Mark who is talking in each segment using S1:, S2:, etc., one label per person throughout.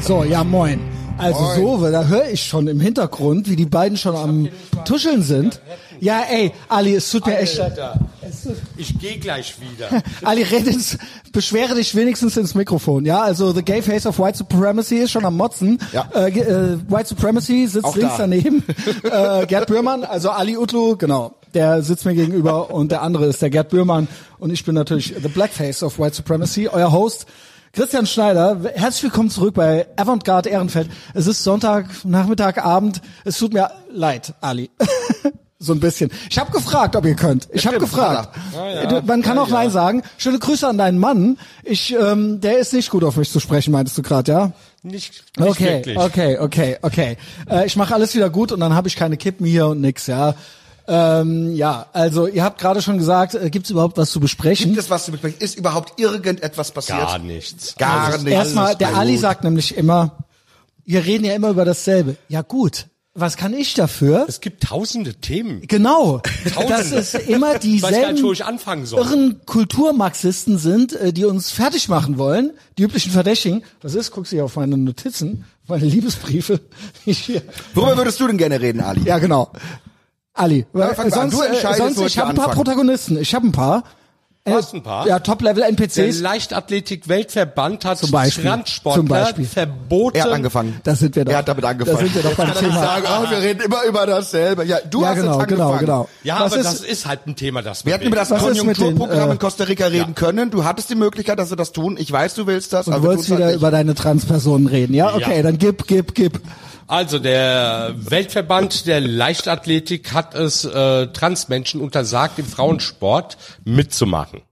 S1: So, ja moin. Also
S2: Moin.
S1: Sove, da höre ich schon im Hintergrund, wie die beiden schon am Tuscheln sind. Ja, ey, Ali, es tut mir echt leid.
S2: Alter, ich gehe gleich wieder.
S1: Ali, red ins, beschwere dich wenigstens ins Mikrofon, ja? Also The Gay Face of White Supremacy ist schon am Motzen.
S2: Ja.
S1: Äh, ge- äh, White Supremacy sitzt
S2: Auch
S1: links
S2: da.
S1: daneben. äh, Gerd Bührmann, also Ali Utlu, genau. Der sitzt mir gegenüber und der andere ist der Gerd Bührmann und ich bin natürlich The Blackface of White Supremacy, euer Host. Christian Schneider, herzlich willkommen zurück bei Avantgarde Ehrenfeld. Es ist Sonntag, Nachmittag, Abend. Es tut mir leid, Ali. so ein bisschen. Ich habe gefragt, ob ihr könnt. Ich habe
S2: Stimmt,
S1: gefragt.
S2: ja. Ja, ja.
S1: Du- Man kann
S2: Ja,
S1: auch
S2: ja.
S1: Nein sagen. Schöne Grüße an deinen Mann. Ich, ähm, der ist nicht gut auf mich zu sprechen, meintest du gerade, ja?
S2: Nicht, nicht
S1: Okay,
S2: wirklich.
S1: okay, okay, okay. Äh, ich mache alles wieder gut und dann habe ich keine Kippen hier und nix, ja. Ähm, ja, also ihr habt gerade schon gesagt, äh, gibt's überhaupt was zu besprechen?
S3: Gibt es was zu besprechen? Ist überhaupt irgendetwas passiert?
S2: Gar nichts.
S3: Gar
S1: Also,
S3: nichts.
S1: Erstmal, der
S3: Alles
S1: Ali
S3: gut.
S1: sagt nämlich immer, wir reden ja immer über dasselbe. Ja gut, was kann ich dafür?
S2: Es gibt tausende Themen.
S1: Genau,
S2: Tausende.
S1: dass es immer
S2: Ich weiß gar nicht, wo ich
S1: dieselben
S2: anfangen soll.
S1: irren Kulturmarxisten sind, äh, die uns fertig machen wollen, die üblichen Verdächtigen. Was ist? Guckst du hier auf meine Notizen, meine Liebesbriefe, die ich hier
S3: Worüber würdest du denn gerne reden, Ali?
S1: Ja, genau. Ali, weil,
S3: fang mal an.
S1: sonst,
S3: Du
S1: äh,
S3: entscheidest,
S1: sonst
S3: wo
S1: ich
S3: wir
S1: habe ein paar
S3: anfangen.
S1: Protagonisten. Ich habe ein paar.
S2: Du hast ein paar.
S1: Äh, Ja,
S2: der
S1: Top-Level-NPCs.
S2: Leichtathletik-Weltverband hat
S1: Zum Beispiel.
S2: Transportler
S1: Zum Beispiel.
S2: verboten.
S3: Er hat angefangen.
S1: Da sind wir doch.
S3: Er hat damit
S1: Da
S3: angefangen.
S1: sind wir doch beim
S3: Jetzt kann er
S1: Thema.
S3: nicht Sagen, oh, wir reden immer über dasselbe. Ja, du
S1: ja,
S3: hast
S1: genau,
S3: jetzt
S1: genau,
S3: angefangen.
S1: genau.
S2: Ja,
S1: was
S2: aber
S1: ist,
S2: das ist halt ein Thema, das
S3: Wir hatten über das
S1: Was ist mit den,
S3: Konjunkturprogramm
S1: äh,
S3: in Costa Rica reden können. Du hattest die Möglichkeit, dass wir das tun. Ich weiß, du willst das.
S1: und du
S3: aber
S1: wolltest
S3: wir tun's
S1: wieder
S3: halt
S1: über deine Transpersonen reden. Ja, okay,
S2: Ja.
S1: dann gib, gib, gib.
S2: Also der Weltverband der Leichtathletik hat es äh, Transmenschen untersagt, im Frauensport mitzumachen.
S3: nicht.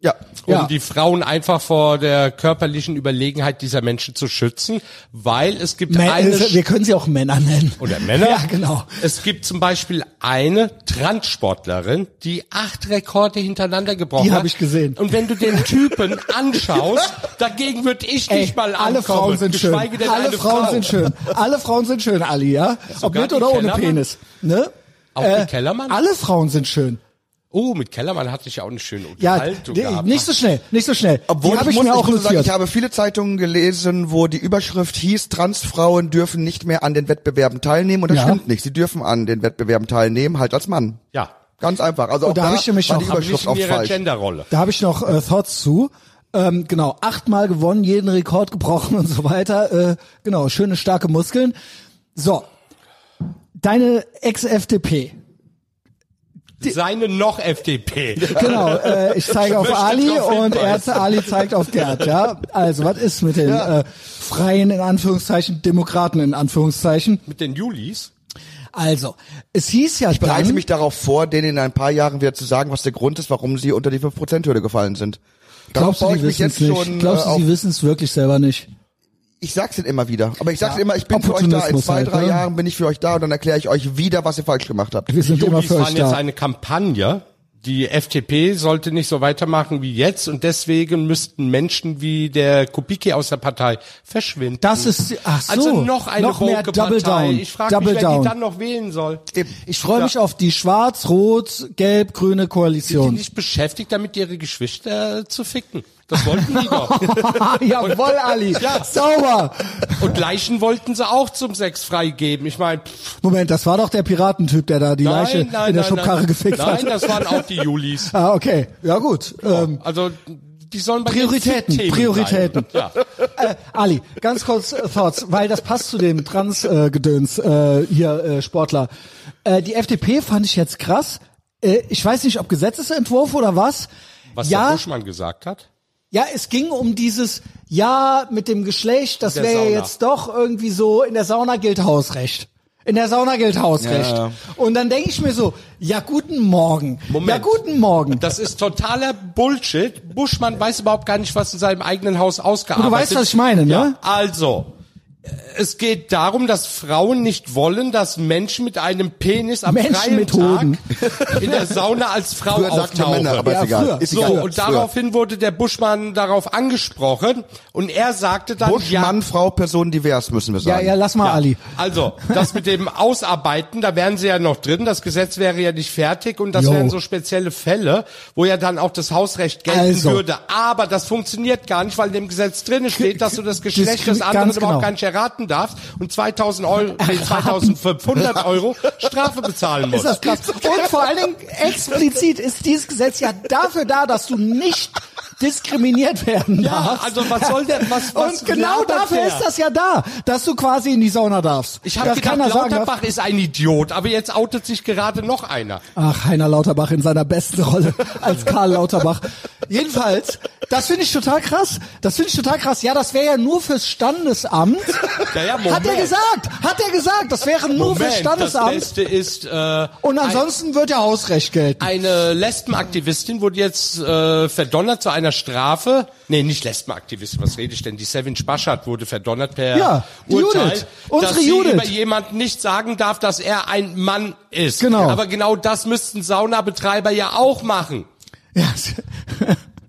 S3: Ja.
S2: um
S1: Ja.
S2: die Frauen einfach vor der körperlichen Überlegenheit dieser Menschen zu schützen, weil es gibt
S1: Mä-
S2: eine
S1: ist- wir können sie auch Männer nennen.
S2: oder Männer.
S1: Ja, genau.
S2: Es gibt zum Beispiel eine Transsportlerin, die acht Rekorde hintereinander gebrochen
S1: Die
S2: hat.
S1: hab ich gesehen.
S2: Und wenn du den Typen anschaust, dagegen würde ich
S1: Ey,
S2: nicht mal ankommen.
S1: alle Frauen sind schön.
S2: geschweige Denn
S1: Alle
S2: eine
S1: Frauen
S2: Frau.
S1: sind schön. Alle Frauen sind schön, Ali, ja? Ob
S2: Sogar
S1: mit
S2: die
S1: oder ohne
S2: Kellermann?
S1: Penis. Ne?
S2: Auch die Kellermann?
S1: Alle Frauen sind schön.
S2: Oh, mit Kellermann hatte ich ja auch eine schöne
S1: Ja,
S2: Unterhaltung
S1: die-
S2: gehabt.
S1: nicht so schnell, nicht so schnell.
S3: Obwohl
S1: die habe
S3: ich,
S1: ich,
S3: muss,
S1: mir
S3: ich
S1: auch
S3: muss sagen,
S1: notiert.
S3: ich habe viele Zeitungen gelesen, wo die Überschrift hieß, Transfrauen dürfen nicht mehr an den Wettbewerben teilnehmen. Und das
S1: Ja.
S3: stimmt nicht. Sie dürfen an den Wettbewerben teilnehmen, halt als Mann.
S2: Ja.
S3: Ganz einfach. Also auch
S1: Oh, da
S3: da,
S1: habe ich nämlich
S3: war
S1: noch-
S3: die
S2: Aber nicht
S3: Überschrift
S2: in
S3: auch
S2: ihrer
S3: falsch.
S2: Genderrolle.
S1: Da habe ich noch äh, Thoughts zu. Ähm, genau, achtmal gewonnen, jeden Rekord gebrochen und so weiter. Äh, genau, schöne starke Muskeln. So, deine Ex-FDP.
S2: Seine noch FDP.
S1: Genau, äh, ich zeige auf
S2: möchte
S1: Ali
S2: drauf
S1: und
S2: hinweisen.
S1: Ärzte Ali zeigt auf Gerd. Ja, also was ist mit den äh, freien in Anführungszeichen Demokraten in Anführungszeichen?
S2: Mit den Julis.
S1: Also, es hieß ja
S3: Ich bereite
S1: dann,
S3: mich darauf vor, denen in ein paar Jahren wieder zu sagen, was der Grund ist, warum sie unter die 5%-Hürde gefallen sind. Darauf
S1: glaubst du,
S3: baue
S1: die
S3: ich mich
S1: wissen es
S3: jetzt
S1: nicht?
S3: schon äh,
S1: glaubst du,
S3: auf.
S1: sie wissen es wirklich selber nicht?
S3: Ich sag's ihnen immer wieder. Aber ich sag's immer, ich bin für euch da. In
S1: Opportunismus
S3: zwei,
S1: halt,
S3: drei
S1: ne?
S3: Jahren bin ich für euch da und dann erkläre ich euch wieder, was ihr falsch gemacht habt.
S1: Wir sind
S2: Die
S1: immer
S2: Julis
S1: für euch
S2: waren jetzt
S1: da.
S2: eine Kampagne. Die FDP sollte nicht so weitermachen wie jetzt und deswegen müssten Menschen wie der Kubicki aus der Partei verschwinden.
S1: Das ist ach so,
S2: also noch eine
S1: noch mehr
S2: woke
S1: Double
S2: Partei.
S1: Down.
S2: Ich frage
S1: Double
S2: mich, wer
S1: Down.
S2: die dann noch wählen soll.
S1: Ich freue mich auf die schwarz-rot-gelb-grüne
S2: Die sind
S1: Koalition.
S2: nicht beschäftigt damit, ihre Geschwister zu ficken. Das wollten die doch.
S1: Jawohl, Ali.
S2: Ja.
S1: Sauber.
S2: Und Leichen wollten sie auch zum Sex freigeben. Ich meine, pff,
S1: Moment, das war doch der Piratentyp, der da die
S2: nein,
S1: Leiche
S2: nein,
S1: in der
S2: nein,
S1: Schubkarre
S2: nein.
S1: gefickt
S2: Nein,
S1: hat.
S2: das waren auch die Julis.
S1: Ah, okay. Ja, gut. Ähm,
S2: Also, die sollen bei den
S1: Prioritäten,
S2: Themen
S1: Prioritäten.
S2: Bleiben. Ja.
S1: Äh, Ali, ganz kurz äh, Thoughts, weil das passt zu dem Trans-Gedöns äh, hier, äh, Sportler. Äh, die FDP fand ich jetzt krass. Äh, ich weiß nicht, ob Gesetzesentwurf oder was.
S2: Was der
S1: ja,
S2: Buschmann gesagt hat.
S1: Ja, es ging um dieses Ja mit dem Geschlecht, das
S2: der
S1: wäre ja
S2: Sauna.
S1: jetzt doch irgendwie so, in der Sauna gilt Hausrecht. In der Sauna gilt Hausrecht.
S3: Ja.
S1: Und dann denke ich mir so, ja guten Morgen.
S2: Moment.
S1: Ja guten Morgen.
S2: Das ist totaler Bullshit. Buschmann weiß überhaupt gar nicht, was in seinem eigenen Haus ausgearbeitet
S1: Du weißt, was ich meine, ne?
S2: Ja, also, es geht darum, dass Frauen nicht wollen, dass Menschen mit einem Penis am
S1: Menschen
S2: freien
S1: mit
S2: Tag
S1: Hoden.
S2: in der Sauna als Frau
S3: Früher sagten wir
S2: auftauchen.
S3: Männer, aber
S1: Ja,
S3: ist egal.
S1: früher.
S3: Ist
S2: so,
S3: egal.
S2: und daraufhin wurde der Buschmann darauf angesprochen und er sagte dann,
S3: Busch,
S2: ja,
S3: Mann, Frau, Person divers, müssen wir
S1: Ja,
S3: sagen.
S1: ja, lass mal Ali.
S2: also, das mit dem Ausarbeiten, da wären sie ja noch drin, das Gesetz wäre ja nicht fertig und das
S1: Jo.
S2: wären so spezielle Fälle, wo ja dann auch das Hausrecht gelten
S1: Also.
S2: würde. Aber das funktioniert gar nicht, weil in dem Gesetz drin steht, dass du das Geschlecht des
S1: Diskri-
S2: anderen
S1: ganz
S2: überhaupt
S1: genau.
S2: gar nicht erraten darfst und 2000 Euro, nee, 2500 Euro Strafe bezahlen musst.
S1: Ist das krass. Und vor allen Dingen explizit ist dieses Gesetz ja dafür da, dass du nicht diskriminiert werden
S2: Ja,
S1: darfst.
S2: also was soll der- was- was
S1: Und genau
S2: labert
S1: dafür
S2: der?
S1: ist das ja da, dass du quasi in die Sauna darfst.
S2: ich habe
S1: Das
S2: gedacht,
S1: keiner sagen darf.
S2: Lauterbach ist ein Idiot, aber jetzt outet sich gerade noch einer.
S1: Ach, Heiner Lauterbach in seiner besten Rolle als Karl Lauterbach. Jedenfalls, das finde ich total krass. Das finde ich total krass. Ja, das wäre ja nur fürs Standesamt.
S2: Ja, ja,
S1: hat er
S2: Moment.
S1: gesagt, hat er gesagt, das wäre nur fürs
S2: das
S1: Standesamt.
S2: Beste ist... Äh,
S1: Und ansonsten wird ja Hausrecht gelten.
S2: Eine Lesbenaktivistin wurde jetzt äh, verdonnert zu einer Strafe. Nee, nicht Lesbenaktivistin, was rede ich denn? Die Sevin Spashard wurde verdonnert per
S1: Ja, die
S2: Urteil,
S1: Judith, unsere
S2: dass sie
S1: Judith.
S2: über jemanden nicht sagen darf, dass er ein Mann ist.
S1: Genau.
S2: Aber genau das müssten Saunabetreiber ja auch machen.
S1: Ja,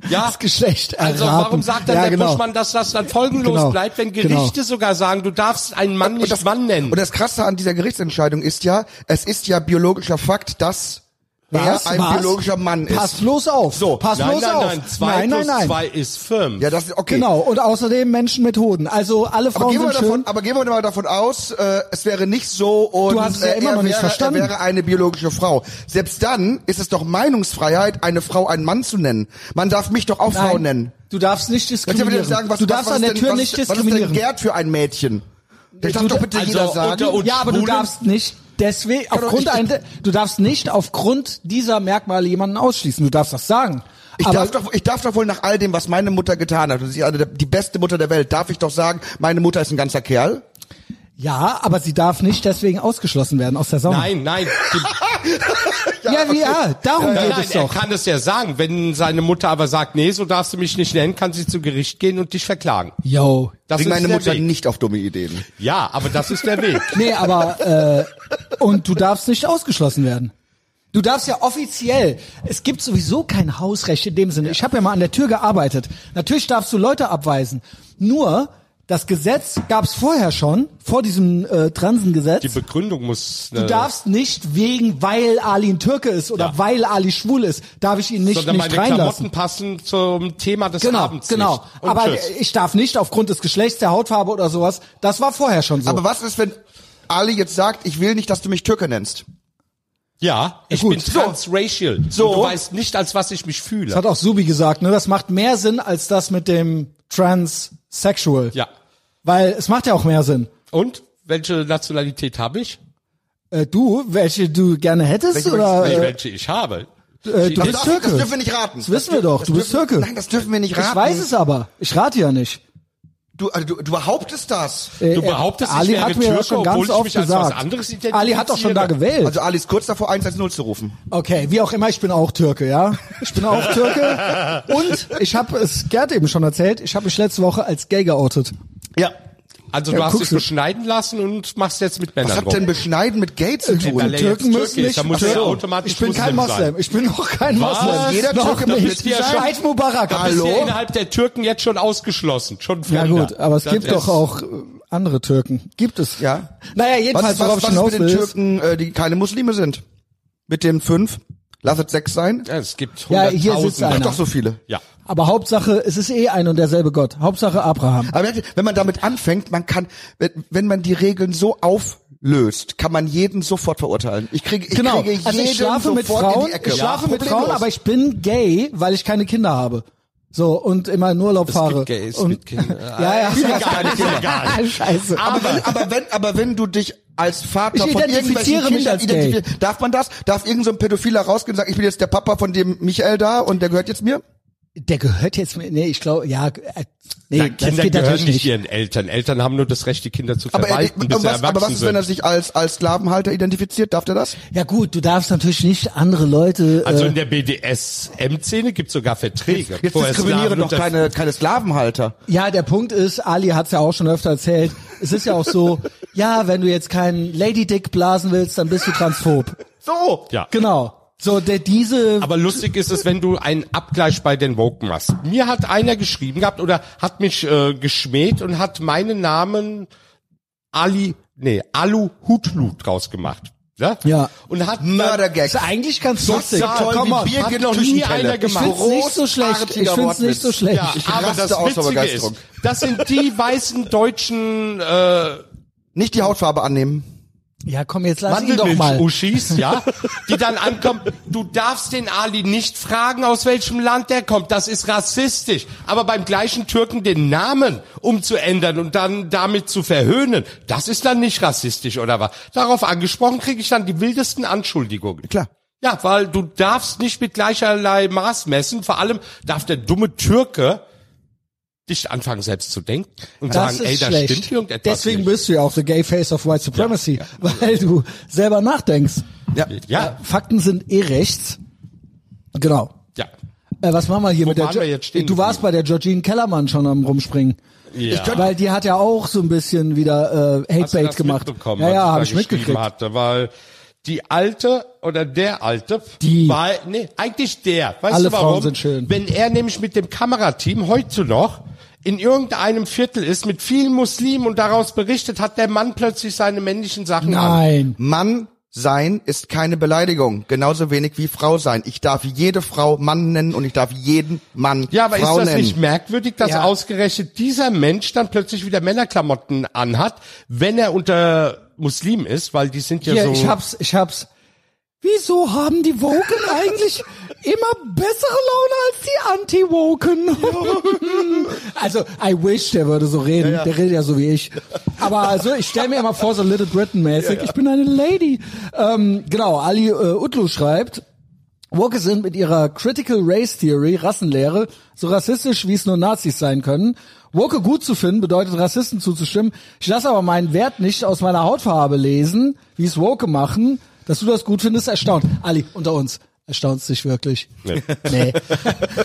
S2: Ja.
S1: das Geschlecht erraten.
S2: Also warum sagt dann
S1: ja,
S2: der
S1: genau.
S2: Buschmann, dass das dann folgenlos
S1: Genau.
S2: bleibt, wenn
S1: Genau.
S2: Gerichte sogar sagen, du darfst einen Mann nicht Mann nennen?
S3: Und das Krasse an dieser Gerichtsentscheidung ist ja, es ist ja biologischer Fakt, dass
S1: Was?
S3: er ein
S1: Was?
S3: biologischer Mann ist.
S1: Pass bloß auf.
S2: so,
S1: Pass
S2: nein,
S1: bloß
S2: nein,
S1: auf.
S2: nein, zwei
S1: nein, nein,
S2: plus
S1: nein.
S2: zwei ist fünf.
S3: Ja, das okay.
S1: Genau, und außerdem Menschen mit Hoden. Also alle
S3: Aber
S1: Frauen
S3: gehen, wir
S1: sind schön.
S3: davon, aber gehen wir mal davon aus, äh, es wäre nicht so und
S1: Du hast es ja
S3: äh,
S1: immer
S3: er,
S1: noch nicht
S3: wäre,
S1: verstanden.
S3: er wäre eine biologische Frau. Selbst dann ist es doch Meinungsfreiheit, eine Frau einen Mann zu nennen. Man darf mich doch auch Frau
S1: Nein,
S3: nennen.
S1: Du darfst nicht
S3: Ich will
S1: diskriminieren.
S3: nicht sagen, was,
S1: du
S3: was,
S1: darfst
S3: was
S1: an der
S3: denn,
S1: Tür
S3: was,
S1: nicht
S3: Was ist
S1: diskriminieren.
S3: denn Gerd für ein Mädchen? Das darf doch bitte
S2: also
S3: jeder sagen.
S2: unter uns
S1: ja, aber du
S2: Schwulen-
S1: darfst nicht deswegen aufgrund
S3: doch, ich-
S1: ein, du darfst nicht aufgrund dieser Merkmale jemanden ausschließen. Du darfst das sagen.
S3: Ich
S1: aber
S3: darf, doch, ich darf doch wohl nach all dem, was meine Mutter getan hat, und sie ist eine der- die beste Mutter der Welt, darf ich doch sagen, meine Mutter ist ein ganzer Kerl.
S1: ja, aber sie darf nicht deswegen ausgeschlossen werden aus der Sauna.
S2: Nein, nein, die,
S1: Ja, ja, wie, ja darum
S2: Nein,
S1: geht
S2: nein,
S1: es
S2: er
S1: doch.
S2: kann es ja sagen. Wenn seine Mutter aber sagt, nee, so darfst du mich nicht nennen, kann sie zu Gericht gehen und dich verklagen.
S1: Yo.
S2: Das
S3: Bring
S2: ist
S3: meine
S2: der
S3: Mutter
S2: Weg.
S3: nicht auf dumme Ideen.
S2: Ja, aber das ist der Weg.
S1: Nee, aber äh, und du darfst nicht ausgeschlossen werden. Du darfst ja offiziell, es gibt sowieso kein Hausrecht in dem Sinne. Ich habe ja mal an der Tür gearbeitet. Natürlich darfst du Leute abweisen. Nur das Gesetz gab es vorher schon, vor diesem äh, Transengesetz.
S2: Die Begründung muss. äh,
S1: Du darfst nicht wegen, weil Ali ein Türke ist oder
S2: Ja.
S1: weil Ali schwul ist, darf ich ihn nicht,
S2: sondern
S1: nicht
S2: meine
S1: reinlassen.
S2: Klamotten passen zum Thema des
S1: Genau,
S2: Abends.
S1: genau.
S2: Nicht. Und
S1: Aber
S2: tschüss.
S1: ich darf nicht aufgrund des Geschlechts, der Hautfarbe oder sowas. Das war vorher schon so.
S3: Aber was ist, wenn Ali jetzt sagt, ich will nicht, dass du mich Türke nennst?
S2: ja, ich
S1: Gut.
S2: bin transracial.
S3: So.
S2: Und Du weißt nicht, als was ich mich fühle.
S1: Das hat auch Subi gesagt, ne? Das macht mehr Sinn als das mit dem Transsexual.
S2: ja.
S1: Weil es macht ja auch mehr Sinn.
S2: Und welche Nationalität habe ich?
S1: Äh, du, welche du gerne hättest
S3: Welche
S1: oder
S2: Nicht
S1: äh,
S2: welche ich habe.
S1: äh, du
S3: Das,
S1: bist
S3: darf, das
S1: Türke?
S3: dürfen wir nicht raten. Das
S1: wissen wir doch, du bist Türke.
S3: Nein, das dürfen wir nicht raten.
S1: Ich weiß es aber. Ich rate ja nicht.
S3: Du, also du, du behauptest das.
S1: Äh,
S2: Du
S1: er-
S2: behauptest, ich
S1: Ali
S2: wäre
S1: hat mir
S2: Türke,
S1: das schon
S2: obwohl
S1: ganz
S2: ich
S1: oft
S2: mich als
S1: gesagt.
S2: was anderes
S1: Ali hat auch schon da
S2: identifiziere.
S1: gewählt.
S3: Also Ali ist kurz davor, 110 zu rufen.
S1: Okay, wie auch immer, ich bin auch Türke, ja. Ich bin auch Türke. Und ich habe es Gerd eben schon erzählt, ich habe mich letzte Woche als gay geoutet.
S3: Ja.
S2: Also
S1: Ja,
S2: du hast dich
S1: guckst du.
S2: beschneiden lassen und machst jetzt mit
S3: Was
S2: Männern
S3: hat
S2: rum.
S3: denn Beschneiden mit Gay
S1: Äh,
S3: zu
S2: Weil
S3: tun?
S2: er
S1: Türken
S2: jetzt Türke
S1: müssen
S2: ist,
S1: nicht.
S2: dann muss er
S1: Ach so.
S2: automatisch
S1: ich bin kein
S2: Muslim sein.
S1: Moslem. Ich bin noch kein
S2: Was?
S1: Moslem.
S3: Jeder
S1: noch
S3: Türke
S1: nicht.
S3: wird ja schon-
S1: Scheid Mubarak.
S2: Da bist du ja innerhalb der Türken jetzt schon ausgeschlossen. Schon
S1: Ja
S2: Fremder.
S1: gut, aber es
S2: Das
S1: gibt
S2: ist-
S1: doch auch äh, andere Türken. Gibt es.
S3: Ja.
S1: Naja,
S3: Was
S1: jedenfalls,
S3: ist,
S1: halt, worauf
S3: was,
S1: ich
S3: was
S1: hinaus
S3: ist mit
S1: will,
S3: den
S1: ist,
S3: Türken, äh, die keine Muslime sind? Mit den fünf? Lass es sechs sein?
S2: Ja, es gibt
S1: Ja, hier sitzt
S2: hunderttausende.
S1: einer.
S3: Ach, doch so viele.
S2: Ja.
S1: aber Hauptsache, es ist eh ein und derselbe Gott. Hauptsache Abraham.
S3: Aber wenn man damit anfängt, man kann, wenn, wenn man die Regeln so auflöst, kann man jeden sofort verurteilen. Ich kriege, ich
S1: Genau.
S3: kriege
S1: Also
S3: jeden
S1: ich schlafe
S3: sofort
S1: mit
S3: in
S1: Frauen,
S3: die Ecke.
S1: ich schlafe mit Frauen,
S3: Problemlos.
S1: aber ich bin gay, weil ich keine Kinder habe. So, und immer in Urlaub fahre.
S2: Gays
S1: und,
S2: mit Kindern.
S1: ja, ja.
S2: Egal, ist egal.
S1: Scheiße.
S3: aber, wenn, aber wenn, aber wenn du dich als Vater
S1: Ich
S3: von
S1: identifiziere mich
S3: irgendwelchen Kindern
S1: als gay.
S3: identifizierst, darf man das? Darf irgend so ein Pädophiler rausgehen und sagen, ich bin jetzt der Papa von dem Michael da und der gehört jetzt mir?
S1: Der gehört jetzt mit, nee, ich glaube, ja, äh, nee,
S2: Na,
S1: das
S2: Kinder
S1: geht
S2: gehören
S1: natürlich
S2: nicht
S1: nicht. äh,
S2: ihren Eltern. Eltern haben nur das Recht, die Kinder zu
S3: Aber, er,
S2: verwalten, bis sie
S3: was,
S2: erwachsen
S3: aber was ist,
S2: sind.
S3: wenn er sich als, als Sklavenhalter identifiziert? Darf der das?
S1: Ja gut, du darfst natürlich nicht andere Leute.
S2: also
S1: äh,
S2: in der BDSM-Szene gibt es sogar Verträge.
S3: Jetzt
S2: Vorher
S3: diskriminiere
S2: Sklaven
S3: doch
S2: und das-
S3: keine, keine Sklavenhalter.
S1: ja, der Punkt ist, Ali hat es ja auch schon öfter erzählt. Es ist ja auch so, ja, wenn du jetzt keinen Lady Dick blasen willst, dann bist du transphob.
S2: So! Ja.
S1: Genau. So, der diese.
S2: Aber lustig ist es, wenn du einen Abgleich bei den Woken machst. Mir hat einer geschrieben gehabt oder hat mich äh, geschmäht und hat meinen Namen Ali, nee, Alu Hutlut rausgemacht. Ja?
S1: Ja.
S2: Und hat
S3: Mördergag.
S1: ist eigentlich ganz lustig.
S2: total
S1: Ah, Komm,
S2: wie
S1: on.
S2: Bier
S1: Hat
S2: geht
S1: noch
S2: nie
S1: Küchenkelle.
S2: einer gemacht.
S1: Ich find's nicht so schlecht. Ich
S3: Großartiger
S1: find's nicht so
S3: Wortwitz.
S1: schlecht.
S2: Ja,
S3: Ich
S2: aber
S3: raste
S2: das
S3: aus vor
S2: Witzige ist,
S3: Begeisterung.
S2: das sind die weißen deutschen äh,
S3: Nicht die Hautfarbe annehmen.
S1: Ja, komm, jetzt lass ihn doch mal.
S2: Mandelmilch-Uschis, ja, die dann ankommen. Du darfst den Ali nicht fragen, aus welchem Land der kommt. Das ist rassistisch. Aber beim gleichen Türken den Namen umzuändern und dann damit zu verhöhnen, das ist dann nicht rassistisch oder was? Darauf angesprochen kriege ich dann die wildesten Anschuldigungen.
S3: Klar.
S2: Ja, weil du darfst nicht mit gleicherlei Maß messen. Vor allem darf der dumme Türke nicht anfangen, selbst zu denken und
S1: Das ist
S2: sagen, ey, da
S1: schlecht.
S2: stimmt irgendetwas
S1: Deswegen
S2: nicht.
S1: bist du ja auch the gay face of white supremacy, weil du selber nachdenkst.
S3: Ja.
S2: Ja,
S1: Fakten sind eh rechts. Genau.
S2: ja.
S1: Äh, was machen wir hier
S2: Wo
S1: mit der
S2: waren
S1: Jo-
S2: wir jetzt stehen
S1: Du warst
S2: geblieben?
S1: bei der Georgine Kellermann schon am rumspringen.
S2: Ja. Ich könnte-
S1: Weil die hat ja auch so ein bisschen wieder äh,
S2: Hast du
S1: Hatebait
S2: das
S1: gemacht.
S2: mitbekommen,
S1: Ja,
S2: was
S1: ja,
S2: da
S1: habe ich
S2: geschrieben
S1: mitgekriegt.
S2: Hatte, weil die alte oder der alte
S1: Die.
S2: war nee, eigentlich der. Weißt
S1: Alle
S2: du warum?
S1: Frauen sind schön.
S2: Wenn er nämlich mit dem Kamerateam heute noch in irgendeinem Viertel ist mit vielen Muslimen und daraus berichtet, hat der Mann plötzlich seine männlichen Sachen an.
S1: Nein.
S3: Mann sein ist keine Beleidigung, genauso wenig wie Frau sein. Ich darf jede Frau Mann nennen und ich darf jeden Mann
S2: Ja, aber
S3: Frau
S2: ist das
S3: nennen.
S2: nicht merkwürdig, dass
S1: Ja.
S2: ausgerechnet dieser Mensch dann plötzlich wieder Männerklamotten anhat, wenn er unter Muslim ist, weil die sind ja
S1: Hier,
S2: so.
S1: ich hab's, ich hab's. Wieso haben die Woken eigentlich immer bessere Laune als die Anti-Woken? also, I wish, der würde so reden. Der redet ja so wie ich. Aber also, ich stelle mir immer vor, so Little Britain-mäßig. Ich bin eine Lady. Ähm, genau, Ali äh, Utlu schreibt, Woke sind mit ihrer Critical Race Theory, Rassenlehre, so rassistisch, wie es nur Nazis sein können. Woke gut zu finden bedeutet Rassisten zuzustimmen. Ich lasse aber meinen Wert nicht aus meiner Hautfarbe lesen, wie es Woke machen. Dass du das gut findest, erstaunt. Ali, unter uns. Erstaunt dich wirklich. Nee.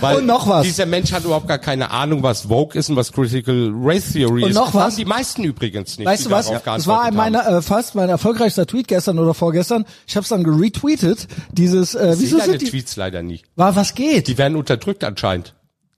S2: Weil
S1: Und noch was.
S2: Dieser Mensch hat überhaupt gar keine Ahnung, was Vogue ist und was Critical Race Theory
S1: Und
S2: ist.
S1: noch
S2: Das haben
S1: was.
S2: Die meisten übrigens nicht.
S1: Weißt
S2: die
S1: du was?
S2: darauf
S1: Es war ein
S2: geantwortet haben.
S1: meiner, äh, fast mein erfolgreichster Tweet gestern oder vorgestern. Ich habe es dann geretweetet. Dieses, äh,
S2: Ich sehe
S1: wieso
S2: deine
S1: sind die,
S2: Tweets leider nicht.
S1: war was geht?
S2: Die Mhm. werden unterdrückt anscheinend.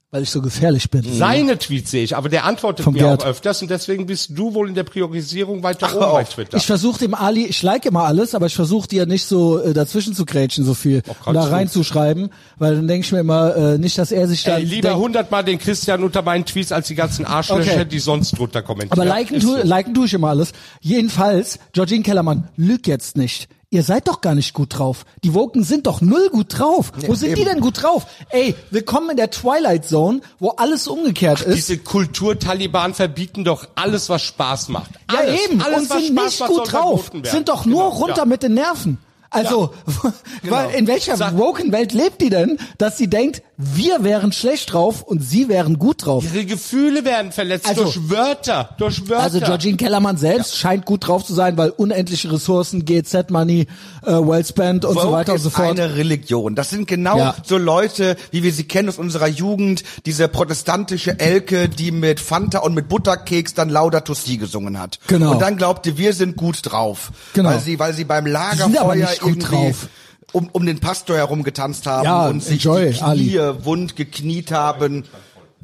S1: Weil ich so gefährlich bin.
S2: Seine Tweets sehe ich, aber der antwortet
S1: Vom
S2: mir
S1: Gerd.
S2: auch öfters und deswegen bist du wohl in der Priorisierung weiter oben
S3: hör
S2: bei
S3: auf.
S2: Twitter.
S1: Ich versuche dem Ali, ich like immer alles, aber ich versuche dir nicht so äh, dazwischen zu grätschen, so viel
S2: kannst
S1: und da
S2: du.
S1: reinzuschreiben, weil dann denke ich mir immer äh, nicht, dass er sich da
S2: Ey, lieber
S1: denkt,
S2: hundertmal den Christian unter meinen Tweets als die ganzen Arschlöcher,
S1: Okay.
S2: die sonst drunter kommentieren.
S1: aber liken,
S2: Ist
S1: tu,
S2: so.
S1: liken tue ich immer alles. Jedenfalls, Georgine Kellermann, lüg jetzt nicht. Ihr seid doch gar nicht gut drauf. Die Woken sind doch null gut drauf. Wo sind die
S3: eben.
S1: denn gut drauf? Ey, willkommen in der Twilight Zone, wo alles umgekehrt ist.
S2: Diese Kultur-Taliban verbieten doch alles, was Spaß macht.
S1: Ja,
S2: Alles,
S1: eben.
S2: Alles,
S1: und sind
S2: was Spaß
S1: nicht
S2: macht, soll
S1: gut drauf.
S2: verboten werden.
S1: Sind doch nur
S2: Genau,
S1: runter
S2: ja. Genau.
S1: mit den Nerven. Also, weil in welcher
S2: Sag-
S1: woken Welt lebt die denn, dass sie denkt, wir wären schlecht drauf und sie wären gut drauf?
S2: Ihre Gefühle werden verletzt
S1: Also-
S2: durch Wörter, durch Wörter.
S1: Also Georgine Kellermann selbst scheint gut drauf zu sein, weil unendliche Ressourcen, GZ Money, äh, well spent und so
S3: Woke
S1: weiter und so
S3: ist
S1: fort.
S3: eine Religion. Das sind genau
S1: Ja.
S3: so Leute, wie wir sie kennen aus unserer Jugend, diese protestantische Elke, die mit Fanta und mit Butterkeks dann Laudato Si gesungen hat.
S1: Genau.
S3: Und dann glaubte, wir sind gut drauf.
S1: Genau.
S3: Weil sie, weil sie beim
S1: sind aber
S3: Lagerfeuer
S1: nicht gut
S3: irgendwie
S1: drauf.
S3: Um, um den Pastor herum getanzt haben
S1: Ja,
S3: und sich
S1: enjoy,
S3: die Knie
S1: Ali.
S3: wund gekniet haben.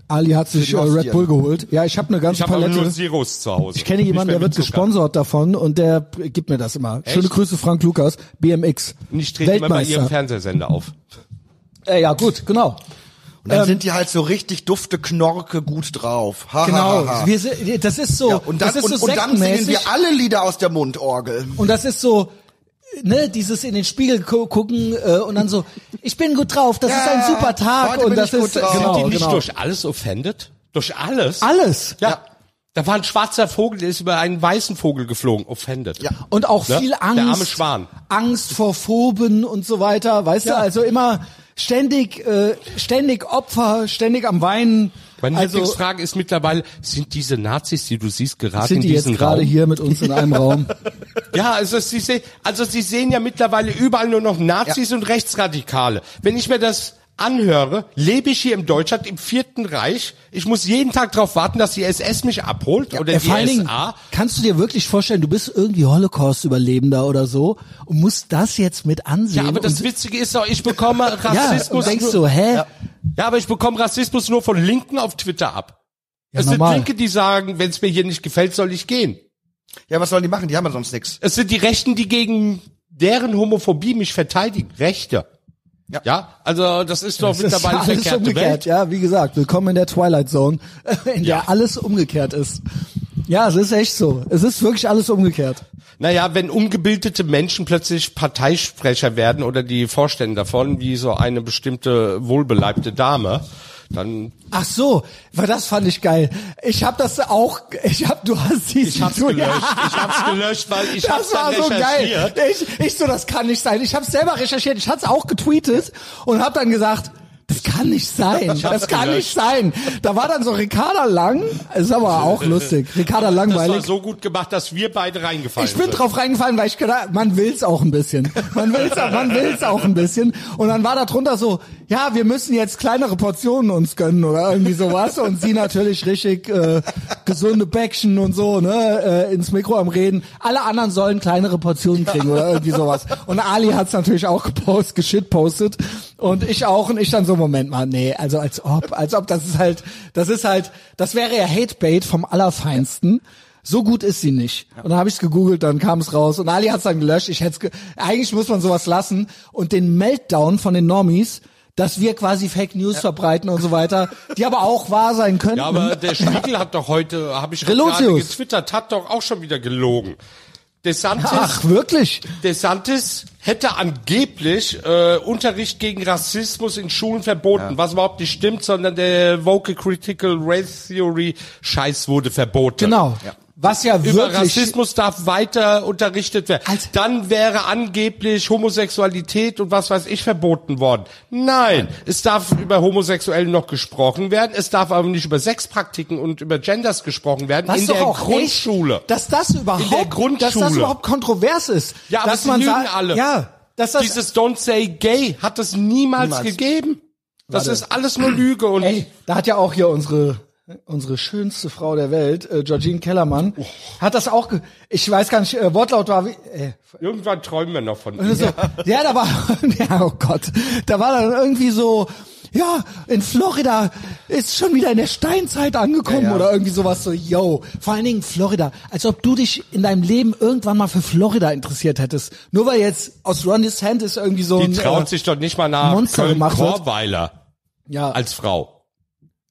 S1: Ali hat sich äh, Red Bull geholt. Ja, ich habe eine ganze
S2: ich habe
S1: Palette.
S2: nur Zeros zu Hause.
S1: Ich kenne jemanden, der wird gesponsert davon und der äh, gibt mir das immer. Schöne Grüße, Frank Lukas, BMX.
S2: Und ich trete immer bei ihrem
S1: Weltmeister.
S2: Fernsehsender auf.
S1: Äh, ja, gut, genau.
S3: Und dann sind die halt so richtig dufte Knorke gut drauf. Ha,
S1: Genau,
S3: Ha, ha, ha.
S1: wir sind, das ist so,
S3: ja, und dann,
S1: das ist
S3: und,
S1: so
S3: und dann singen
S1: sektenmäßig
S3: wir alle Lieder aus der Mundorgel.
S1: und das ist so, ne, dieses in den Spiegel gu gucken äh, und dann so, ich bin gut drauf, das
S3: Ja,
S1: ist ein super Tag
S3: heute
S1: und
S3: bin
S1: das
S3: ich gut
S1: ist
S3: drauf.
S1: genau,
S2: Sind die nicht
S1: genau.
S2: durch alles offended? Durch alles?
S1: alles.
S2: Ja. Da war ein schwarzer Vogel, der ist über einen weißen Vogel geflogen, offended.
S3: Ja.
S1: Und auch
S2: Ne?
S1: viel
S2: Der
S1: Angst,
S2: arme Schwan.
S1: Angst vor Phoben und so weiter, weißt du, also immer ständig, äh, ständig Opfer, ständig am Weinen.
S2: Meine
S1: also
S2: Lieblingsfrage ist mittlerweile, sind diese Nazis, die du siehst, gerade
S1: sind
S2: in
S1: die jetzt
S2: diesem
S1: gerade
S2: Raum?
S1: hier mit uns in einem Raum.
S2: Ja, also sie, sehen, also sie sehen ja mittlerweile überall nur noch Nazis und Rechtsradikale. Wenn ich mir das anhöre, lebe ich hier im Deutschland im Vierten Reich. Ich muss jeden Tag darauf warten, dass die SS mich abholt oder
S1: Ja, äh,
S2: die
S1: vor allen Dingen,
S2: SA.
S1: kannst du dir wirklich vorstellen, du bist irgendwie Holocaust-Überlebender oder so und musst das jetzt mit ansehen?
S2: Ja, aber das
S1: und,
S2: Witzige ist doch, ich bekomme
S1: ja,
S2: Rassismus.
S1: und denkst
S2: nur,
S1: so, hä?
S2: ja, aber ich bekomme Rassismus nur von Linken auf Twitter ab. es sind
S1: normal.
S2: Linke, die sagen, wenn es mir hier nicht gefällt, soll ich gehen.
S3: Ja, was sollen die machen? Die haben ja sonst nichts.
S2: Es sind die Rechten, die gegen deren Homophobie mich verteidigen. Rechte. Ja,
S3: Ja.
S2: also das ist doch
S1: Das ist
S2: mittlerweile
S1: alles
S2: verkehrte
S1: umgekehrt,
S2: Welt.
S1: ja, wie gesagt, willkommen in der Twilight Zone, in
S2: Ja.
S1: der alles umgekehrt ist. Ja, es ist echt so. Es ist wirklich alles umgekehrt.
S2: Naja, wenn ungebildete Menschen plötzlich Parteisprecher werden oder die Vorstände davon, wie so eine bestimmte wohlbeleibte Dame, dann
S1: Ach so, weil das fand ich geil. Ich habe das auch, ich hab, du hast die
S2: ich hab's gelöscht. Ich hab's gelöscht, weil ich hab's
S1: Das war
S2: dann
S1: so geil.
S2: recherchiert.
S1: Ich, ich so, das kann nicht sein. Ich habe selber recherchiert, ich hatte es auch getweetet und habe dann gesagt, das kann nicht sein.
S2: hab's
S1: Das kann nicht
S2: gelöscht.
S1: sein. Da war dann so Ricarda Lang, ist aber auch lustig. Ricarda
S2: Das war
S1: langweilig.
S2: so gut gemacht, dass wir beide reingefallen
S1: Ich bin
S2: sind.
S1: drauf reingefallen, weil ich gedacht, man will's auch ein bisschen. Man will's auch, man will's auch ein bisschen. Und dann war da drunter so, ja, wir müssen jetzt kleinere Portionen uns gönnen oder irgendwie sowas. Und sie natürlich richtig äh, gesunde Bäckchen und so, ne, äh, ins Mikro am Reden. Alle anderen sollen kleinere Portionen kriegen oder irgendwie sowas. Und Ali hat's natürlich auch gepostet, geshitpostet. Und ich auch. Und ich dann so, Moment mal, nee, also als ob, als ob, das ist halt, das ist halt, das wäre ja Hatebait vom Allerfeinsten. So gut ist sie nicht. Und dann habe ich es gegoogelt, dann kam es raus und Ali hat es dann gelöscht. Ich hätte ge eigentlich muss man sowas lassen und den Meltdown von den Normies, dass wir quasi Fake News verbreiten und so weiter, die aber auch wahr sein könnten.
S2: Ja, aber der Spiegel hat doch heute, habe ich gerade
S1: Relotius.
S2: getwittert, hat doch auch schon wieder gelogen. DeSantis
S1: Ach, wirklich?
S2: DeSantis hätte angeblich äh, Unterricht gegen Rassismus in Schulen verboten, was überhaupt nicht stimmt, sondern der Vocal Critical Race Theory Scheiß wurde verboten.
S1: Genau. Was ja
S2: Über
S1: wirklich Also
S2: Rassismus darf weiter unterrichtet werden.
S1: Alter.
S2: Dann wäre angeblich Homosexualität und was weiß ich verboten worden. Nein, es darf über Homosexuelle noch gesprochen werden, es darf aber nicht über Sexpraktiken und über Genders gesprochen werden
S1: was
S2: in
S1: doch
S2: der
S1: auch
S2: Grundschule.
S1: Echt, dass das überhaupt, dass das
S2: Grundschule.
S1: überhaupt kontrovers ist.
S2: Ja, aber
S1: dass
S2: sie
S1: man
S2: lügen
S1: sagt-
S2: alle.
S1: Ja, dass das
S2: Dieses Don't Say Gay hat es niemals,
S3: Niemals.
S2: gegeben. Das ist alles nur Lüge und
S1: Ey, da hat ja auch hier unsere unsere schönste Frau der Welt, äh, Georgine Kellermann,
S2: Oh.
S1: hat das auch. Ge ich weiß gar nicht, äh, Wortlaut war wie. Äh,
S2: irgendwann träumen wir noch von
S1: Und
S2: ihm.
S1: so, ja. da war, ja, oh Gott, da war dann irgendwie so, ja, in Florida ist schon wieder in der Steinzeit angekommen
S3: Ja, ja.
S1: oder irgendwie sowas so, yo, vor allen Dingen Florida, als ob du dich in deinem Leben irgendwann mal für Florida interessiert hättest. Nur weil jetzt aus Ron DeSantis irgendwie so
S2: Die
S1: ein,
S2: traut
S1: äh,
S2: sich doch nicht mal nach
S1: Monster gemacht wird.
S2: Köln-Korweiler
S1: ja,
S2: als Frau.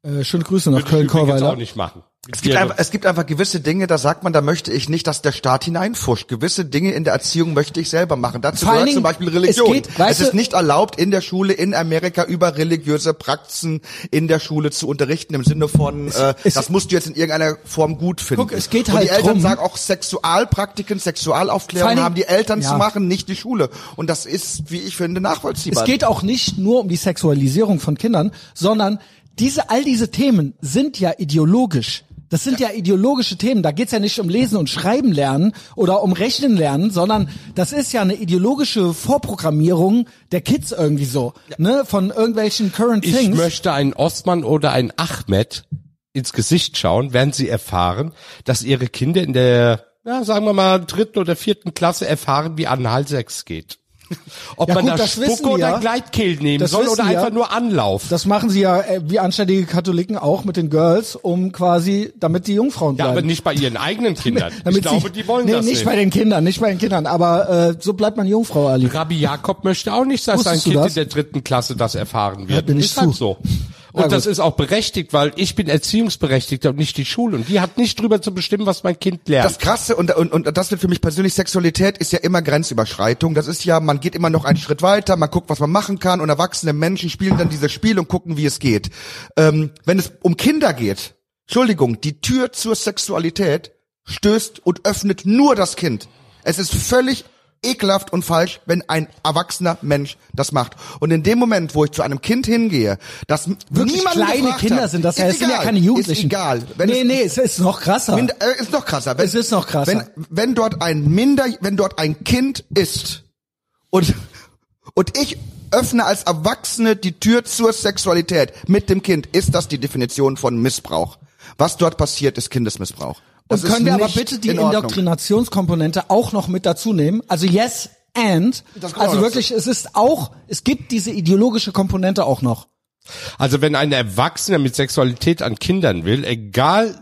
S1: äh, schöne Grüße nach
S2: Würde ich übrigens auch
S1: Köln-Korweiler.
S2: nicht machen.
S3: Es gibt, einfach, es gibt einfach gewisse Dinge, da sagt man, da möchte ich nicht, dass der Staat hineinfuscht. Gewisse Dinge in der Erziehung möchte ich selber machen. Dazu
S1: Vor allen
S3: gehört
S1: Dingen,
S3: zum Beispiel
S1: es
S3: Religion. Es,
S1: geht, weißt
S3: ist
S1: du-
S3: nicht erlaubt, in der Schule in Amerika über religiöse Praxen in der Schule zu unterrichten, im Sinne von, äh,
S1: es-
S3: das musst du jetzt in irgendeiner Form gut finden.
S1: Guck, es geht
S3: Und
S1: halt
S3: die Eltern
S1: drum-
S3: sagen auch, Sexualpraktiken,
S1: Vor
S3: Sexualaufklärung
S1: allen Dingen-
S3: haben die Eltern
S1: Ja.
S3: zu machen, nicht die Schule. Und das ist, wie ich finde, nachvollziehbar.
S1: Es geht auch nicht nur um die Sexualisierung von Kindern, sondern diese, all diese Themen sind ja ideologisch. Das sind ja, ideologische Themen. Da geht's ja nicht um Lesen und Schreiben lernen oder um Rechnen lernen, sondern das ist ja eine ideologische Vorprogrammierung der Kids irgendwie so, ne, von irgendwelchen Current
S2: ich
S1: Things.
S2: möchte einen Osman oder einen Ahmed ins Gesicht schauen, werden sie erfahren, dass ihre Kinder in der, ja, sagen wir mal, dritten oder vierten Klasse erfahren, wie Analsex geht. Ob
S1: Ja,
S2: man
S1: gut,
S2: da
S1: das wissen
S2: Spucke
S1: die
S2: oder
S1: ja.
S2: Gleitkehl nehmen
S1: Das
S2: soll
S1: wissen
S2: oder
S1: die ja.
S2: einfach nur Anlauf.
S1: Das machen sie ja äh, wie anständige Katholiken auch mit den Girls, um quasi, damit die Jungfrauen
S2: ja,
S1: bleiben.
S2: aber nicht bei ihren eigenen Kindern.
S1: damit
S2: ich glaube,
S1: sie,
S2: die wollen
S1: nee,
S2: das
S1: nicht bei den Kindern, nicht bei den Kindern, aber äh, so bleibt man Jungfrau, Ali.
S2: Rabbi Jakob möchte auch nicht, dass sein
S1: Wusstest du
S2: Kind
S1: das?
S2: in der dritten Klasse das erfahren wird.
S1: bin ich
S2: ist halt
S1: zu.
S2: so.
S1: Na
S2: Und das
S1: gut.
S2: ist auch berechtigt, weil ich bin Erziehungsberechtigter und nicht die Schule. Und die hat nicht drüber zu bestimmen, was mein Kind lernt.
S3: Das Krasse und, und, und das wird für mich persönlich Sexualität ist ja immer Grenzüberschreitung. Das ist ja, man geht immer noch einen Schritt weiter, man guckt, was man machen kann und erwachsene Menschen spielen dann dieses Spiel und gucken, wie es geht. Ähm, wenn es um Kinder geht, Entschuldigung, die Tür zur Sexualität stößt und öffnet nur das Kind. Es ist völlig ekelhaft und falsch, wenn ein erwachsener Mensch das macht. Und in dem Moment, wo ich zu einem Kind hingehe, das
S1: Wirklich
S3: niemand
S1: kleine
S3: gefragt
S1: Kinder
S3: hat,
S1: sind das, ja,
S3: ist
S1: es sind ja
S3: egal,
S1: keine Jugendlichen.
S3: Ist egal. Wenn
S1: nee,
S3: es-
S1: nee, es ist noch krasser.
S3: Minder, äh, ist noch krasser. Wenn,
S1: Es ist noch krasser.
S3: Wenn, wenn dort ein Minder, wenn dort ein Kind ist und, und ich öffne als Erwachsene die Tür zur Sexualität mit dem Kind, ist das die Definition von Missbrauch. Was dort passiert, ist Kindesmissbrauch. Das
S1: Und können
S3: ist
S1: wir aber
S3: nicht
S1: bitte die
S3: in Ordnung.
S1: Indoktrinationskomponente auch noch mit dazu nehmen? Also yes and.
S3: Das kommt
S1: Also
S3: auch
S1: wirklich, es ist auch, es gibt diese ideologische Komponente auch noch.
S2: Also wenn ein Erwachsener mit Sexualität an Kindern will, egal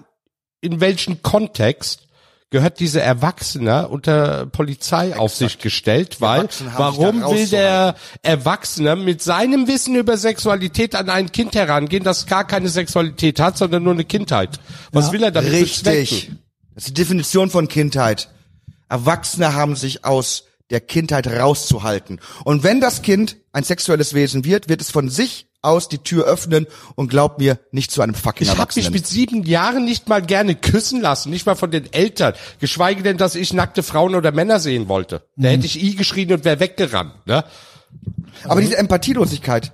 S2: in welchem Kontext, gehört dieser Erwachsener unter Polizeiaufsicht gestellt, weil
S3: Erwachsene haben sich
S2: warum
S3: da
S2: will der Erwachsene mit seinem Wissen über Sexualität an ein Kind herangehen, das gar keine Sexualität hat, sondern nur eine Kindheit? Was will er damit
S3: Richtig.
S2: bezwecken?
S3: Das ist die Definition von Kindheit. Erwachsene haben sich aus der Kindheit rauszuhalten. Und wenn das Kind ein sexuelles Wesen wird, wird es von sich aus die Tür öffnen und glaubt mir, nicht zu einem fucking
S2: Ich habe mich
S3: Erwachsenen.
S2: mit sieben Jahren nicht mal gerne küssen lassen, nicht mal von den Eltern, geschweige denn, dass ich nackte Frauen oder Männer sehen wollte. Da
S3: Mhm.
S2: hätte ich i geschrien und wäre weggerannt. Ne?
S3: Aber diese Empathielosigkeit,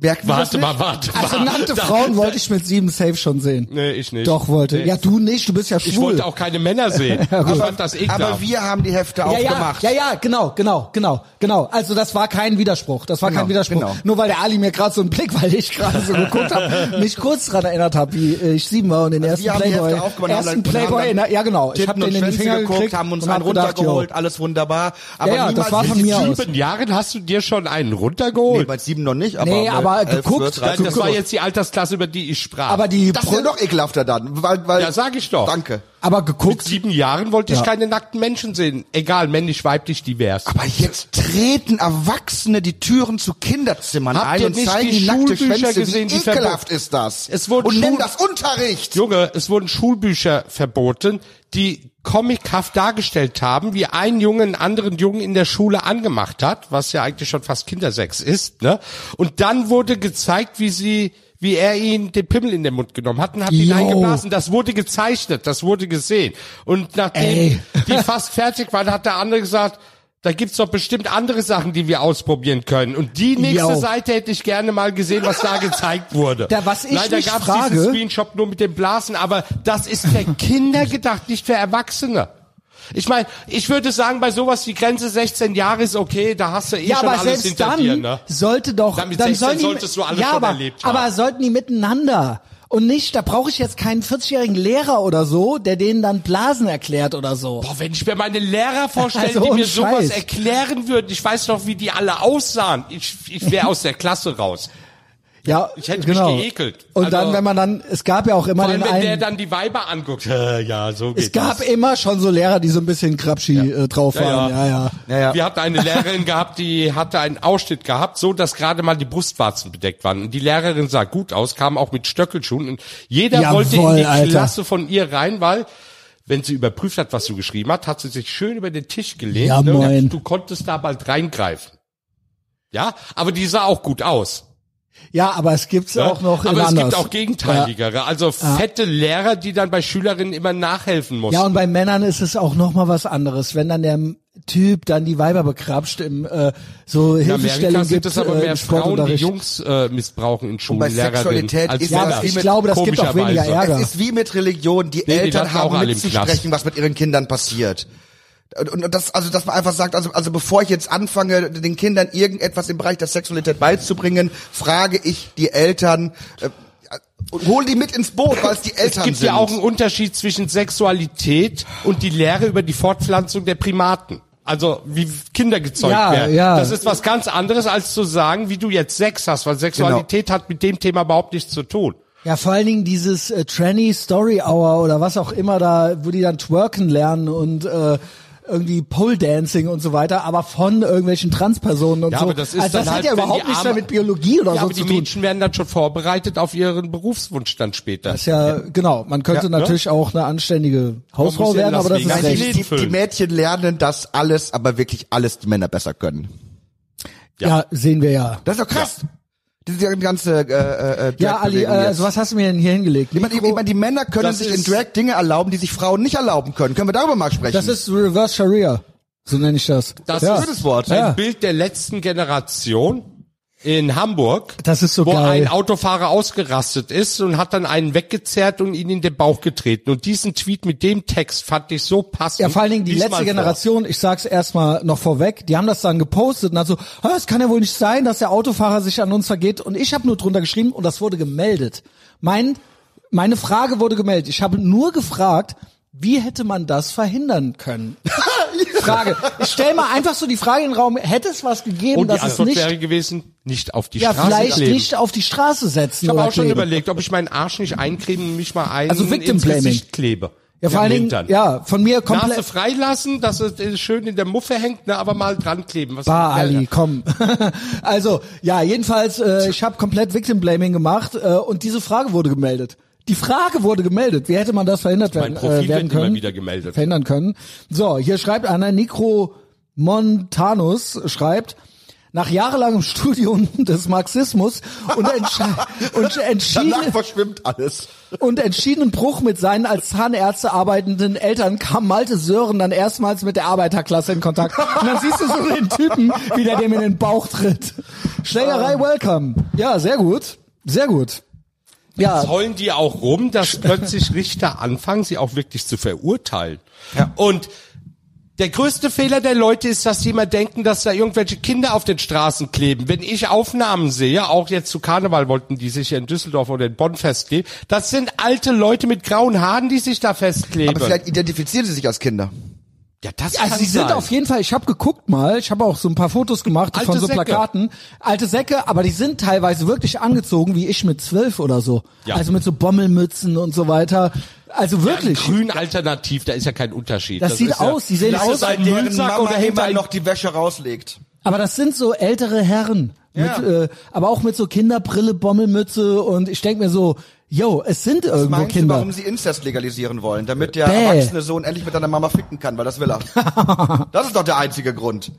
S3: merkt man das
S2: Warte mal,
S3: nicht?
S2: warte mal.
S1: Also nackte Frauen wollte ich mit sieben safe schon sehen.
S2: Nee, ich nicht.
S1: Doch wollte.
S2: Nee.
S1: Ja, du nicht, du bist ja schwul.
S2: Ich wollte auch keine Männer sehen. Ich fand das ekelhaft.
S3: Aber wir haben die Hefte
S1: ja, ja,
S3: aufgemacht.
S1: ja, ja, genau, genau, genau, genau. Also das war kein Widerspruch, das war kein
S3: Genau,
S1: Widerspruch.
S3: genau.
S1: Nur weil der Ali mir gerade so einen Blick, weil ich gerade so geguckt habe, mich kurz daran erinnert habe, wie äh, ich sieben war und den
S3: Also wir
S1: ersten
S3: haben die Hefte
S1: Playboy,
S3: aufgemacht, haben
S1: ersten
S3: dann- und haben
S1: Playboy,
S3: dann
S1: in der, ja genau, ich
S3: Titten
S1: habe den
S3: und
S1: in die
S3: Schwänze
S1: Finger
S3: geguckt,
S1: geguckt,
S3: haben uns
S1: und
S3: einen
S1: hab gedacht,
S3: runtergeholt,
S1: jo.
S3: alles wunderbar. Aber
S1: Ja, ja, das
S3: niemals
S1: war von
S3: mit
S1: mir aus.
S3: sieben,
S2: sieben Jahren hast du dir schon einen
S3: Nee,
S2: runtergeholt.
S3: bei sieben noch nicht, aber,
S1: Nee,
S3: mit
S1: aber
S3: elf,
S1: geguckt,
S3: zwölf,
S2: Nein,
S3: dreizehn,
S2: das war
S3: geguckt.
S2: jetzt die Altersklasse, über die ich sprach.
S1: aber die,
S3: Das ist
S1: Pro-
S3: ja noch ekelhafter dann, weil, weil.
S2: Ja, sag ich doch.
S3: Danke.
S1: aber
S2: mit
S1: geguckt,
S2: sieben Jahren wollte ich
S1: Ja.
S2: keine nackten Menschen sehen. Egal, männlich, weiblich, divers.
S3: Aber jetzt treten Erwachsene die Türen zu Kinderzimmern
S2: Habt
S3: ein
S2: ihr
S3: und
S2: nicht
S3: zeigen
S2: die
S3: die nackte
S2: Schulbücher
S3: Schwänze.
S2: gesehen,
S3: Wie
S2: die
S3: ekelhaft ist das?
S2: Es wurden
S3: und nennen
S2: Schul-
S3: das Unterricht.
S2: Junge, es wurden Schulbücher verboten, die comichaft dargestellt haben, wie ein Junge einen anderen Jungen in der Schule angemacht hat, was ja eigentlich schon fast Kindersex ist, ne? Und dann wurde gezeigt, wie sie wie er ihn den Pimmel in den Mund genommen hat und hat ihn
S1: Yo.
S2: eingeblasen. Das wurde gezeichnet, das wurde gesehen. Und nachdem
S1: Ey.
S2: die fast fertig waren, hat der andere gesagt, da gibt's doch bestimmt andere Sachen, die wir ausprobieren können. Und die nächste
S1: Yo.
S2: Seite hätte ich gerne mal gesehen, was da gezeigt wurde.
S1: Da, was ich
S2: Leider
S1: mich
S2: gab's
S1: frage-
S2: diesen Screenshot nur mit den Blasen, aber das ist für Kinder gedacht, nicht für Erwachsene. Ich meine, ich würde sagen, bei sowas die Grenze 16 Jahre ist okay, da hast du eh
S1: ja,
S2: schon
S1: aber
S2: alles
S1: selbst
S2: hinter
S1: dann
S2: dir, ne?
S1: sollte doch,
S2: Dann mit
S1: dann
S2: 16
S1: sollen die,
S2: solltest du alles
S1: ja,
S2: schon
S1: aber,
S2: erlebt haben.
S1: aber sollten die miteinander und nicht, da brauche ich jetzt keinen 40-jährigen Lehrer oder so, der denen dann Blasen erklärt oder so.
S2: Boah, wenn ich mir meine Lehrer vorstelle,
S1: Also
S2: die
S1: ohne
S2: mir sowas
S1: Scheiß.
S2: erklären würden, ich weiß noch, wie die alle aussahen. Ich, ich wäre aus der Klasse raus.
S1: Ja,
S2: Ich hätte mich
S1: genau.
S2: geekelt.
S1: Und
S2: Also-
S1: dann, wenn man dann, es gab ja auch immer
S2: Vor allem,
S1: den
S2: wenn der
S1: einen,
S2: dann die Weiber anguckt. Äh, Ja, so geht
S1: es gab
S2: das.
S1: immer schon so Lehrer, die so ein bisschen krapschi äh, drauf
S2: Ja,
S1: waren.
S2: ja.
S1: Ja, ja.
S3: Naja.
S2: Wir hatten eine Lehrerin gehabt, die hatte einen Ausschnitt gehabt, so dass gerade mal die Brustwarzen bedeckt waren. Und die Lehrerin sah gut aus, kam auch mit Stöckelschuhen und jeder
S1: Jawohl,
S2: wollte in die
S1: Alter.
S2: Klasse von ihr rein, weil wenn sie überprüft hat, was du geschrieben hast, hat sie sich schön über den Tisch gelehnt.
S1: Ja,
S2: ne, und
S1: moin.
S2: Du konntest da bald reingreifen. Ja, aber die sah auch gut aus.
S1: Ja, aber es gibt's
S2: Ne?
S1: auch noch in
S2: aber es
S1: anders.
S2: gibt auch gegenteiligere, also fette Lehrer, die dann bei Schülerinnen immer nachhelfen mussten.
S1: Ja, und bei Männern ist es auch noch mal was anderes, wenn dann der Typ dann die Weiber bekrapscht im äh, so
S2: In Amerika
S1: Hilfestellung
S2: sind
S1: gibt
S2: es aber
S1: äh, im
S2: mehr Frauen, die
S1: Sportunterricht.
S2: Jungs äh, missbrauchen in Schulen, Also
S3: bei
S2: Lehrerinnen,
S3: Sexualität
S2: als
S3: ist
S1: Ja,
S2: Männer.
S1: aber
S3: das wie
S1: ich
S3: mit-
S1: glaube, das gibt auch weniger
S2: komischerweise.
S1: Ärger.
S3: Es ist wie mit Religion. Die
S2: Nee, die
S3: Eltern
S2: lassen auch
S3: haben
S2: alle im
S3: mitzusprechen, was mit ihren Kindern passiert. Und, und das, also, dass man einfach sagt, also, also bevor ich jetzt anfange, den Kindern irgendetwas im Bereich der Sexualität beizubringen, frage ich die Eltern, äh, und hol die mit ins Boot, weil es die Eltern
S2: es gibt
S3: sind.
S2: ja auch einen Unterschied zwischen Sexualität und die Lehre über die Fortpflanzung der Primaten. Also wie Kinder gezeugt
S1: Ja,
S2: werden.
S1: ja.
S2: Das ist was ganz anderes, als zu sagen, wie du jetzt Sex hast, weil Sexualität
S3: Genau.
S2: hat mit dem Thema überhaupt nichts zu tun.
S1: Ja, vor allen Dingen dieses äh, Tranny Story Hour oder was auch immer da, wo die dann twerken lernen und äh, irgendwie Pole Dancing und so weiter, aber von irgendwelchen Transpersonen und
S2: Ja,
S1: so.
S2: aber das ist
S1: also das hat
S2: dann halt,
S1: ja
S2: wenn
S1: überhaupt
S2: die
S1: nichts mehr
S2: Arme-
S1: mit Biologie oder
S2: Ja,
S1: so
S2: aber die
S1: zu tun.
S2: Mädchen werden dann schon vorbereitet auf ihren Berufswunsch dann später.
S1: Das ist ja, genau, man könnte
S2: Ja, ne?
S1: natürlich auch eine anständige Hausfrau
S2: muss ja
S1: werden,
S2: in Las
S1: aber das ist
S2: Vegas
S1: recht.
S2: leben.
S3: die, die Mädchen lernen das alles, aber wirklich alles, die Männer besser können.
S1: Ja. sehen wir ja.
S3: Das ist doch krass. Diese ganze äh, äh,
S1: Ja, Ali, äh, also was hast du mir denn hier hingelegt?
S3: ich meine, ich meine, die Männer können
S2: Das
S3: sich
S2: ist-
S3: in Drag Dinge erlauben, die sich Frauen nicht erlauben können. Können wir darüber mal sprechen?
S1: Das ist Reverse Sharia. So nenne ich das.
S2: Das
S1: ja.
S2: ist
S3: Schönes Wort.
S2: ein
S1: Ja.
S2: Bild der letzten Generation in Hamburg.
S1: Das ist so
S2: wo
S1: geil.
S2: ein Autofahrer ausgerastet ist und hat dann einen weggezerrt und ihn in den Bauch getreten. Und diesen Tweet mit dem Text fand ich so passend.
S1: Ja, vor allen Dingen die
S2: Lies mal
S1: letzte
S2: vor.
S1: Generation, ich sag's erstmal noch vorweg, die haben das dann gepostet und dann so, "Ah, es kann ja wohl nicht sein, dass der Autofahrer sich an uns vergeht und ich habe nur drunter geschrieben und das wurde gemeldet. Mein meine Frage wurde gemeldet. Ich habe nur gefragt, wie hätte man das verhindern können? Frage. Ich stell mal einfach so die Frage in den Raum, hätte es was gegeben,
S2: Und die
S1: dass es
S2: Antwort
S1: nicht
S2: wäre gewesen, nicht auf die
S1: ja,
S2: Straße
S1: vielleicht
S2: kleben.
S1: nicht auf die Straße setzen
S2: Ich habe
S1: oder
S2: auch schon
S1: kleben.
S2: überlegt, ob ich meinen Arsch nicht eincreme und mich mal ein
S1: Also Victim
S2: ins
S1: Blaming.
S2: Gesicht klebe.
S1: Ja, vor
S2: Am
S1: allen Dingen,
S2: Hintern.
S1: ja, von mir
S2: Nase
S1: komplett
S2: freilassen, dass es äh, schön in der Muffe hängt, ne, aber mal dran kleben. Was
S1: Bah,
S2: Ja,
S1: Ah, Ali, komm. also, ja, jedenfalls, äh, ich habe komplett Victim Blaming gemacht äh, und diese Frage wurde gemeldet. Die Frage wurde gemeldet. Wie hätte man das verhindert werden,
S2: Profil
S1: äh, werden
S2: wird immer
S1: können?
S2: wieder gemeldet.
S1: Verhindern können. So, hier schreibt einer, Nicro Montanus schreibt, nach jahrelangem Studium des Marxismus und, entsche und
S3: Danach
S1: entschieden
S3: verschwimmt alles.
S1: und entschiedenen Bruch mit seinen als Zahnärzte arbeitenden Eltern kam Malte Sören dann erstmals mit der Arbeiterklasse in Kontakt. Und dann siehst du so den Typen, wie der dem in den Bauch tritt.
S2: Ähm.
S1: Schlägerei, welcome. Ja, sehr gut. Sehr gut. Ja,
S2: heulen die auch rum, dass plötzlich Richter anfangen, sie auch wirklich zu verurteilen. Und der größte Fehler der Leute ist, dass sie immer denken, dass da irgendwelche Kinder auf den Straßen kleben. Wenn ich Aufnahmen sehe, auch jetzt zu Karneval wollten die sich ja in Düsseldorf oder in Bonn festkleben, das sind alte Leute mit grauen Haaren, die sich da festkleben.
S3: Aber vielleicht identifizieren sie sich als Kinder.
S2: ja, das
S1: also
S2: kann
S1: sie sind
S2: sein.
S1: auf jeden Fall, ich habe geguckt mal, ich habe auch so ein paar Fotos gemacht
S2: Alte
S1: von so
S2: Säcke.
S1: Plakaten. Alte Säcke, aber die sind teilweise wirklich angezogen, wie ich mit zwölf oder so.
S2: Ja.
S1: Also mit so Bommelmützen und so weiter. Also wirklich.
S2: Grün alternativ, da ist ja kein Unterschied.
S1: das, sieht
S2: ist ja-
S1: aus, die sehen
S2: Das
S1: aus
S2: ist ein Müllsack oder hinter ein-
S3: die Wäsche rauslegt.
S1: Aber das sind so ältere Herren.
S3: Ja.
S1: Mit, äh, aber auch mit so Kinderbrille, Bommelmütze und ich denk mir so, yo, es sind irgendwo
S3: Meinst du,
S1: Kinder.
S3: warum sie Inzest legalisieren wollen? Damit der
S1: Bäh.
S3: erwachsene Sohn endlich mit seiner Mama ficken kann, weil das will er. das ist doch der einzige Grund.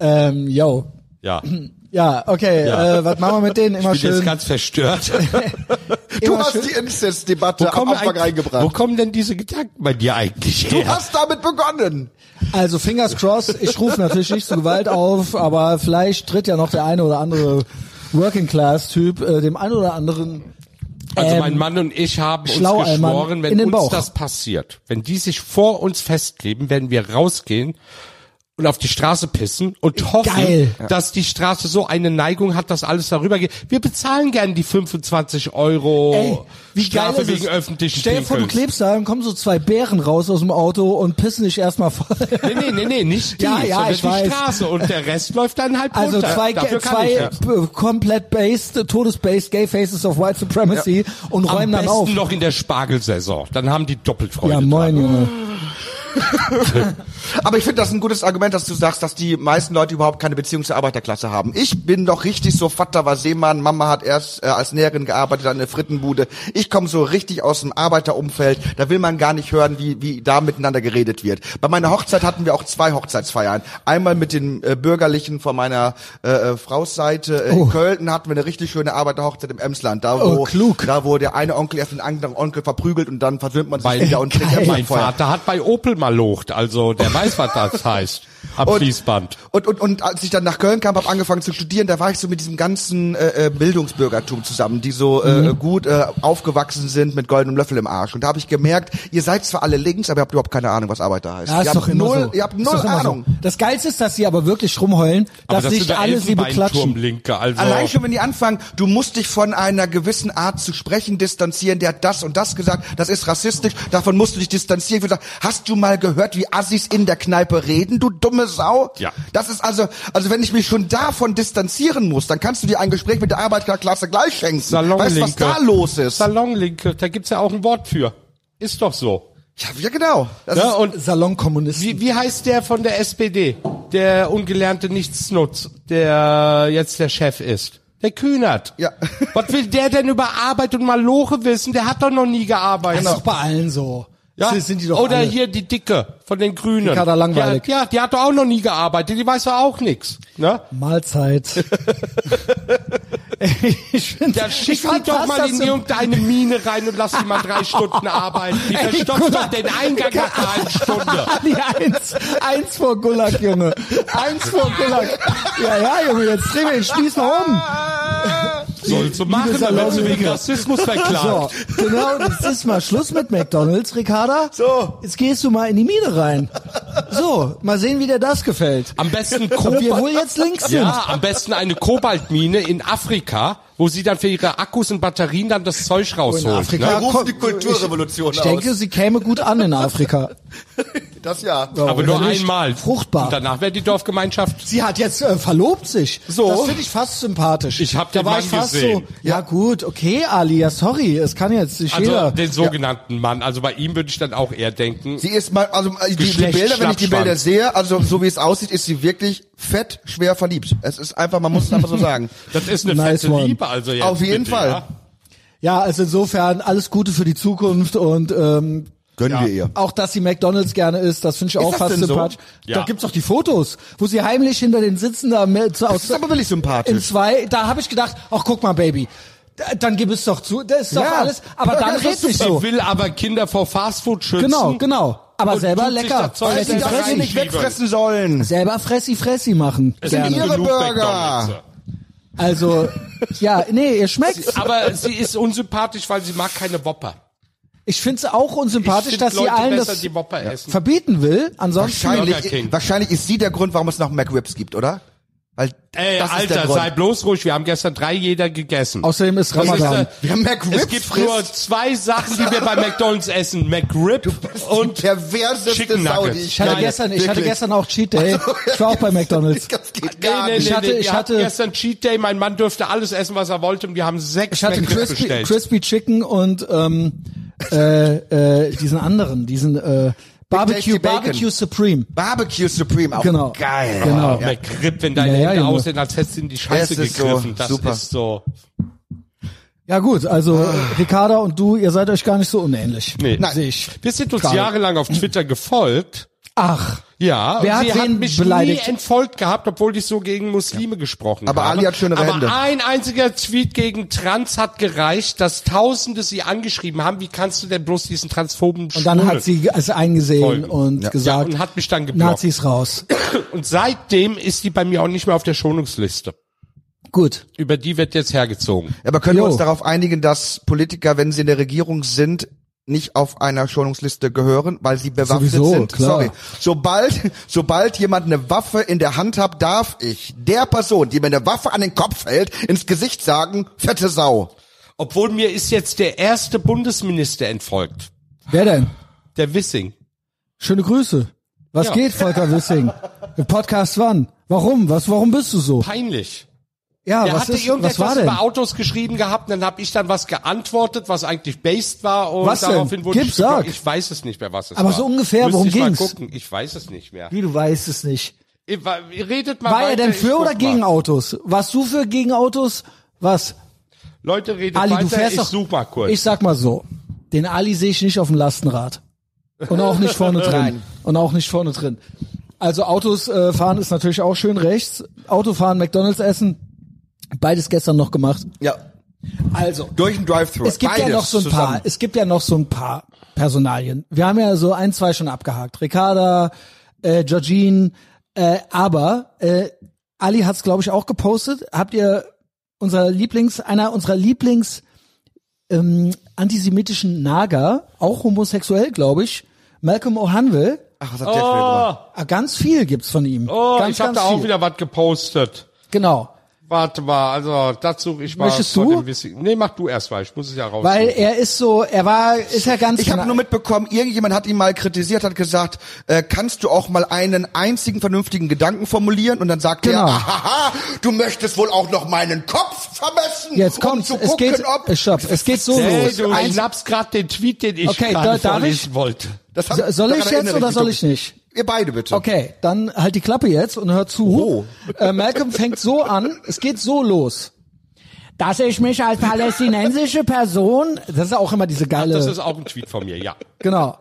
S1: ähm, yo.
S2: Ja, ich bin
S1: Ja, okay,
S2: Ja.
S1: äh, was machen wir mit denen? Immer
S2: jetzt
S1: schön.
S2: ganz verstört.
S1: Immer
S3: Du hast
S1: schön.
S3: die Inzest-Debatte am
S2: kommen
S3: Anfang
S2: eigentlich- wo
S3: reingebracht.
S2: kommen denn diese Gedanken bei dir eigentlich her?
S3: Du hast damit begonnen.
S1: Also Fingers crossed, ich rufe natürlich nicht zu Gewalt auf, aber vielleicht tritt ja noch der eine oder andere Working Class Typ äh, dem einen oder anderen
S2: Also
S1: Ähm,
S2: mein Mann und ich haben uns
S1: Schlaueimann
S2: geschworen,
S1: in
S2: wenn
S1: den
S2: uns
S1: Bauch.
S2: das passiert, wenn die sich vor uns festkleben, werden wir rausgehen und auf die Straße pissen und hoffen,
S1: Geil.
S2: dass die Straße so eine Neigung hat, dass alles darüber geht. Wir bezahlen gern die 25 Euro
S1: Ey, wie
S2: Strafe
S1: geil ist
S2: wegen
S1: es?
S2: öffentlichen
S1: Stell dir vor, du
S2: Pinkels.
S1: klebst da und kommen so zwei Bären raus aus dem Auto und pissen dich erstmal voll.
S2: Nee, nee, nee, nee, nicht die,
S1: Ja, ja,
S2: sondern
S1: ich
S2: die
S1: weiß.
S2: Straße und der Rest läuft dann halt
S1: Also
S2: runter.
S1: zwei,
S2: Dafür kann
S1: zwei
S2: ich ja.
S1: b- komplett based, todesbased Gay Faces of White Supremacy und
S2: Am
S1: räumen dann
S2: besten
S1: auf.
S2: noch in der Spargelsaison. Dann haben die doppelt Freude.
S1: Ja,
S2: dran.
S1: moin, Junge.
S3: Aber ich finde das ein gutes Argument, dass du sagst, dass die meisten Leute überhaupt keine Beziehung zur Arbeiterklasse haben. Ich bin doch richtig so Vater war Seemann, Mama hat erst äh, als Näherin gearbeitet an der Frittenbude. Ich komme so richtig aus dem Arbeiterumfeld. Da will man gar nicht hören, wie, wie da miteinander geredet wird. Bei meiner Hochzeit hatten wir auch zwei Hochzeitsfeiern. Einmal mit den äh, Bürgerlichen von meiner äh, äh, Fraus Seite äh,
S1: Oh.
S3: in Köln und hatten wir eine richtig schöne Arbeiterhochzeit im Emsland. Da wo,
S1: Oh, klug.
S3: da wo der eine Onkel erst den anderen Onkel verprügelt und dann versöhnt man sich
S2: Weil
S3: wieder und trinkt
S1: Geil.
S3: erstmal
S2: Mein Vater hat bei Opel mal locht, also der weiß, was das heißt. Am Fließband.
S3: Und, und, und als ich dann nach Köln kam, habe angefangen zu studieren, da war ich so mit diesem ganzen äh, äh, Bildungsbürgertum zusammen, die so äh,
S1: Mhm.
S3: gut äh, aufgewachsen sind mit goldenem Löffel im Arsch. Und da habe ich gemerkt, ihr seid zwar alle links, aber ihr habt überhaupt keine Ahnung, was Arbeiter heißt.
S1: Ja,
S3: ihr,
S1: ist
S3: habt
S1: doch immer
S3: null,
S1: so.
S3: ihr habt
S1: Ist
S3: null
S1: doch immer
S3: Ahnung.
S1: So. Das Geilste ist, dass sie aber wirklich rumheulen, dass nicht alle sie beklatschen.
S2: Linke, also.
S3: Allein schon, wenn die anfangen, du musst dich von einer gewissen Art zu sprechen distanzieren, der hat das und das gesagt, das ist rassistisch, davon musst du dich distanzieren. Ich würde sagen, hast du mal gehört, wie Assis in der Kneipe reden, du dumme Sau?
S2: Ja.
S3: Das ist also, also wenn ich mich schon davon distanzieren muss, dann kannst du dir ein Gespräch mit der Arbeiterklasse gleich schenken. weißt du, was da los ist?
S2: Salonlinke, da gibt's ja auch ein Wort für. Ist doch so.
S3: ja, ja, genau. Das
S2: Ja,
S3: ist,
S2: und
S1: Salonkommunisten.
S2: wie, wie heißt der von der SPD? Der ungelernte Nichtsnutz, der jetzt der Chef ist. Der Kühnert.
S3: Ja.
S2: Was will der denn über Arbeit und Maloche wissen? Der hat doch noch nie gearbeitet.
S1: Das ist doch bei allen so.
S2: genau.
S1: Genau.
S2: Ja.
S1: Sind- sind die doch
S2: Oder
S1: alle.
S2: hier die Dicke von den Grünen.
S1: Ricarda Langweilig.
S2: Die, hat- ja, die hat doch auch noch nie gearbeitet, die weiß doch auch nix. Ne?
S1: Mahlzeit. ich find,
S2: Ja,
S1: ich
S2: schick die
S1: fand
S2: doch
S1: fast,
S2: mal
S1: dass
S2: in
S1: du-
S2: irgendeine Mine rein und lass die mal drei Stunden arbeiten. Die
S1: Ey,
S2: verstopft
S1: Gunnar.
S2: doch den Eingang nach einer halben Stunde.
S1: Ali, eins, eins vor Gulag, Junge. Eins vor Gulag. Ja, ja, Junge, jetzt drehen wir den Spieß mal um.
S2: Sollst du machen, dann wirst du
S1: Salonige.
S2: wegen Rassismus
S1: So,
S2: verklagt.
S1: genau, das ist mal Schluss mit McDonalds, Ricarda.
S3: So.
S1: Jetzt gehst du mal in die Mine rein. So, mal sehen, wie dir das gefällt.
S2: Am besten
S1: Ob Also wir
S2: Kobalt.
S1: wohl jetzt links sind.
S2: Ja, am besten eine Kobaltmine in Afrika, wo sie dann für ihre Akkus und Batterien dann das
S1: Oh,
S2: Zeug rausholt. Ne?
S3: Da ruft
S1: komm,
S3: die Kulturrevolution
S1: Ich denke, sie käme gut an in Afrika.
S3: aus. Das ja.
S1: Ja,
S2: Aber
S1: wenn
S2: nur
S1: nicht,
S2: einmal.
S1: Fruchtbar.
S2: Und danach wäre die Dorfgemeinschaft.
S1: Sie hat jetzt äh, verlobt sich.
S2: So.
S1: Das finde ich fast sympathisch.
S2: Ich hab
S1: da
S2: den
S1: war
S2: Mann
S1: ich fast
S2: gesehen.
S1: So, ja gut, okay, Ali, ja sorry, es kann jetzt nicht
S2: Also
S1: jeder.
S2: den sogenannten Mann. Also bei ihm würde ich dann auch eher denken.
S3: Sie ist mal, also äh, die, die
S2: Geschlecht
S3: Bilder, wenn ich die
S2: Schnappschwanz.
S3: Bilder sehe, also so wie es aussieht, ist sie wirklich fett schwer verliebt. Es ist einfach, man muss es einfach so sagen.
S2: Das ist eine
S1: Nice
S2: fette
S1: one.
S2: Liebe, also jetzt.
S3: Auf jeden
S2: bitte,
S3: Fall.
S2: Ja?
S1: Ja, also insofern alles Gute für die Zukunft und ähm,
S3: Gönnen wir ihr.
S1: auch dass sie McDonalds gerne isst, das finde ich auch
S3: das
S1: fast
S3: denn so?
S1: sympathisch.
S2: Ja.
S1: Da gibt's doch die Fotos, wo sie heimlich hinter den Sitzen da mit,
S3: Das
S1: aus
S3: ist aber wirklich
S1: in
S3: sympathisch.
S1: zwei, da habe ich gedacht, ach guck mal Baby, da- dann gib es doch zu, das ist doch
S3: Ja.
S1: alles, aber
S3: Ja,
S1: dann
S3: das ist
S1: red nicht
S2: Sie
S1: so.
S2: will aber Kinder vor Fastfood schützen.
S1: Genau, genau. Aber
S2: Und
S1: selber
S2: tut sich
S1: lecker.
S2: das Zeug
S1: Weil sie
S2: selber
S1: das
S3: Dass sie
S2: rein.
S3: nicht wegfressen sollen.
S1: Selber Fressi Fressi machen.
S2: Es sind
S1: gerne.
S3: ihre
S2: genug
S3: Burger.
S2: McDonald's.
S1: Also, ja, nee, ihr schmeckt's.
S2: Aber sie ist unsympathisch, weil sie mag keine Wopper.
S1: Ich find's auch unsympathisch,
S2: Ich find
S1: dass sie
S2: Leute
S1: allen
S2: besser,
S1: das
S2: die Wopper essen.
S1: verbieten will. Ansonsten,
S2: Burger
S3: Wahrscheinlich,
S2: King.
S3: wahrscheinlich ist sie der Grund, warum es noch McRibs gibt, oder? Weil
S2: Ey,
S3: das ist der
S2: Alter,
S3: Grund.
S2: sei bloß ruhig. Wir haben gestern drei jeder gegessen.
S1: außerdem ist
S2: Das ist,
S1: Ramadan.
S2: äh,
S3: Wir haben McRibs
S2: es gibt
S3: frisst.
S2: nur zwei Sachen, die wir bei McDonalds essen. McRib und
S3: perverseste
S2: Chicken Nuggets.
S3: Sau, die
S1: Ich hatte,
S2: Nein,
S1: gestern, ich hatte
S3: wirklich.
S1: gestern auch Cheat Day.
S2: Also,
S1: Ich war auch bei McDonalds.
S3: Das geht
S2: Nee,
S3: gar
S2: nee, nee,
S3: nicht.
S1: Ich hatte-
S2: nee, wir
S1: ich
S2: hatten
S1: hatte-
S2: gestern Cheat Day, mein Mann dürfte alles essen, was er wollte, und wir haben sechs
S1: Ich hatte
S2: McRib
S1: Crispy,
S2: bestellt.
S1: Crispy Chicken und ähm, äh, äh, diesen anderen, diesen äh, Barbecue,
S3: Tasty Bacon.
S1: Barbecue Supreme.
S3: Barbecue Supreme, auch
S1: Genau.
S3: geil.
S1: Genau.
S2: Oh, Ja. Oh, McRib, wenn deine
S1: Ja, ja,
S2: Hände
S1: Junge.
S2: aussehen, als hättest du in die Scheiße
S3: Das ist so
S2: gegriffen. das
S3: super.
S2: ist so.
S1: Ja gut, also äh, Ricarda und du, ihr seid euch gar nicht so unähnlich.
S2: Nee.
S1: Nein. Sehe ich.
S2: Wir sind uns
S1: Schade.
S2: jahrelang auf Twitter gefolgt.
S1: Ach,
S2: Ja,
S1: Wer
S2: und
S1: hat
S2: sie
S1: wen
S2: mich
S1: beleidigt?
S2: nie entfolgt gehabt, obwohl ich so gegen Muslime gesprochen
S3: Aber
S2: habe.
S3: Ali hat schönere
S2: Aber
S3: Hände.
S2: ein einziger Tweet gegen Trans hat gereicht, dass Tausende sie angeschrieben haben, wie kannst du denn bloß diesen transphoben
S1: und dann hat sie es eingesehen
S2: Folgen.
S1: und
S3: Ja.
S2: ja,
S1: gesagt,
S2: und hat mich dann geblockt.
S1: Nazis raus.
S2: Und seitdem ist die bei mir auch nicht mehr auf der Schonungsliste.
S1: Gut.
S2: Über die wird jetzt hergezogen.
S3: Aber können
S1: Jo.
S3: wir uns darauf einigen, dass Politiker, wenn sie in der Regierung sind, nicht auf einer Schonungsliste gehören, weil sie bewaffnet
S1: Sowieso,
S3: sind.
S1: klar.
S3: Sorry. Sobald, sobald jemand eine Waffe in der Hand hat, darf ich der Person, die mir eine Waffe an den Kopf hält, ins Gesicht sagen, fette Sau.
S2: Obwohl mir ist jetzt der erste Bundesminister entfolgt.
S1: Wer denn?
S2: Der Wissing.
S1: Schöne Grüße. Was
S2: Ja.
S1: geht, Volker Wissing? Im Podcast wann? Warum? Was, warum bist du so?
S2: Peinlich.
S1: Ja,
S2: Er
S1: was,
S2: hatte
S1: ist, was
S2: irgendetwas
S1: war denn?
S2: über Autos geschrieben gehabt, dann habe ich dann was geantwortet, was eigentlich based war und
S1: Was denn?
S2: daraufhin wurde
S1: Gib,
S2: ich gesperrt.
S1: sag.
S2: ich weiß es nicht mehr, was es
S1: Aber
S2: war.
S1: so ungefähr,
S2: Müsste
S1: worum
S2: ich mal
S1: ging's?
S2: gucken. Ich weiß es nicht mehr.
S1: Wie, du weißt es nicht.
S2: Ihr wa- ihr Redet mal
S1: War
S2: weiter,
S1: er denn
S2: ich
S1: für
S2: guck
S1: oder gegen
S2: mal.
S1: Autos? Warst du für gegen Autos? Was?
S2: Leute, redet
S1: Ali,
S2: weiter,
S1: du fährst
S2: ich
S1: doch.
S2: such mal kurz.
S1: Ich sag mal so. Den Ali sehe ich nicht auf dem Lastenrad. Und auch nicht vorne drin.
S3: Nein.
S1: Und auch nicht vorne drin. Also Autos äh, fahren ist natürlich auch schön rechts. Autofahren, McDonalds essen. Beides gestern noch gemacht.
S3: Ja.
S1: Also.
S3: Durch ein Drive-Thru.
S1: Es gibt ja noch so ein paar, es gibt ja noch so ein paar Personalien. Wir haben ja so ein, zwei schon abgehakt. Ricarda, äh, Georgine, äh, aber äh, Ali hat's glaube ich auch gepostet. Habt ihr unser Lieblings einer unserer Lieblings ähm, antisemitischen Nager, auch homosexuell, glaube ich, Malcolm O'Hanville.
S3: Ach, was hat der für eine Nummer?
S1: Ah, Ganz viel gibt's von ihm.
S2: oh,
S1: ganz,
S2: ich habe
S1: ganz
S2: da auch
S1: viel.
S2: wieder was gepostet.
S1: Genau.
S2: Warte mal, also dazu ich mal
S1: Möchtest
S2: von
S1: du?
S2: dem Wissing. Nee, mach du erst mal, ich muss es ja raus.
S1: Weil er ist so, er war, ist ja ganz
S3: Ich habe
S1: kna-
S3: nur mitbekommen, irgendjemand hat ihn mal kritisiert, hat gesagt, äh, kannst du auch mal einen einzigen vernünftigen Gedanken formulieren? Und dann sagt
S1: Genau.
S3: er, ahaha, du möchtest wohl auch noch meinen Kopf vermessen,
S1: Jetzt
S3: um
S1: kommt's,
S3: zu
S1: es
S3: gucken,
S1: geht,
S3: ob...
S1: stopp, es geht so
S2: Hey,
S1: los.
S2: du, ich
S1: Eins-
S2: schnapp's gerade den Tweet, den ich
S1: Okay, da-
S2: gerade
S1: darf
S2: vorlesen wollte.
S3: Das
S1: So- soll
S3: daran
S1: ich jetzt
S3: erinnere
S1: oder soll
S3: mich.
S1: ich nicht?
S3: Ihr beide bitte.
S1: Okay, dann halt die Klappe jetzt und hör zu. Äh, Malcolm fängt so an, es geht so los. Dass ich mich als palästinensische Person, das ist auch immer diese geile,
S2: Das ist auch ein Tweet von mir, ja.
S1: genau,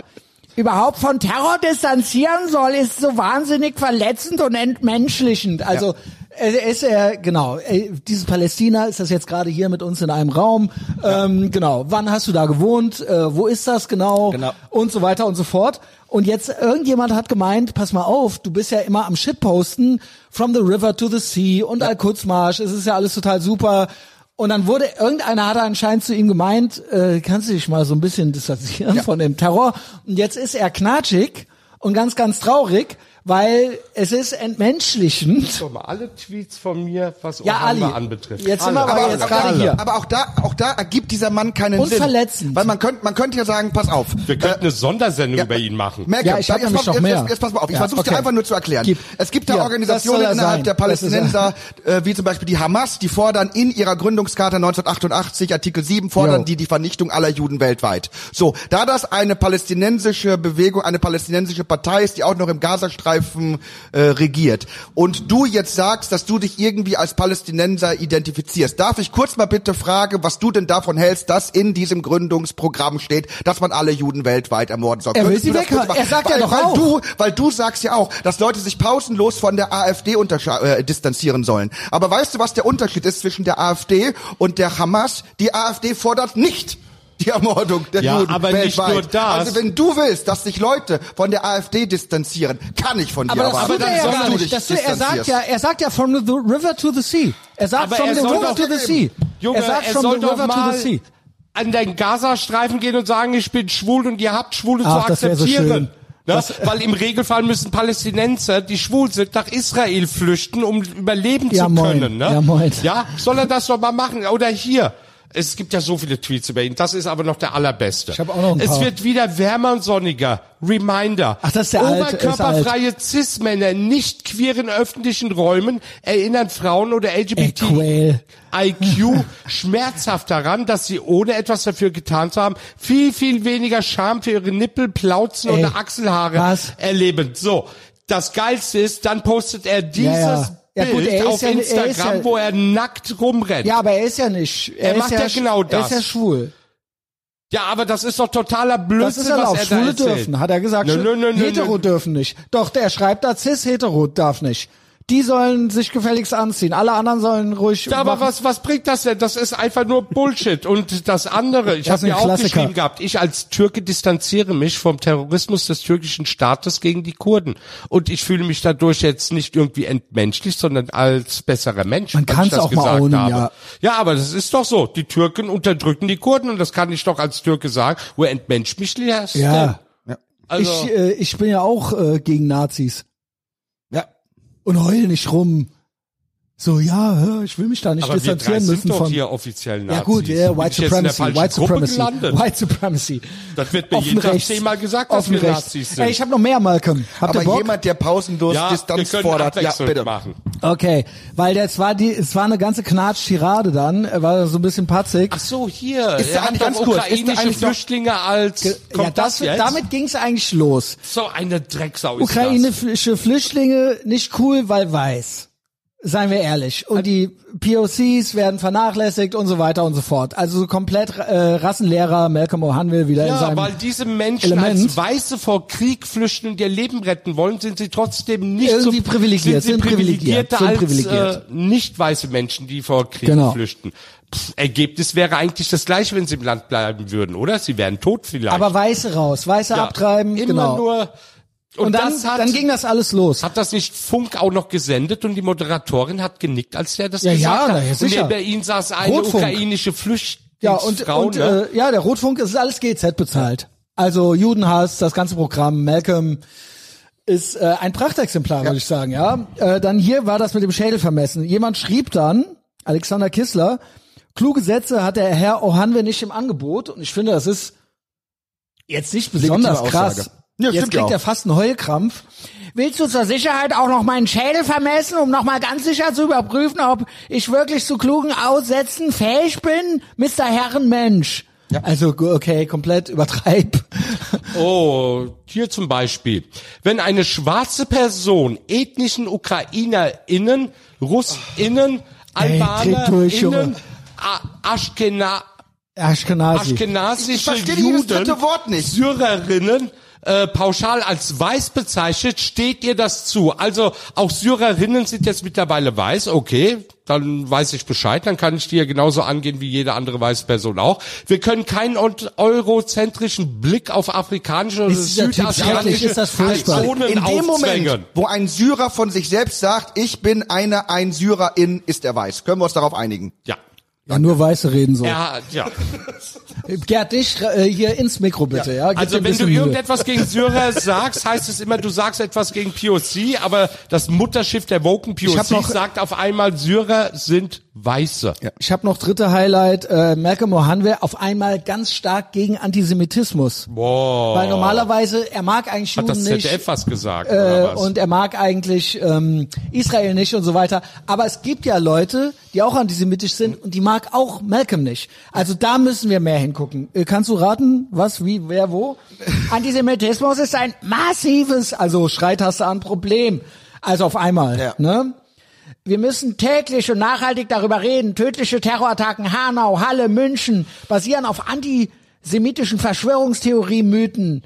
S1: überhaupt von Terror distanzieren soll, ist so wahnsinnig verletzend und entmenschlichend. Also äh, ist er genau äh, dieses Palästina ist das jetzt gerade hier mit uns in einem Raum ähm, genau wann hast du da gewohnt äh, wo ist das genau?
S4: Genau.
S1: und so weiter und so fort und jetzt irgendjemand hat gemeint pass mal auf du bist ja immer am Shitposten from the river to the sea und al Kutzmarsch es ist ja alles total super und dann wurde irgendeiner hat anscheinend zu ihm gemeint äh, kannst du dich mal so ein bisschen distanzieren von dem Terror und jetzt ist er knatschig und ganz ganz traurig weil es ist entmenschlichend
S2: Guck mal, alle Tweets von mir, was
S1: ja, Ali.
S2: Obama anbetrifft.
S1: Jetzt sind wir
S2: Alle.
S1: aber, jetzt gerade
S3: da,
S1: hier.
S3: aber auch da, auch da ergibt dieser Mann keinen
S1: Und
S3: Sinn.
S1: verletzend.
S3: Weil man könnte, man könnte ja sagen, pass auf.
S2: Wir könnten eine Sondersendung
S3: Ja,
S2: über ihn machen.
S3: Merkel,
S1: Ja, ich hab
S3: jetzt,
S1: nämlich
S3: pass,
S1: noch
S3: jetzt,
S1: mehr.
S3: jetzt, jetzt pass mal auf, ich
S1: Ja,
S3: versuche
S1: okay.
S3: dir einfach nur zu erklären.
S1: Gib.
S3: es gibt da
S1: Ja, das
S3: Organisationen
S1: soll er
S3: innerhalb
S1: sein.
S3: der
S1: Das ist er.
S3: Palästinenser, äh, wie zum Beispiel die Hamas, die fordern in ihrer Gründungscharta 1988, Artikel 7, fordern
S1: Jo.
S3: die die Vernichtung aller Juden weltweit. So, da das eine palästinensische Bewegung, eine palästinensische Partei ist, die auch noch im Gazastreifen äh, regiert und du jetzt sagst, dass du dich irgendwie als Palästinenser identifizierst, darf ich kurz mal bitte fragen, was du denn davon hältst, dass in diesem Gründungsprogramm steht, dass man alle Juden weltweit ermorden soll?
S1: Er will
S3: Könntest
S1: sie
S3: du das
S1: weghaben.
S3: kurz machen?
S1: Er sagt ja
S3: weil,
S1: doch
S3: weil
S1: auch.
S3: Du, weil du sagst ja auch, dass Leute sich pausenlos von der AfD untersche- äh, distanzieren sollen. Aber weißt du, was der Unterschied ist zwischen der AfD und der Hamas? Die AfD fordert nicht die Ermordung der
S2: Ja,
S3: Juden
S2: aber nicht
S3: weltweit.
S2: nur das.
S3: Also wenn du willst, dass sich Leute von der AfD distanzieren, kann ich von dir
S1: Aber das
S3: erwarten,
S1: tut er ja
S2: soll
S3: dass
S1: gar
S3: du
S1: nicht.
S3: dich
S1: Das tut, er sagt
S3: distanzierst.
S1: ja, er sagt ja from the river to the sea. Er sagt
S2: Aber
S1: from
S2: er
S1: the
S2: soll
S1: river
S2: doch-
S1: to the sea.
S2: Junge,
S1: er sagt
S2: er
S1: from
S2: soll
S1: the
S2: doch
S1: river to
S2: mal
S1: the sea.
S2: an den Gazastreifen gehen und sagen, ich bin schwul und ihr habt Schwule
S1: Ach,
S2: zu
S1: das wär so schön.
S2: akzeptieren. Ne? Weil im Regelfall müssen Palästinenser, die schwul sind, nach Israel flüchten, um überleben
S1: Ja,
S2: zu
S1: moin.
S2: können. Ne?
S1: Ja, moin.
S2: ja, soll er das doch mal machen? Oder hier. Es gibt ja so viele Tweets über ihn. Das ist aber noch der allerbeste.
S1: Ich hab auch noch ein
S2: es
S1: paar.
S2: wird wieder wärmer und sonniger. Reminder.
S1: Ach, das ist der alte, ist der
S2: Oberkörperfreie Cis-Männer in nicht queeren öffentlichen Räumen erinnern Frauen oder LGBT
S1: Quell.
S2: IQ schmerzhaft daran, dass sie ohne etwas dafür getan zu haben, viel, viel weniger Scham für ihre Nippel, Plauzen
S1: Ey,
S2: oder Achselhaare
S1: was?
S2: erleben. So, das Geilste ist, dann postet er dieses
S1: Ja, ja. Ja, gut,
S2: Bild
S1: er ist
S2: auf
S1: ja- er ist
S2: Instagram,
S1: ja-
S2: wo er nackt rumrennt.
S1: Ja, aber er ist ja nicht.
S2: Er
S1: ist
S2: macht ja
S1: sch-
S2: genau
S1: Er
S2: das.
S1: ist ja schwul.
S2: Ja, aber das ist doch totaler Blödsinn,
S1: Das ist ja
S2: was
S1: auch
S2: er da
S1: Schwule
S2: erzählt.
S1: dürfen, hat er gesagt.
S2: Nö, nö, nö, nö,
S1: hetero
S2: nö.
S1: dürfen nicht. Doch, der schreibt da, cis hetero darf nicht. Die sollen sich gefälligst anziehen. Alle anderen sollen ruhig.
S2: Ja, aber
S1: machen.
S2: was, was bringt das denn? Das ist einfach nur Bullshit. Und das andere, ich
S1: Das
S2: habe
S1: ist
S2: mir
S1: ein
S2: auch
S1: Klassiker.
S2: geschrieben gehabt, ich als Türke distanziere mich vom Terrorismus des türkischen Staates gegen die Kurden. Und ich fühle mich dadurch jetzt nicht irgendwie entmenschlich, sondern als besserer Mensch.
S1: Man
S2: weil
S1: kann's
S2: ich das
S1: auch mal
S2: gesagt
S1: ownen,
S2: habe.
S1: ja.
S2: Ja, aber das ist doch so. Die Türken unterdrücken die Kurden und das kann ich doch als Türke sagen. Wo entmensch mich lässt.
S1: Ja.
S2: Also,
S1: ich, äh, ich bin ja auch äh, gegen Nazis.
S4: Ja.
S1: Und heul nicht rum. So, ja, hä, ich will mich da nicht
S2: aber wir drei
S1: distanzieren müssen
S2: sind doch
S1: von.
S2: hier offiziell Nazis.
S1: Ja gut, ja,
S2: Bin
S1: White
S2: ich jetzt in der
S1: Supremacy,
S2: falschen
S1: White
S2: Gruppe
S1: Supremacy,
S2: gelandet?
S1: White Supremacy.
S2: Das wird mir
S1: Offen
S2: jeden Tag
S1: rechts.
S2: zehnmal gesagt, dass
S1: Offen
S2: wir
S1: rechts.
S2: Nazis sind.
S1: Ey, ich habe noch mehr, Malcolm. Habt ihr
S3: Aber
S1: Bock?
S3: jemand, der pausenlos
S2: Ja, wir
S3: Distanz
S2: können
S3: fordert, ja
S2: abwechselnd
S3: bitte.
S2: machen.
S1: Okay, weil das war die, es war eine ganze Knatsch-Tirade dann, äh, war so ein bisschen patzig.
S2: Ach so, hier.
S3: Ist
S2: er
S3: der
S2: hat
S3: eigentlich
S2: doch
S3: ganz kurz, ist der
S2: ukrainische
S3: eigentlich noch-
S2: Flüchtlinge als... Kommt
S1: ja, das,
S2: das, jetzt?
S1: damit ging es eigentlich los.
S2: so eine Drecksau ist das.
S1: Ukrainische Flüchtlinge nicht cool, weil weiß. Seien wir ehrlich. Und die POCs werden vernachlässigt und so weiter und so fort. Also so komplett äh, Rassenlehrer Malcolm O'Hanwill wieder in
S2: Ja,
S1: seinem
S2: weil diese Menschen
S1: Element.
S2: als Weiße vor Krieg flüchten und ihr Leben retten wollen, sind sie trotzdem nicht
S1: Irgendwie
S2: so
S1: privilegiert,
S2: sind
S1: sind
S2: sie
S1: privilegiert,
S2: privilegierter
S1: sind
S2: als
S1: privilegiert.
S2: Äh, nicht weiße Menschen, die vor Krieg
S1: Genau.
S2: flüchten. Pff, Ergebnis wäre eigentlich das gleiche, wenn sie im Land bleiben würden, oder? Sie wären tot vielleicht.
S1: Aber Weiße raus, Weiße
S2: Ja,
S1: abtreiben,
S2: immer
S1: genau.
S2: nur und,
S1: und dann,
S2: das hat,
S1: dann ging das alles los.
S2: Hat das nicht Funk auch noch gesendet und die Moderatorin hat genickt, als der das
S1: Ja,
S2: gesagt
S1: ja,
S2: hat?
S1: na ja, sicher.
S2: Und neben ihm saß eine
S1: Rotfunk.
S2: ukrainische
S1: Ja, und,
S2: Flüchtlingsfrau,
S1: und
S2: ne?
S1: äh, ja, der Rotfunk es ist alles GZ bezahlt. Also Judenhass, das ganze Programm, Malcolm ist äh, ein Prachtexemplar, würde ich sagen, ja. Äh, dann hier war das mit dem Schädel vermessen. Jemand schrieb dann, Alexander Kissler, kluge Sätze hat der Herr Ohanwe nicht im Angebot und ich finde, das ist jetzt nicht besonders
S3: Legitime
S1: krass.
S3: Aussage. Ja,
S1: jetzt
S3: stimmt ja
S1: kriegt
S3: auch.
S1: er fast einen Heulkrampf. Willst du zur Sicherheit auch noch meinen Schädel vermessen, um nochmal ganz sicher zu überprüfen, ob ich wirklich zu klugen Aussätzen fähig bin, Mr. Herrenmensch? Also, gu- okay, komplett übertreib.
S2: Oh, hier zum Beispiel. Wenn eine schwarze Person ethnischen UkrainerInnen, RussInnen,
S1: Ey, dreht durch, Junge.
S2: AlbanerInnen, A- Aschkena
S1: Ashkenazi.
S2: aschkenasische
S3: verstehe dieses
S2: Juden,
S3: dritte Wort nicht.
S2: Syrerinnen, äh, pauschal als weiß bezeichnet, steht ihr das zu. Also auch Syrerinnen sind jetzt mittlerweile weiß, okay, dann weiß ich Bescheid, dann kann ich die ja genauso angehen wie jede andere weiße Person auch. Wir können keinen ont- eurozentrischen Blick auf afrikanische oder
S1: Ist dieser Typ schrecklich?
S2: südasiatische
S1: Ist das furchtbar?
S2: Personen
S3: In dem Moment,
S2: aufzwängen.
S3: wo ein Syrer von sich selbst sagt, ich bin einer, ein Syrerin, ist er weiß. Können wir uns darauf einigen?
S2: Ja.
S1: Ja, nur Weiße reden so.
S2: Ja, ja.
S1: Gerd, dich äh, hier ins Mikro bitte, ja? Gib dir
S2: Also
S1: ein
S2: wenn du
S1: bisschen Mühe.
S2: irgendetwas gegen Syrer sagst, heißt es immer, du sagst etwas gegen POC, aber das Mutterschiff der Woken POC
S3: hab noch-
S2: sagt auf einmal, Syrer sind Weiße.
S1: Ich habe noch dritte Highlight, äh, Malcolm Mohanwe auf einmal ganz stark gegen Antisemitismus.
S2: Boah.
S1: Weil normalerweise, er mag eigentlich
S2: Hat das
S1: Juden nicht.
S2: ZDF was gesagt
S1: äh,
S2: oder was?
S1: und er mag eigentlich ähm, Israel nicht und so weiter. Aber es gibt ja Leute, die auch antisemitisch sind und die mag auch Malcolm nicht. Also da müssen wir mehr hingucken. Äh, kannst du raten, was, wie, wer, wo? Antisemitismus ist ein massives, also Schreitaste an Problem. Also auf einmal,
S3: Ja.
S1: ne? Wir müssen täglich und nachhaltig darüber reden. Tödliche Terrorattacken Hanau, Halle, München basieren auf antisemitischen Verschwörungstheorie-Mythen.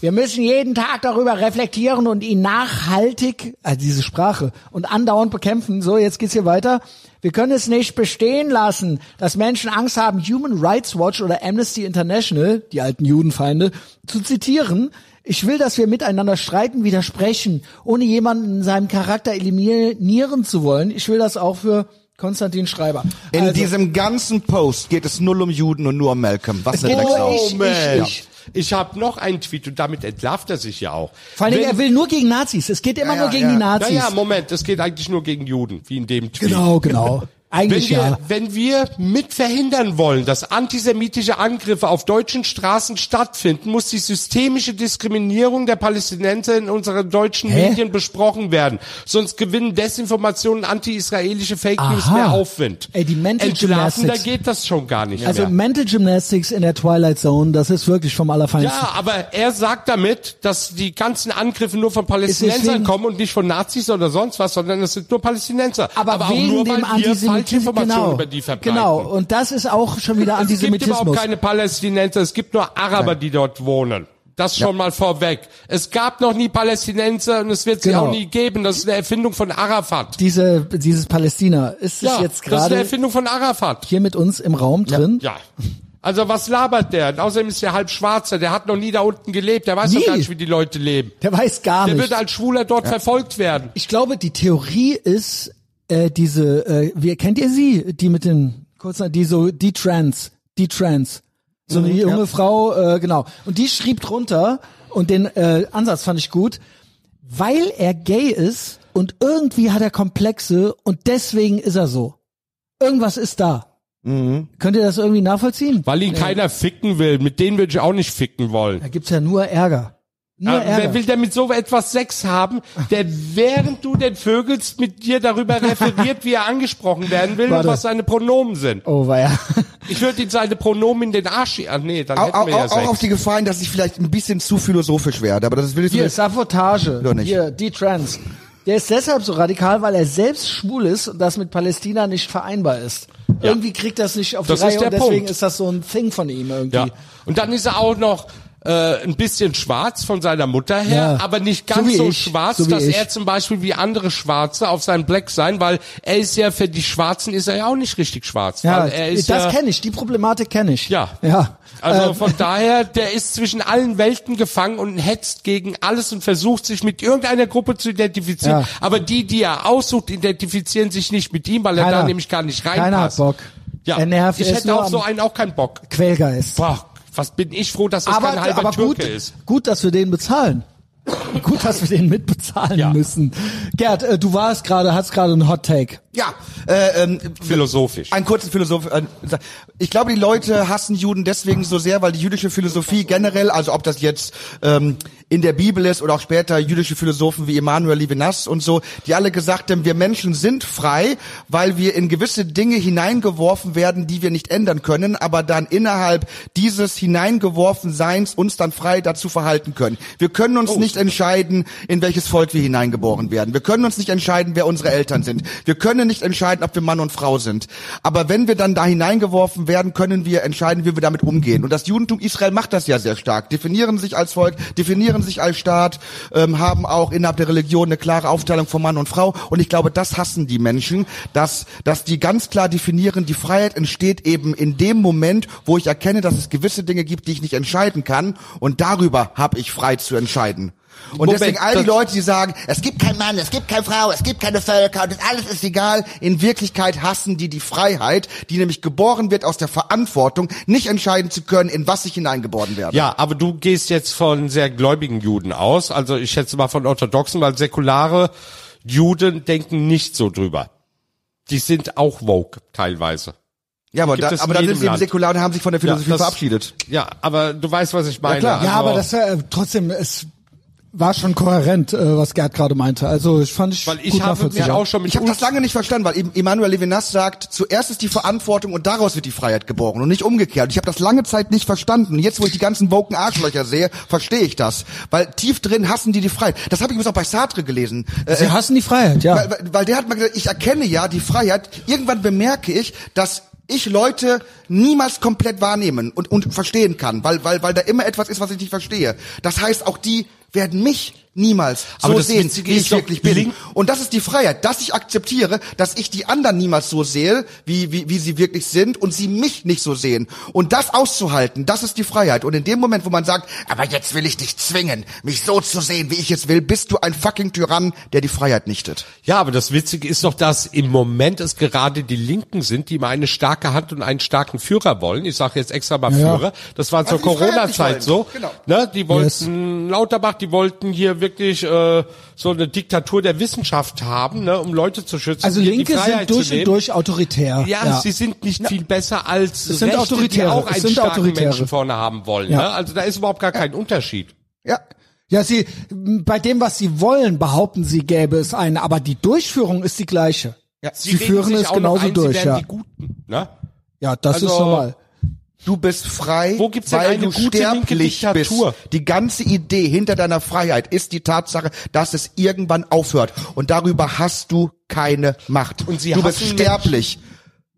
S1: Wir müssen jeden Tag darüber reflektieren und ihn nachhaltig, also diese Sprache, und andauernd bekämpfen. So, jetzt geht's hier weiter. Wir können es nicht bestehen lassen, dass Menschen Angst haben, Human Rights Watch oder Amnesty International, die alten Judenfeinde, zu zitieren. Ich will, dass wir miteinander streiten, widersprechen, ohne jemanden in seinem Charakter eliminieren zu wollen. Ich will das auch für Konstantin Schreiber.
S3: In
S1: Also,
S3: diesem ganzen Post geht es null um Juden und nur um Malcolm. Was eine
S1: geht um- nur
S3: Drecksau.
S1: ich-
S2: Moment.
S1: ich-
S2: Ich habe noch einen Tweet und damit entlarvt er sich ja auch.
S1: vor allen Dingen,
S2: Wenn-
S1: er will nur gegen Nazis. Es geht immer
S3: Ja,
S1: nur
S3: ja,
S1: gegen
S3: ja.
S1: die Nazis.
S2: Naja, Moment, das geht eigentlich nur gegen Juden, wie in dem Tweet.
S1: genau, genau.
S2: Wenn
S1: Eigentlich
S2: wir,
S1: ja.
S2: wenn wir mit verhindern wollen, dass antisemitische Angriffe auf deutschen Straßen stattfinden, muss die systemische Diskriminierung der Palästinenser in unseren deutschen
S1: Hä?
S2: Medien besprochen werden. Sonst gewinnen Desinformationen anti-israelische Fake News
S1: Aha.
S2: mehr Aufwind.
S1: Ey, die Mental
S2: Entlarvender
S1: Gymnastics.
S2: geht das schon gar nicht
S1: Also
S2: mehr.
S1: Mental Gymnastics in der Twilight Zone, das ist wirklich vom Allerfeinsten.
S2: Ja, aber er sagt damit, dass die ganzen Angriffe nur von Palästinensern
S1: deswegen-
S2: kommen und nicht von Nazis oder sonst was, sondern es sind nur Palästinenser.
S1: aber, wegen dem
S2: wir falsche
S1: Antisemitismus
S2: Informationen
S1: genau,
S2: über die verbreiten.
S1: genau und das ist auch schon wieder
S2: Es gibt überhaupt
S1: Antisemitismus.
S2: keine Palästinenser, es gibt nur Araber, die dort wohnen. Das schon mal vorweg. Es gab noch nie Palästinenser und es wird sie
S1: Genau.
S2: auch nie geben. Das ist eine Erfindung von Arafat.
S1: Diese dieses Palästina ist es
S2: ja,
S1: jetzt
S2: das ist eine
S1: gerade
S2: Erfindung von Arafat.
S1: hier mit uns im Raum drin.
S2: Ja. Also was labert der? Und außerdem ist der halb Schwarzer, der hat noch nie da unten gelebt, der weiß
S1: Nie.
S2: doch gar nicht, wie die Leute leben.
S1: Der weiß gar
S2: Der
S1: nicht.
S2: wird als Schwuler dort verfolgt werden.
S1: Ich glaube, die Theorie ist äh, diese äh, wie kennt ihr sie, die mit den kurzen die so die Trans, die Trans. So eine junge Frau, äh, genau. Und die schrieb drunter und den äh, Ansatz fand ich gut. weil er gay ist und irgendwie hat er Komplexe und deswegen ist er so. Irgendwas ist da. Könnt ihr das irgendwie nachvollziehen?
S2: Weil ihn keiner ficken will. Mit denen würde ich auch nicht ficken wollen.
S1: Da gibt's ja nur Ärger. Nur
S2: Aber
S1: Ärger.
S2: Ah, wer will denn mit so etwas Sex haben, der während du den vögelst mit dir darüber referiert, wie er angesprochen werden will
S1: Warte.
S2: und was seine Pronomen sind?
S1: oh weia.
S2: Ich würde ihm seine Pronomen in den Arsch... Ah, nee, dann
S3: Au-
S2: hätten
S3: au-
S2: wir ja
S3: au- Auch auf
S2: Sex.
S3: die Gefahr, hin, dass ich vielleicht ein bisschen zu philosophisch werde, aber das will ich
S1: Hier,
S3: nicht.
S1: Sabotage.
S3: Doch nicht.
S1: Hier, die Trans. Der ist deshalb so radikal, weil er selbst schwul ist und das mit Palästina nicht vereinbar ist. Irgendwie kriegt das nicht auf
S2: Das
S1: die
S2: ist
S1: Reihe und
S2: der
S1: deswegen
S2: Punkt.
S1: ist das so ein Thing von ihm irgendwie.
S2: Ja. Und dann ist er auch noch äh, ein bisschen schwarz von seiner Mutter her,
S1: Ja.
S2: aber nicht
S1: So
S2: ganz
S1: wie
S2: so,
S1: ich.
S2: schwarz,
S1: So wie
S2: dass
S1: ich.
S2: er zum Beispiel wie andere Schwarze auf seinem Black sein, weil er ist ja für die Schwarzen ist er ja auch nicht richtig schwarz.
S1: Ja,
S2: weil er ist
S1: das
S2: ja,
S1: kenne ich, die Problematik kenne ich.
S2: Ja.
S1: Ja.
S2: Also
S1: Ähm,
S2: von daher, der ist zwischen allen Welten gefangen und hetzt gegen alles und versucht sich mit irgendeiner Gruppe zu identifizieren.
S1: Ja.
S2: Aber die, die er aussucht, identifizieren sich nicht mit ihm, weil er
S1: Keiner.
S2: da nämlich gar nicht reinpasst.
S1: Keiner hat Bock.
S2: Ja,
S1: Er nervt,
S2: ich
S1: er ist
S2: hätte
S1: nur
S2: auch so
S1: am-
S2: einen auch keinen Bock.
S1: Quälgeist.
S2: Boah, was bin ich froh, dass das kein halber
S1: gut,
S2: Türke ist.
S1: gut, dass wir den bezahlen. gut, dass wir den mitbezahlen
S2: Ja.
S1: müssen. Gerd, äh, du warst gerade, hast gerade einen Hot Take.
S3: Ja, äh, ähm,
S2: Philosophisch.
S3: Ein kurzen Philosoph. äh, Ich glaube, die Leute hassen Juden deswegen so sehr, weil die jüdische Philosophie generell, also ob das jetzt ähm, in der Bibel ist oder auch später jüdische Philosophen wie Immanuel Levinas und so, die alle gesagt haben, wir Menschen sind frei, weil wir in gewisse Dinge hineingeworfen werden, die wir nicht ändern können, aber dann innerhalb dieses hineingeworfen Seins uns dann frei dazu verhalten können. Wir können uns nicht entscheiden, in welches Volk wir hineingeboren werden. Wir können uns nicht entscheiden, wer unsere Eltern sind. Wir können können nicht entscheiden, ob wir Mann und Frau sind. Aber wenn wir dann da hineingeworfen werden, können wir entscheiden, wie wir damit umgehen. Und das Judentum Israel macht das ja sehr stark. Definieren sich als Volk, definieren sich als Staat, ähm, haben auch innerhalb der Religion eine klare Aufteilung von Mann und Frau. Und ich glaube, das hassen die Menschen, dass, dass die ganz klar definieren, die Freiheit entsteht eben in dem Moment, wo ich erkenne, dass es gewisse Dinge gibt, die ich nicht entscheiden kann. Und darüber habe ich frei zu entscheiden. Und
S2: Moment,
S3: deswegen all die
S2: das-
S3: Leute, die sagen, es gibt keinen Mann, es gibt keine Frau, es gibt keine Völker und das alles ist egal. In Wirklichkeit hassen die die Freiheit, die nämlich geboren wird aus der Verantwortung, nicht entscheiden zu können, in was ich hineingeboren werde.
S2: Ja, aber du gehst jetzt von sehr gläubigen Juden aus. Also ich schätze mal von orthodoxen, weil säkulare Juden denken nicht so drüber. Die sind auch woke teilweise.
S3: Ja, aber,
S2: Gibt
S3: da,
S2: es in
S3: aber dann
S2: jedem
S3: sind sie eben
S2: Land.
S3: säkular und haben sich von der Philosophie
S2: das-
S3: verabschiedet.
S2: Ja, aber du weißt, was ich meine.
S3: klar.
S2: Also,
S1: Ja, aber das äh, trotzdem, es war schon kohärent, äh, was Gerd gerade meinte. Also ich fand ich
S2: weil ich
S1: gut
S2: habe
S1: nachvollziehbar.
S2: mir auch schon mit
S3: Ich habe das lange nicht verstanden, weil eben Emmanuel Levinas sagt, zuerst ist die Verantwortung und daraus wird die Freiheit geboren und nicht umgekehrt. Ich habe das lange Zeit nicht verstanden. Und jetzt, wo ich die ganzen woken Arschlöcher sehe, verstehe ich das. Weil tief drin hassen die die Freiheit. Das habe ich übrigens auch bei Sartre gelesen. Äh,
S1: Sie hassen die Freiheit, ja.
S3: Weil, weil, weil der hat mal gesagt, ich erkenne ja die Freiheit. Irgendwann bemerke ich, dass ich Leute niemals komplett wahrnehmen und, und verstehen kann, weil, weil, weil da immer etwas ist, was ich nicht verstehe. Das heißt, auch die werden mich niemals
S2: Aber
S3: so
S2: das
S3: sehen,
S2: Witzige
S3: wie
S2: ist
S3: ich
S2: doch,
S3: wirklich bin.
S2: Link-
S3: und das ist die Freiheit, dass ich akzeptiere, dass ich die anderen niemals so sehe, wie, wie, wie sie wirklich sind und sie mich nicht so sehen. Und das auszuhalten, das ist die Freiheit. Und in dem Moment, wo man sagt, aber jetzt will ich dich zwingen, mich so zu sehen, wie ich es will, bist du ein fucking Tyrann, der die Freiheit nichtet.
S2: Ja, aber das Witzige ist doch, dass im Moment es gerade die Linken sind, die mal eine starke Hand und einen starken Führer wollen. Ich sage jetzt extra mal
S1: Ja. Also
S2: Führer. Das war zur
S3: die Freiheit
S2: Corona-Zeit
S3: nicht
S2: so.
S3: wollen. Genau.
S2: Ne? Die wollten Lauterbach, die wollten hier wirklich äh, so eine Diktatur der Wissenschaft haben, ne? um Leute zu schützen.
S1: also
S2: hier
S1: Linke
S2: die
S1: sind
S2: Freiheit zu
S1: durch und
S2: nehmen.
S1: durch autoritär.
S2: Ja, sie sind nicht viel besser als
S1: sind
S2: Rechte, die
S1: Autoritäre.
S2: auch
S1: Es
S2: einen
S1: sind
S2: starken
S1: Autoritäre.
S2: Menschen vorne haben wollen.
S1: Ja.
S2: Ne? Also da ist überhaupt gar kein Unterschied.
S3: Ja.
S1: Ja, sie bei dem, was sie wollen, behaupten sie, gäbe es einen, aber die Durchführung ist die gleiche.
S3: Ja,
S1: sie führen es
S2: noch
S1: genauso
S2: ein,
S1: durch,
S2: sie wären
S1: ja.
S2: die Guten. Ne?
S1: Ja, das
S2: Also-
S1: ist normal.
S3: Du bist frei,
S2: Wo gibt's denn
S3: weil
S2: eine
S3: du
S2: gute linke
S3: sterblich
S2: Diktatur?
S3: bist. Die ganze Idee hinter deiner Freiheit ist die Tatsache, dass es irgendwann aufhört. Und darüber hast du keine Macht.
S2: Und sie
S3: du bist
S2: hassen
S3: sterblich.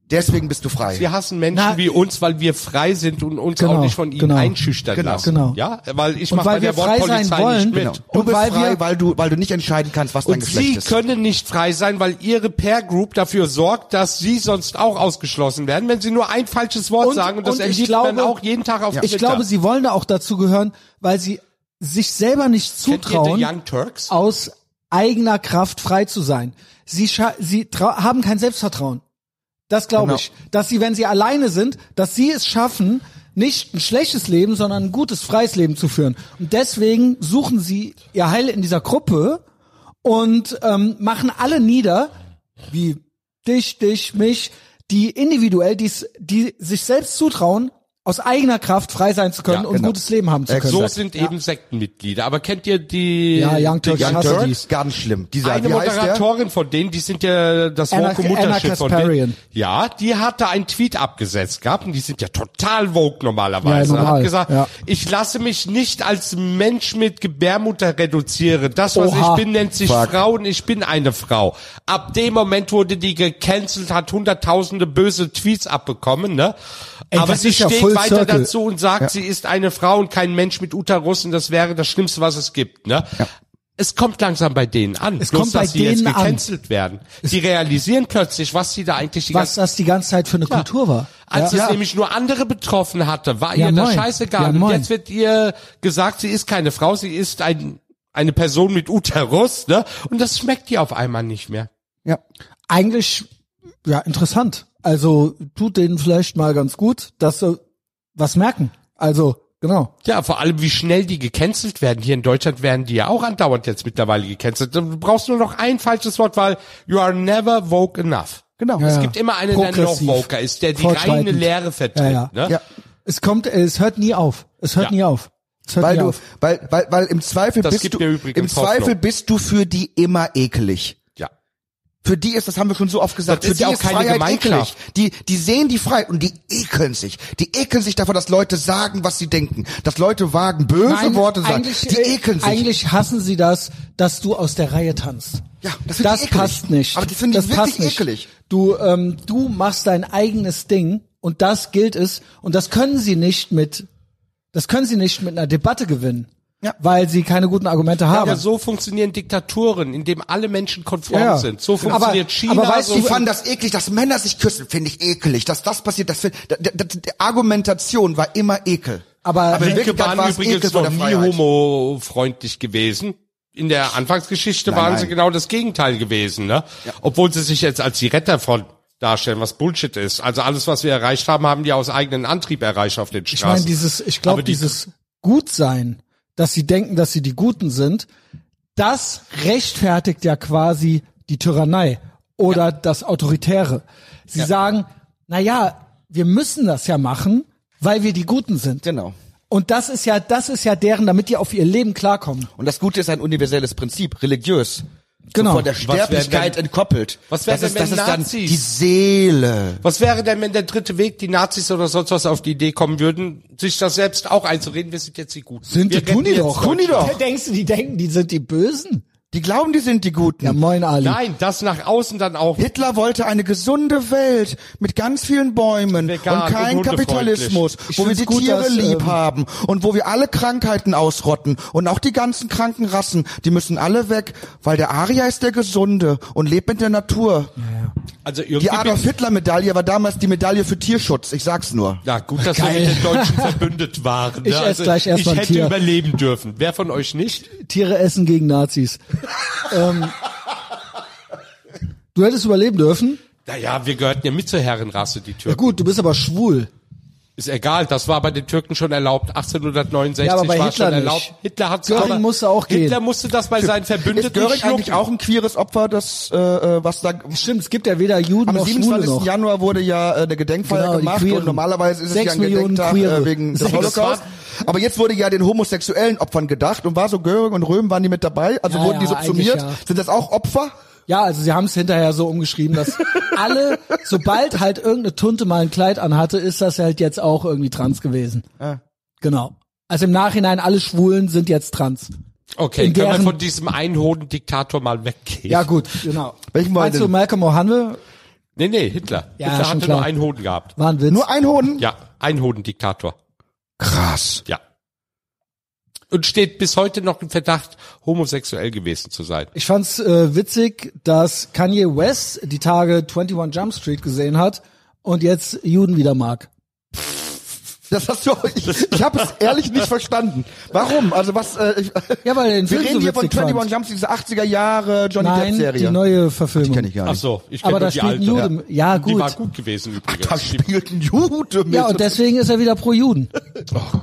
S3: Deswegen bist du frei.
S2: Wir hassen Menschen
S1: Na,
S2: wie uns, weil wir frei sind und uns
S1: genau,
S2: auch nicht von ihnen
S1: genau,
S2: einschüchtern
S1: genau,
S2: lassen.
S1: genau.
S2: Ja, weil ich
S1: Und
S2: mache
S1: weil
S2: bei der
S1: wir frei sein
S2: Wortpolizei
S1: wollen,
S2: nicht mit.
S1: genau.
S3: Du
S1: Und
S3: bist
S1: weil
S3: frei,
S1: wir-
S3: weil du, weil du nicht entscheiden kannst, was dein
S2: Und
S3: Geschlecht
S2: sie
S3: ist.
S2: können nicht frei sein, weil ihre Peer Group dafür sorgt, dass sie sonst auch ausgeschlossen werden, wenn sie nur ein falsches Wort
S1: Und-
S2: sagen und das
S1: und ich
S2: erlebt
S1: glaube-
S2: man auch jeden Tag auf Twitter.
S1: Ich glaube, sie wollen da auch dazu gehören, weil sie sich selber nicht
S2: Kennt ihr
S1: zutrauen,
S2: die Young Turks?
S1: aus eigener Kraft frei zu sein. Sie, scha- sie trau- haben kein Selbstvertrauen. Das glaube
S3: Genau.
S1: ich. Dass sie, wenn sie alleine sind, dass sie es schaffen, nicht ein schlechtes Leben, sondern ein gutes, freies Leben zu führen. Und deswegen suchen sie ihr Heil in dieser Gruppe und ähm, machen alle nieder, wie dich, dich, mich, die individuell, die's, die sich selbst zutrauen, aus eigener Kraft frei sein zu können
S2: Ja, Äh,
S1: und ein
S3: genau.
S1: gutes Leben haben zu können.
S2: so sind eben Sektenmitglieder. Aber kennt ihr die
S1: Ja, Young
S2: die
S1: Turks, ich
S3: Young
S1: hasse
S3: Turks,
S1: die.
S3: ganz schlimm. Dieser,
S2: Eine
S3: wie heißt der?
S2: Moderatorin von denen, die sind ja das
S1: Anna-
S2: woke Mutterschiff
S1: Anna
S2: von denen.
S1: Kasparian.
S2: Ja, die hatte einen Tweet abgesetzt gehabt und die sind ja total woke normalerweise.
S1: Ja, normal,
S2: Hat gesagt,
S1: ja.
S2: ich lasse mich nicht als Mensch mit Gebärmutter reduzieren. Das, was
S1: Oha.
S2: ich bin, nennt sich
S3: Fuck.
S2: Frau und ich bin eine Frau. Ab dem Moment wurde die gecancelt, hat hunderttausende böse Tweets abbekommen, ne?
S1: Ey,
S2: Aber
S1: das
S2: sie
S1: ist ja
S2: steht
S1: Full
S2: weiter
S1: Circle.
S2: dazu und sagt, sie ist eine Frau und kein Mensch mit Uterus und das wäre das Schlimmste, was es gibt. Ne? Es kommt langsam bei denen an.
S1: Es
S2: bloß,
S1: kommt bei
S2: dass sie jetzt
S1: denen an.
S2: gecancelt werden. Die realisieren plötzlich, was sie da eigentlich die
S1: was
S2: ganze
S1: das die ganze Zeit für eine Kultur war.
S2: als
S1: ja.
S2: es nämlich nur andere betroffen hatte, war
S1: Ja,
S2: ihr das
S1: moin. Ja,
S2: scheißegal. und
S1: moin.
S2: jetzt wird ihr gesagt, sie ist keine Frau, sie ist ein, eine Person mit Uterus, ne? Und das schmeckt ihr auf einmal nicht mehr.
S1: ja. Eigentlich, ja, interessant. Also tut denen vielleicht mal ganz gut, dass sie was merken. Also, genau.
S2: Ja, vor allem wie schnell die gecancelt werden. Hier in Deutschland werden die ja auch andauernd jetzt mittlerweile gecancelt. Du brauchst nur noch ein falsches Wort, weil you are never woke enough.
S1: Genau.
S2: Es
S1: Ja,
S2: gibt immer einen, der noch
S1: Progressiv.
S2: woker ist, der die
S1: Fortschreitend.
S2: reine Lehre vertritt.
S1: Ja, ja.
S2: Ne?
S3: Ja.
S1: Es kommt, äh, es hört nie auf. Es hört
S2: Ja.
S1: nie auf. Es hört
S3: weil
S1: nie
S3: du,
S1: auf.
S3: weil, weil, weil im Zweifel
S2: Das
S3: bist
S2: gibt
S3: du,
S2: mir übrigens
S3: im Zweifel
S2: Hoffnung.
S3: bist du für die immer ekelig.
S2: ja.
S3: Für die ist, das haben wir schon so oft gesagt,
S2: Das
S3: für
S2: ist
S3: die
S2: ja auch
S3: ist
S2: keine
S3: Freiheit ekelig.
S2: Gemeinschaft.
S3: Die, die sehen die Freiheit und die ekeln sich. Die ekeln sich davon, dass Leute sagen, was sie denken. Dass Leute wagen, böse Worte sagen.
S1: eigentlich,
S3: Die ekeln
S1: äh,
S3: sich.
S1: eigentlich hassen sie das, dass du aus der Reihe tanzt.
S3: Ja, das find ich
S1: Das
S3: eklig.
S1: passt nicht.
S3: Aber das finde ich
S1: passt
S3: wirklich
S1: nicht.
S3: eklig.
S1: Du, ähm, du machst dein eigenes Ding und das gilt es und das können sie nicht mit, das können sie nicht mit einer Debatte gewinnen,
S3: Ja.
S1: weil sie keine guten Argumente haben.
S2: Aber so funktionieren Diktaturen, indem alle Menschen konform
S1: Ja.
S2: sind. So
S1: Aber-
S2: funktioniert China.
S1: aber weißt
S2: so
S1: du,
S3: Die fanden das eklig, dass Männer sich küssen, finde ich ekelig. Dass das passiert, das find, da, da, da, die Argumentation war immer Ekel.
S1: Aber-
S3: in
S2: Linke
S3: Wirklichkeit war
S2: waren
S3: es
S2: übrigens
S3: vor
S2: noch
S3: der
S2: nie
S3: Freiheit.
S2: homofreundlich gewesen. In der Anfangsgeschichte waren sie
S3: nein.
S2: genau das Gegenteil gewesen, ne? Obwohl sie sich jetzt als die Retterfront darstellen, was Bullshit ist. Also alles, was wir erreicht haben, haben die aus eigenem Antrieb erreicht auf den
S1: Ich meine,
S2: Straßen.
S1: dieses, ich
S2: Aber
S1: glaube,
S2: die-
S1: dieses Gutsein, dass sie denken, dass sie die Guten sind, das rechtfertigt ja quasi die Tyrannei oder das Autoritäre. Sie sagen, na ja, wir müssen das ja machen, weil wir die Guten sind.
S3: Genau.
S1: Und das ist ja, das ist ja deren, damit die auf ihr Leben klarkommen.
S3: Und das Gute ist ein universelles Prinzip, religiös.
S1: Genau.
S3: So von der
S1: Was
S2: wär
S3: Sterblichkeit
S2: denn-
S3: entkoppelt.
S2: was wär
S3: das
S2: denn,
S3: ist,
S2: wenn
S3: das ist dann
S2: Nazis-
S3: die Seele.
S2: was wäre denn, wenn der dritte Weg, die Nazis oder sonst was auf die Idee kommen würden, sich das selbst auch einzureden, wir sind jetzt die Guten. wir retten jetzt
S1: Tun die
S3: Deutschland.
S1: doch. Denkst du, die denken, die sind die Bösen?
S3: Die glauben, die sind die Guten.
S1: Ja, moin, Ali.
S2: Nein, das nach außen dann auch.
S3: Hitler wollte eine gesunde Welt mit ganz vielen Bäumen
S2: Vegan
S3: und kein
S2: und
S3: Kapitalismus,
S1: Ich
S3: wo wir
S1: find's
S3: die
S1: gut,
S3: Tiere
S1: dass,
S3: lieb
S1: ähm,
S3: haben und wo wir alle Krankheiten ausrotten und auch die ganzen kranken Rassen, die müssen alle weg, weil der Arier ist der Gesunde und lebt mit der Natur.
S2: Also irgendwie
S3: Die Adolf Hitler Medaille war damals die Medaille für Tierschutz, ich sag's nur.
S2: Ja, gut, dass
S1: Geil.
S2: wir mit den Deutschen verbündet waren.
S1: Ich
S2: ne?
S1: ess gleich erst
S2: ich
S1: mal ein
S2: hätte
S1: Tier.
S2: überleben dürfen. Wer von euch nicht?
S1: Tiere essen gegen Nazis. ähm, du hättest überleben dürfen.
S2: Naja, wir gehörten ja mit zur Herrenrasse, die Türken.
S1: Ja gut, du bist aber schwul.
S2: Ist egal, das war bei den Türken schon erlaubt. 1869
S1: Ja, aber bei
S2: war
S1: Hitler
S2: schon
S1: nicht.
S2: erlaubt. Hitler hat's
S1: Göring
S2: aber-
S1: musste auch gehen.
S2: Hitler musste das bei seinen Verbündeten
S3: Ist Göring eigentlich
S2: schlucken.
S3: auch ein queeres Opfer, das äh, äh, was da
S1: Stimmt, es gibt ja weder Juden
S3: am
S1: noch Schwule
S3: 27.
S1: noch.
S3: Januar wurde ja äh, eine Gedenkfeier
S1: Genau, die
S3: gemacht
S1: Queeren.
S3: und normalerweise ist es
S1: Sechs
S3: ja ein
S1: Millionen
S3: Gedenktag
S1: Queere.
S3: äh, wegen des
S1: Sechs.
S3: Holocaust. Aber jetzt wurde ja den homosexuellen Opfern gedacht und war so Göring und Röhm waren die mit dabei, also
S1: Ja,
S3: wurden die
S1: ja,
S3: subsumiert.
S1: eigentlich ja.
S3: Sind das auch Opfer?
S1: Ja, also sie haben es hinterher so umgeschrieben, dass alle, sobald halt irgendeine Tunte mal ein Kleid anhatte, ist das halt jetzt auch irgendwie trans gewesen. Genau. Also im Nachhinein, alle Schwulen sind jetzt trans.
S2: Okay,
S1: in
S2: können wir
S1: deren-
S2: von diesem einhoden Diktator mal weggehen?
S1: Ja gut, genau.
S3: Welchen war
S1: Meinst
S3: denn?
S1: du Malcolm O'Hanwe?
S2: Nee, nee, Hitler.
S1: Ja,
S2: Hitler
S1: schon
S2: hatte
S1: klar.
S2: nur einen Hoden gehabt.
S1: War ein Witz.
S3: Nur ein Hoden?
S2: Ja, einhoden Diktator.
S3: Krass.
S2: Ja. Und steht bis heute noch im Verdacht, homosexuell gewesen zu sein.
S1: Ich fand's äh, witzig, dass Kanye West die Tage 21 Jump Street gesehen hat und jetzt Juden wieder mag.
S3: Das hast du auch, ich, ich habe es ehrlich nicht verstanden. Warum? Also was äh, ich,
S1: Ja, weil er den
S3: Wir
S1: Film
S3: reden
S1: so
S3: hier von
S1: witzig
S3: 21
S1: fand.
S3: Jumps, diese 80er Jahre Johnny Depp
S1: Nein,
S3: Serie.
S1: die neue Verfilmung.
S3: Kenn ich gar
S2: Ach
S3: nicht.
S2: so, ich
S1: Aber da
S2: kenne nur die alte.
S1: spielt ein Jude. Ja,
S2: Die war
S1: gut.
S2: gut gewesen übrigens.
S3: Da
S2: Die-
S3: spielt ein Jude mit.
S1: Ja, und deswegen ist er wieder pro Juden.
S3: oh Gott.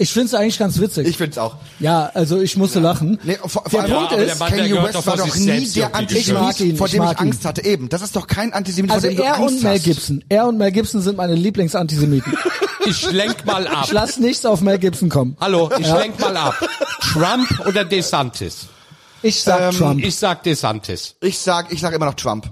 S1: Ich find's eigentlich ganz witzig.
S3: Ich find's auch.
S1: ja, also ich musste lachen.
S3: Nee, vor, vor
S2: Punkt
S3: allem Punkt
S2: aber der
S3: ist,
S2: Mann, der
S3: Kanye
S2: gehört
S3: West
S2: doch
S3: war
S2: vor
S3: doch
S2: sich
S3: nie
S2: selbst
S3: der
S2: irgendwie
S1: geschützt. Ich mag ihn,
S3: Antisemit, vor
S1: ich
S3: dem ich
S1: mag ihn.
S3: Angst hatte. Eben, das ist doch kein Antisemit,
S1: Also
S3: vor dem
S1: er
S3: du Angst
S1: und Mel
S3: hast.
S1: Gibson. Er und Mel Gibson sind meine Lieblingsantisemiten.
S2: Ich lenk mal ab.
S1: Ich lass nichts auf Mel Gibson kommen.
S2: Hallo, ich lenk mal ab. Trump oder DeSantis?
S1: Ich sag Trump.
S2: Ähm, Ich sag DeSantis.
S3: Ich sag, ich sag immer noch Trump.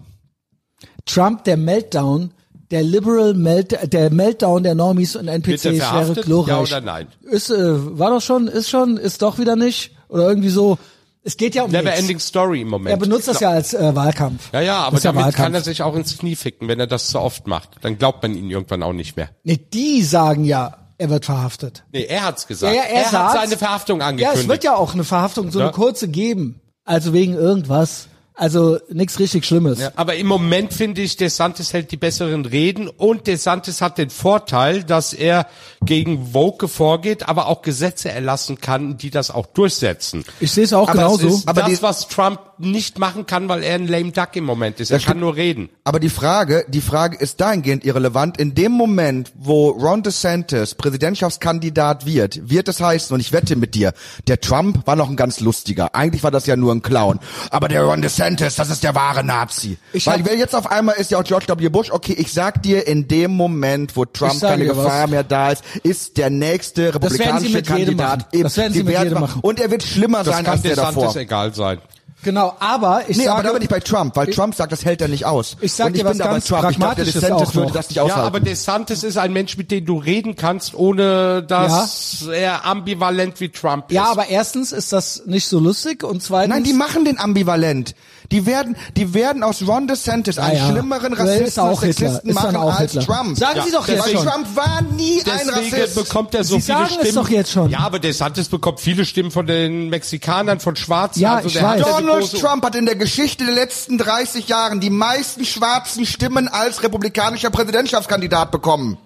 S1: Trump, der Meltdown, der Liberal Melt, der Meltdown der Normies und NPCs
S2: Wird er
S1: wäre
S2: verhaftet?
S1: glorreich.
S2: Ja oder nein?
S1: Ist, äh, war doch schon, ist schon, ist doch wieder nicht. Oder irgendwie so. Es geht ja um
S2: Never
S1: nichts.
S2: ending story im
S1: Er
S2: Moment.
S1: benutzt das ja als äh, Wahlkampf.
S2: ja, ja, aber
S1: Ist ja
S2: damit
S1: Wahlkampf.
S2: kann er sich auch ins Knie ficken, wenn er das zu oft macht. Dann glaubt man ihn irgendwann auch nicht mehr.
S1: Nee, die sagen ja, er wird verhaftet.
S2: Nee, er hat's gesagt.
S1: Ja, ja, er
S2: hat
S1: sagt's.
S2: seine Verhaftung
S1: Ja,
S2: angekündigt.
S1: es wird ja auch eine Verhaftung, so
S2: Ja.
S1: eine kurze geben. Also wegen irgendwas. Also nichts richtig Schlimmes.
S2: Aber im Moment finde ich, DeSantis hält die besseren Reden und DeSantis hat den Vorteil, dass er gegen Woke vorgeht, aber auch Gesetze erlassen kann, die das auch durchsetzen.
S1: Ich sehe es auch
S3: Aber es
S1: genauso.
S3: ist- Aber
S2: Aber das,
S3: die-
S2: was Trump nicht machen kann, weil er ein lame duck im Moment ist. Er kann
S3: stimmt.
S2: nur reden.
S3: Aber die Frage, die Frage ist dahingehend irrelevant. In dem Moment, wo Ron DeSantis Präsidentschaftskandidat wird, wird es heißen, und ich wette mit dir, der Trump war noch ein ganz lustiger. Eigentlich war das ja nur ein Clown. Aber der Ron DeSantis, das ist der wahre Nazi.
S1: Ich
S3: Weil
S1: hab-
S3: wer jetzt auf einmal ist ja auch George W. Bush. Okay, ich sag dir, in dem Moment, wo
S1: Ich
S3: Trump
S1: sag
S3: keine
S1: dir
S3: Gefahr
S1: was.
S3: mehr da ist, ist der nächste
S1: werden sie
S3: republikanische
S1: mit jedem
S3: Kandidat
S1: machen. Das werden sie
S3: die
S1: mit jedem
S3: ma-
S1: machen.
S3: Und er wird schlimmer
S2: Das
S3: sein
S2: kann
S3: als der davor.
S2: DeSantis egal sein.
S1: Genau, aber ich
S3: Nee,
S1: sage,
S3: aber da bin ich bei Trump, weil Trump sagt, das hält er nicht aus.
S1: Ich sag
S3: Und
S1: dir
S3: ich
S1: was
S3: bin da bei
S1: ganz
S3: Trump. Ich glaube, der
S1: Pragmatisches auch
S3: DeSantis würde
S1: noch.
S3: das nicht
S2: Ja,
S3: aushalten.
S2: aber DeSantis ist ein Mensch, mit dem du reden kannst, ohne dass er ambivalent wie Trump ist.
S1: ja, aber erstens ist das nicht so lustig und zweitens
S3: Nein, die machen den ambivalent. Die werden, die werden aus Ron DeSantis einen
S1: ja.
S3: schlimmeren
S1: Der ist
S3: Rassisten,
S1: auch Hitler.
S3: Sexisten
S1: Ist dann
S3: machen
S1: auch
S3: als
S1: Hitler.
S3: Trump.
S1: Sagen Sie doch jetzt
S3: weil
S1: schon.
S3: Trump war nie ein
S2: Deswegen
S3: Rassist.
S2: bekommt er so
S1: Sie
S2: viele
S1: sagen es
S2: Stimmen.
S1: doch jetzt schon.
S2: Ja, aber DeSantis bekommt viele Stimmen von den Mexikanern, von Schwarzen.
S1: Ja,
S2: also
S1: ich
S2: der
S1: weiß.
S2: hat ja die
S3: Donald
S2: große-
S3: Trump hat in der Geschichte der letzten 30 Jahren die meisten schwarzen Stimmen als republikanischer Präsidentschaftskandidat bekommen.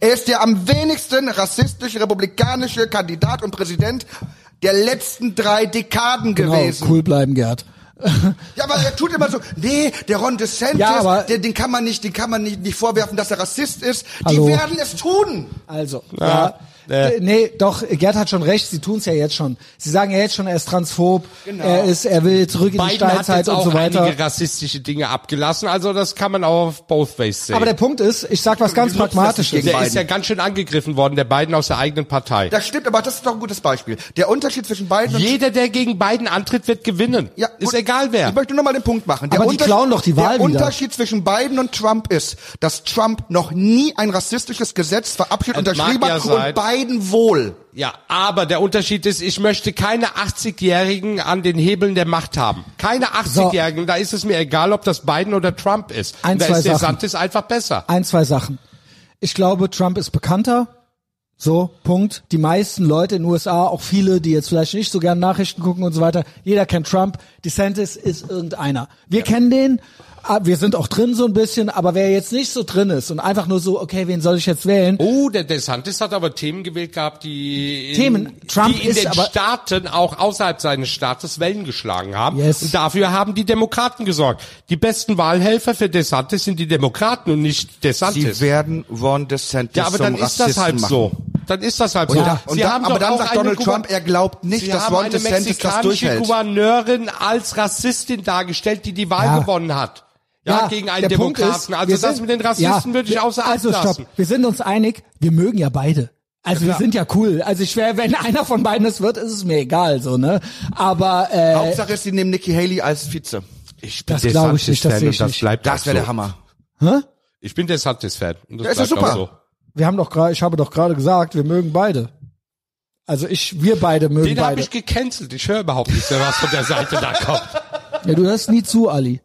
S3: Er ist der am wenigsten rassistische republikanische Kandidat und Präsident der letzten drei Dekaden
S1: genau,
S3: gewesen.
S1: cool bleiben, Gerd.
S3: Ja, aber er tut immer so, nee, der Ron DeSantis,
S1: Ja, aber-
S3: den, den kann man nicht, den kann man nicht, nicht vorwerfen, dass er Rassist ist.
S1: Hallo.
S3: Die werden es tun.
S1: Also, ja.
S3: äh.
S1: D- Nee, doch, Gerd hat schon recht, sie tun's ja jetzt schon. Sie sagen ja jetzt schon, er ist transphob,
S3: Genau.
S1: er ist, er will zurück in die
S2: Biden hat
S1: Steinzeit
S2: jetzt
S1: und
S2: auch
S1: so weiter.
S2: einige rassistische Dinge abgelassen, also das kann man auch auf both ways sehen.
S1: Aber der Punkt ist, ich sag was ganz
S3: nutzen das nicht
S1: Pragmatisches.
S3: gegen-
S2: der ist
S3: Biden.
S2: ja ganz schön angegriffen worden, der Biden aus der eigenen Partei.
S3: Das stimmt, aber das ist doch ein gutes Beispiel. Der Unterschied zwischen beiden
S2: Jeder, der gegen Biden antritt, wird gewinnen. ist
S3: gut.
S2: egal wer.
S3: Ich möchte nur mal den Punkt machen. Der
S1: Aber die
S3: Unter-
S1: klauen doch die Wahl
S3: Der
S1: wieder.
S3: Unterschied zwischen Biden und Trump ist, dass Trump noch nie ein rassistisches Gesetz verabschiedet,
S2: Das mag
S3: unterschrieben
S2: ja sein.
S3: hat und Biden wohl.
S2: Ja, aber der Unterschied ist, ich möchte keine 80-Jährigen an den Hebeln der Macht haben. Keine 80-Jährigen, da ist es mir egal, ob das Biden oder Trump ist.
S1: Ein,
S2: da
S1: zwei
S2: ist
S1: Sachen.
S2: DeSantis einfach besser.
S1: Ein, zwei Sachen. Ich glaube, Trump ist bekannter. So, Punkt. Die meisten Leute in den USA, auch viele, die jetzt vielleicht nicht so gerne Nachrichten gucken und so weiter, jeder kennt Trump. DeSantis ist irgendeiner. Wir kennen den, ah, wir sind auch drin so ein bisschen, aber wer jetzt nicht so drin ist und einfach nur so, okay, wen soll ich jetzt wählen?
S2: Oh, der DeSantis hat aber Themen gewählt gehabt, die in,
S1: Themen. Trump
S2: die in
S1: ist
S2: den
S1: aber-
S2: Staaten, auch außerhalb seines Staates, Wellen geschlagen haben.
S1: Yes.
S2: Und dafür haben die Demokraten gesorgt. Die besten Wahlhelfer für DeSantis sind die Demokraten und nicht DeSantis.
S3: werden Ron DeSantis
S2: ja, aber dann ist das halt so. Dann ist das halt so.
S3: Ja, und
S2: Sie
S3: da,
S2: haben
S3: aber
S2: doch
S3: dann
S2: auch
S3: sagt
S2: eine
S3: Donald
S2: Kuba-
S3: Trump, er glaubt nicht,
S2: Sie
S3: dass
S2: haben
S3: Ron
S2: eine
S3: DeSantis das
S2: mexikanische
S3: durchhält.
S2: Gouverneurin als Rassistin dargestellt, die die Wahl
S1: Ja.
S2: gewonnen hat. Ja, gegen einen
S1: der Punkt
S2: Demokraten. also
S1: wir
S2: das mit den Rassisten würde ich
S1: wir-
S2: außer Acht
S1: Also
S2: lassen.
S1: stopp, wir sind uns einig, wir mögen ja beide. Also wir sind ja cool. Also ich wäre, wenn einer von beiden es wird, ist es mir egal, so, ne? Aber, äh,
S3: Hauptsache ist, sie nehmen Nikki Haley als Vize.
S2: Ich bin
S1: Das glaub ich nicht, das
S2: DeSantis-Fan
S1: sehe
S2: und
S1: ich
S2: das
S1: nicht.
S2: bleibt auch
S3: Das wäre
S2: so.
S3: der Hammer.
S2: Ich bin DeSantis-Fan und das
S3: Ja, ist ja
S2: bleibt auch so.
S3: super.
S1: wir haben doch gerade, ich habe doch gerade gesagt, wir mögen beide. Also ich, wir beide mögen
S2: Den habe
S1: beide.
S2: ich gecancelt. Ich höre überhaupt nicht mehr, was von der Seite da kommt.
S1: Ja, du hörst nie zu, Ali.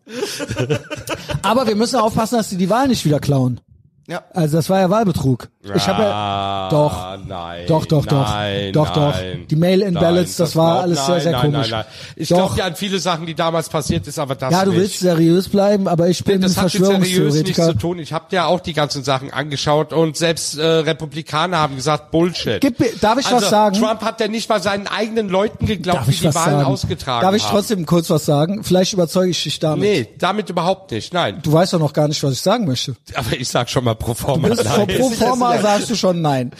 S1: Aber wir müssen aufpassen, dass sie die Wahl nicht wieder klauen.
S3: Ja.
S1: Also das war ja Wahlbetrug. Ich habe ja, doch.
S2: Ah, nein.
S1: Doch, doch, doch.
S2: Nein,
S1: Doch, doch.
S2: nein.
S1: Die Mail-in
S2: Nein,
S1: Ballots, das war alles sehr,
S2: nein,
S1: sehr
S2: nein,
S1: komisch.
S2: Nein, nein. Ich
S1: Doch.
S2: glaube ja an viele Sachen, die damals passiert ist, aber das
S1: Ja, du
S2: nicht.
S1: willst seriös bleiben, aber ich bin
S2: das hat mit seriös nichts
S1: Verschwörungstheoretiker.
S2: zu tun. Ich habe ja auch die ganzen Sachen angeschaut und selbst äh, Republikaner haben gesagt Bullshit.
S1: Gib mir- darf ich
S2: also,
S1: was sagen?
S2: Trump hat ja nicht mal seinen eigenen Leuten geglaubt,
S1: Darf
S2: die
S1: ich
S2: die Wahlen
S1: was sagen?
S2: ausgetragen
S1: Darf ich
S2: haben.
S1: trotzdem kurz was sagen? Vielleicht überzeuge ich dich damit.
S2: Nee, damit überhaupt nicht. Nein,
S1: Du weißt doch noch gar nicht, was ich sagen möchte.
S2: aber ich sag schon mal pro forma.
S1: Bis
S2: nein.
S1: vor pro forma sagst du schon nein.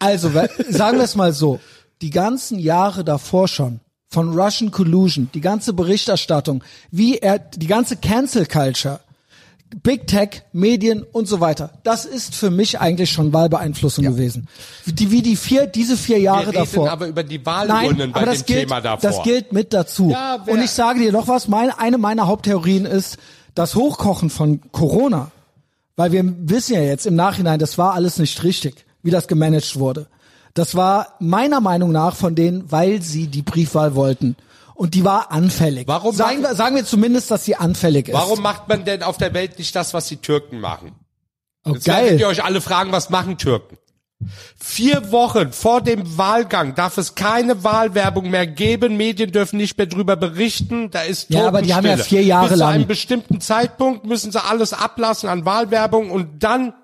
S1: Also, we- sagen wir es mal so. Die ganzen Jahre davor schon, von Russian Collusion, die ganze Berichterstattung, wie er, die ganze Cancel Culture, Big Tech, Medien und so weiter. Das ist für mich eigentlich schon Wahlbeeinflussung gewesen. Die, wie die vier, diese vier Jahre
S2: Wir reden
S1: davor.
S2: aber über die
S1: Nein,
S2: Wahlurnen bei
S1: aber das
S2: dem
S1: gilt,
S2: Thema davor.
S1: das gilt mit dazu.
S2: Ja, wer-
S1: und ich sage dir noch was, mein, eine meiner Haupttheorien ist, das Hochkochen von Corona, weil wir wissen ja jetzt im Nachhinein, das war alles nicht richtig, wie das gemanagt wurde. Das war meiner Meinung nach von denen, weil sie die Briefwahl wollten. Und die war anfällig.
S2: Warum
S1: sagen,
S2: machen-
S1: wir, sagen wir zumindest, dass sie anfällig ist.
S2: Warum macht man denn auf der Welt nicht das, was die Türken machen?
S1: Oh,
S2: Jetzt werdet
S1: geil.
S2: ihr euch alle fragen, was machen Türken? Vier Wochen vor dem Wahlgang darf es keine Wahlwerbung mehr geben. Medien dürfen nicht mehr drüber berichten. Da ist
S1: Ja, aber die haben ja
S2: Totenstille.
S1: vier Jahre
S2: Bis zu
S1: lang.
S2: einem bestimmten Zeitpunkt müssen sie alles ablassen an Wahlwerbung und dann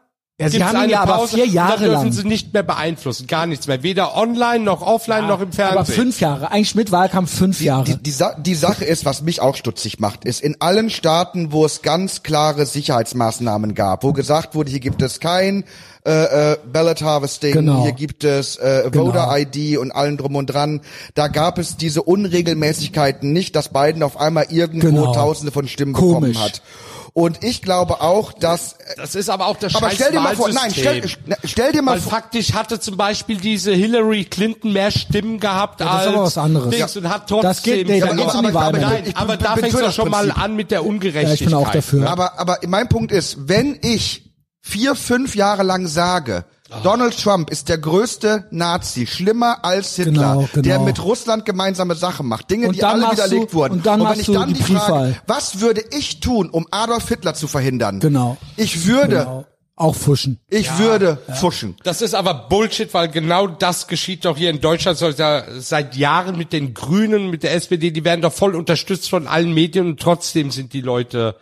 S1: Ja, sie
S2: gibt's
S1: haben ihn
S2: eine
S1: ja aber
S2: Pause.
S1: vier
S2: und
S1: Jahre
S2: Dann dürfen
S1: lang.
S2: sie nicht mehr beeinflussen, gar nichts mehr, weder online noch offline noch im Fernsehen.
S1: Aber fünf Jahre, eigentlich mit Wahlkampf fünf Jahre.
S3: Die, die, Sa die Sache ist, was mich auch stutzig macht, ist in allen Staaten, wo es ganz klare Sicherheitsmaßnahmen gab, wo gesagt wurde, hier gibt es kein äh, äh, Ballot Harvesting,
S1: Genau.
S3: hier gibt es äh, Voter ID und allen drum und dran. Da gab es diese Unregelmäßigkeiten nicht, dass Biden auf einmal irgendwo
S1: Genau.
S3: Tausende von Stimmen
S1: Komisch.
S3: bekommen hat. Und ich glaube auch, dass äh,
S2: Das ist aber auch das
S3: aber
S2: scheiß
S3: stell dir mal vor, nein,
S2: Wahlsystem.
S3: stell, stell dir mal
S2: Weil
S3: vor,
S2: faktisch hatte zum Beispiel diese Hillary Clinton mehr Stimmen gehabt
S1: das
S2: als
S1: ist aber was anderes.
S2: Dings
S1: Ja.
S2: und hat trotzdem
S1: Das geht- nee, da
S2: verloren.
S1: geht's um die Wahl,
S2: aber,
S1: Männer.
S2: nein,
S3: Ich bin-
S2: aber da
S3: bin
S2: fängt
S3: für
S2: es
S3: das
S2: schon mal
S3: Prinzip.
S2: an mit der
S1: Ja,
S2: Ungerechtigkeit.
S1: ich bin auch dafür.
S3: Aber, aber mein Punkt ist, wenn ich vier, fünf Jahre lang sage,
S1: Ah.
S3: Donald Trump ist der größte Nazi, schlimmer als Hitler,
S1: Genau, genau.
S3: der mit Russland gemeinsame Sachen macht, Dinge,
S1: Und
S3: die
S1: dann
S3: alle
S1: machst
S3: widerlegt
S1: du-
S3: wurden.
S1: und dann
S3: wenn
S1: machst
S3: ich
S1: du
S3: dann
S1: die
S3: die Frage,
S1: Briefwahl.
S3: was würde ich tun, um Adolf Hitler zu verhindern?
S1: Genau.
S3: Ich würde,
S1: Genau. Auch fuschen.
S3: ich würde fuschen.
S2: Das ist aber Bullshit, weil genau das geschieht doch hier in Deutschland so- da- seit Jahren mit den Grünen, mit der SPD. Die werden doch voll unterstützt von allen Medien und trotzdem sind die Leute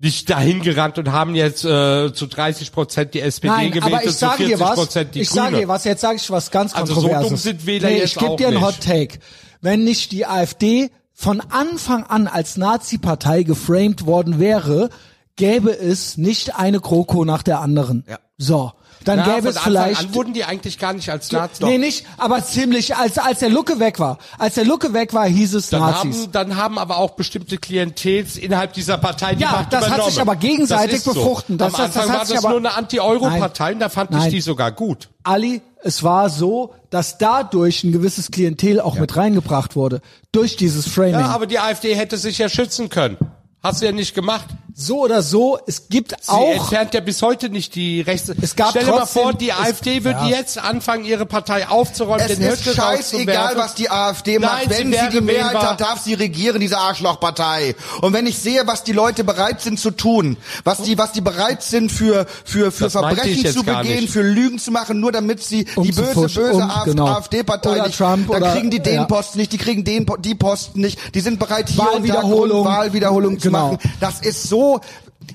S2: nicht dahin gerannt und haben jetzt äh, zu 30 Prozent die SPD
S1: Nein,
S2: gewählt
S1: aber
S2: und
S1: ich
S2: zu
S1: sage
S2: 40
S1: dir was.
S2: Prozent die
S1: Ich
S2: Grüne.
S1: sage dir was. Jetzt sage ich was ganz
S2: Also so
S1: Kontroverses.
S2: dumm sind Wähler
S1: nee,
S2: jetzt
S1: ich gebe
S2: auch
S1: dir einen
S2: nicht.
S1: Hot Take. Wenn nicht die AfD von Anfang an als Nazi-Partei geframed worden wäre, gäbe es nicht eine Kroko nach der anderen.
S3: Ja.
S1: So. Dann
S2: Na,
S1: gäbe
S2: von
S1: es
S2: Anfang
S1: vielleicht
S2: an wurden die eigentlich gar nicht als Nazis.
S1: Nee, nicht, aber ziemlich, als, als der Lucke weg war. Als der Lucke weg war, hieß es
S2: Dann
S1: Nazis.
S2: haben, dann haben aber auch bestimmte Klientels innerhalb dieser Partei die
S1: Ja,
S2: Macht
S1: das hat
S2: übernommen.
S1: sich aber gegenseitig
S2: Das ist so.
S1: befruchten. Das-
S2: Am
S1: das- das
S2: Anfang
S1: hat
S2: war
S1: sich
S2: das
S1: aber-
S2: nur eine Anti-Euro-Partei und da fand ich
S1: Nein.
S2: die sogar gut.
S1: Ali, es war so, dass dadurch ein gewisses Klientel auch mit reingebracht wurde. Durch dieses Framing.
S2: Ja, aber die AfD hätte sich ja schützen können. Hast du ja nicht gemacht.
S1: so oder so, es gibt
S2: Sie
S1: auch,
S2: entfernt ja bis heute nicht die Rechte.
S1: Es gab
S2: Stell dir mal
S1: trotzdem-
S2: vor, die
S1: es-
S2: AfD wird
S1: ja.
S2: jetzt anfangen, ihre Partei aufzuräumen,
S3: Es
S2: den
S3: ist
S2: Höcke
S3: scheißegal,
S2: rauszuwerfen.
S3: was die AfD
S2: Nein,
S3: macht.
S2: sie
S3: Wenn sie,
S2: wäre
S3: die Mehrheit
S2: wählbar.
S3: hat, darf sie regieren, diese Arschlochpartei. Und wenn ich sehe, was die Leute bereit sind zu tun, was die, was die bereit sind für, für, für
S2: Das meinte ich
S3: Verbrechen
S2: jetzt
S3: zu
S2: gar
S3: begehen,
S2: nicht.
S3: für Lügen zu machen, nur damit sie
S1: Um
S3: die
S1: zu
S3: böse,
S1: fuschen,
S3: böse
S1: um-
S3: Af-
S1: genau.
S3: AfD-Partei
S1: Oder
S3: nicht,
S1: Trump
S3: dann
S1: oder-
S3: kriegen die den
S1: ja.
S3: Posten nicht, die kriegen den, Po- die Posten nicht, die sind bereit, hier und da
S1: Wahlwiederholung.
S3: Wahlwiederholung zu
S1: Genau.
S3: machen. Das ist so,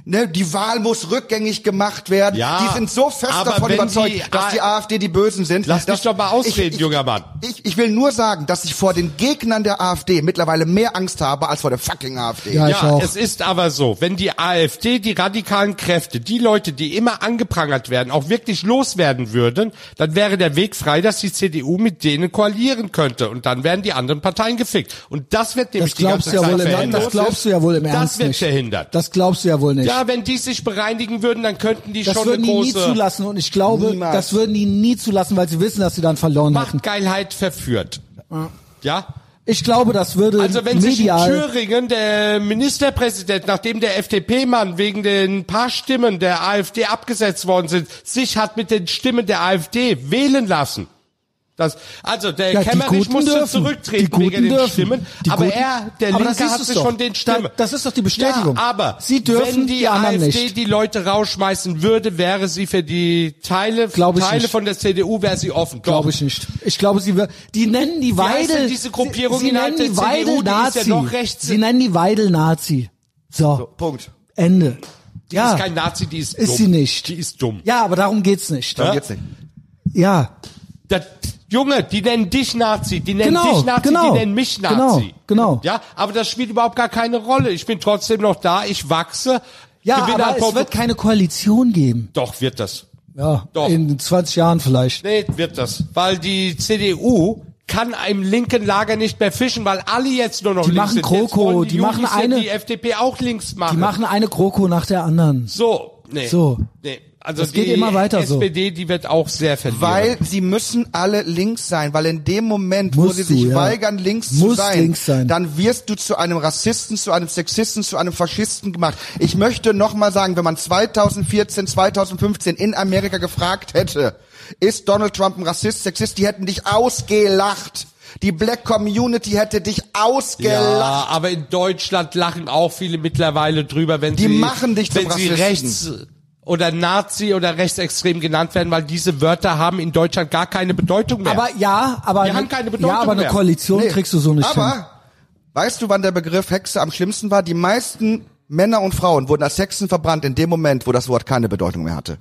S3: ne, die Wahl muss rückgängig gemacht werden.
S2: Ja,
S3: die sind so fest
S2: aber
S3: davon
S2: wenn
S3: überzeugt,
S2: die
S3: dass die AfD die Bösen sind.
S2: Lass
S3: dass,
S2: mich doch mal ausreden,
S3: ich, ich,
S2: junger Mann.
S3: ich, ich will nur sagen, dass ich vor den Gegnern der AfD mittlerweile mehr Angst habe als vor der fucking AfD.
S1: Ja, ich
S2: Ja,
S1: auch.
S2: es ist aber so, wenn die AfD die radikalen Kräfte, die Leute, die immer angeprangert werden, auch wirklich loswerden würden, dann wäre der Weg frei, dass die CDU mit denen koalieren könnte und dann werden die anderen Parteien gefickt. Und das wird nämlich
S1: das glaubst,
S2: die
S1: du
S2: ganze
S1: ja
S2: Zeit
S1: wohl im,
S2: verhindert.
S1: das glaubst du ja wohl im
S2: Das
S1: Ernst
S2: wird
S1: nicht.
S2: verhindert.
S1: Das glaubst du ja wohl nicht.
S2: Ja, wenn die sich bereinigen würden, dann könnten die
S1: das
S2: schon eine
S1: würden die nie
S2: große
S1: zulassen und ich glaube,
S3: Niemals.
S1: das würden die nie zulassen, weil sie wissen, dass sie dann verloren hätten.
S2: Machtgeilheit verführt. Ja?
S1: Ich glaube, das würde
S2: Also wenn sich in
S1: medial...
S2: Thüringen der Ministerpräsident, nachdem der FDP-Mann wegen den paar Stimmen der AfD abgesetzt worden sind, sich hat mit den Stimmen der AfD wählen lassen. Das, also der
S1: Ja, die
S2: Kämmerich
S1: Guten
S2: musste
S1: dürfen. Die
S2: zurücktreten
S1: Guten
S2: wegen den
S1: dürfen.
S2: Stimmen,
S1: Die
S2: aber
S1: Guten-
S2: er, der
S1: Aber das
S2: Linke,
S1: ist
S2: hat
S1: es
S2: sich
S1: doch.
S2: von den Stimmen...
S1: Da- das ist doch die Bestätigung.
S2: Ja, aber
S1: Sie dürfen,
S2: wenn die,
S1: die anderen
S2: AfD
S1: nicht.
S2: die Leute rausschmeißen würde, wäre sie für die Teile,
S1: Glaub ich
S2: Teile
S1: nicht.
S2: von der CDU wäre sie offen. Doch.
S1: Glaube ich nicht. Ich glaube, sie wir, die nennen die
S2: heißt
S1: Weidel.
S2: denn diese Gruppierung
S1: sie, sie
S2: innerhalb
S1: nennen die
S2: der CDU?
S1: Weidel
S2: Die ist ja
S1: Nazi.
S2: noch rechts.
S1: Sie nennen die Weidel Nazi. So.
S3: Punkt.
S1: Ende. ja.
S2: Ist kein Nazi, die ist,
S1: Ist
S2: dumm.
S1: sie nicht.
S2: Die ist dumm.
S1: ja, aber darum geht's nicht.
S2: Ja?
S3: Jetzt nicht.
S1: Ja,
S2: Das, Junge, die nennen dich Nazi, die nennen
S1: Genau,
S2: dich Nazi,
S1: genau,
S2: die nennen mich Nazi.
S1: genau, genau.
S2: Ja, aber das spielt überhaupt gar keine Rolle. Ich bin trotzdem noch da, ich wachse.
S1: ja,
S2: gewinne an
S1: aber es
S2: Popu-
S1: wird keine Koalition geben.
S2: Doch, wird das.
S1: Ja,
S2: Doch.
S1: in 20 Jahren vielleicht.
S2: Nee, wird das. Weil die CDU kann im linken Lager nicht mehr fischen, weil alle jetzt nur noch
S1: Die
S2: links
S1: machen
S2: sind. Jetzt
S1: Kroko,
S2: wollen
S1: die machen
S2: Julis ja
S1: eine-
S2: die FDP auch links machen.
S1: Die machen eine Kroko nach der anderen.
S2: so, nee.
S1: So.
S2: Nee. Also
S1: Das geht
S2: die
S1: immer weiter so.
S2: SPD, die wird auch sehr verlieren.
S3: Weil sie müssen alle links sein, weil in dem Moment, wo
S1: Musst
S3: sie sich
S1: du, ja.
S3: weigern, links zu
S1: Musst
S3: sein,
S1: links sein.
S3: dann wirst du zu einem Rassisten, zu einem Sexisten, zu einem Faschisten gemacht. Ich möchte nochmal sagen, wenn man 2014, 2015 in Amerika gefragt hätte, ist Donald Trump ein Rassist, Sexist, die hätten dich ausgelacht. Die Black Community hätte dich ausgelacht.
S2: Ja, aber in Deutschland lachen auch viele mittlerweile drüber, wenn
S3: Die
S2: sie
S3: machen dich zum
S2: wenn sie rechts
S3: Rassisten.
S2: oder Nazi oder rechtsextrem genannt werden, weil diese Wörter haben in Deutschland gar keine Bedeutung mehr.
S1: Aber ja, aber, ne-
S2: Die haben keine Bedeutung
S1: ja, aber eine
S2: mehr.
S1: Koalition
S3: Nee.
S1: kriegst du so nicht
S3: Aber
S1: hin.
S3: weißt du, wann der Begriff Hexe am schlimmsten war? Die meisten Männer und Frauen wurden als Hexen verbrannt in dem Moment, wo das Wort keine Bedeutung mehr hatte.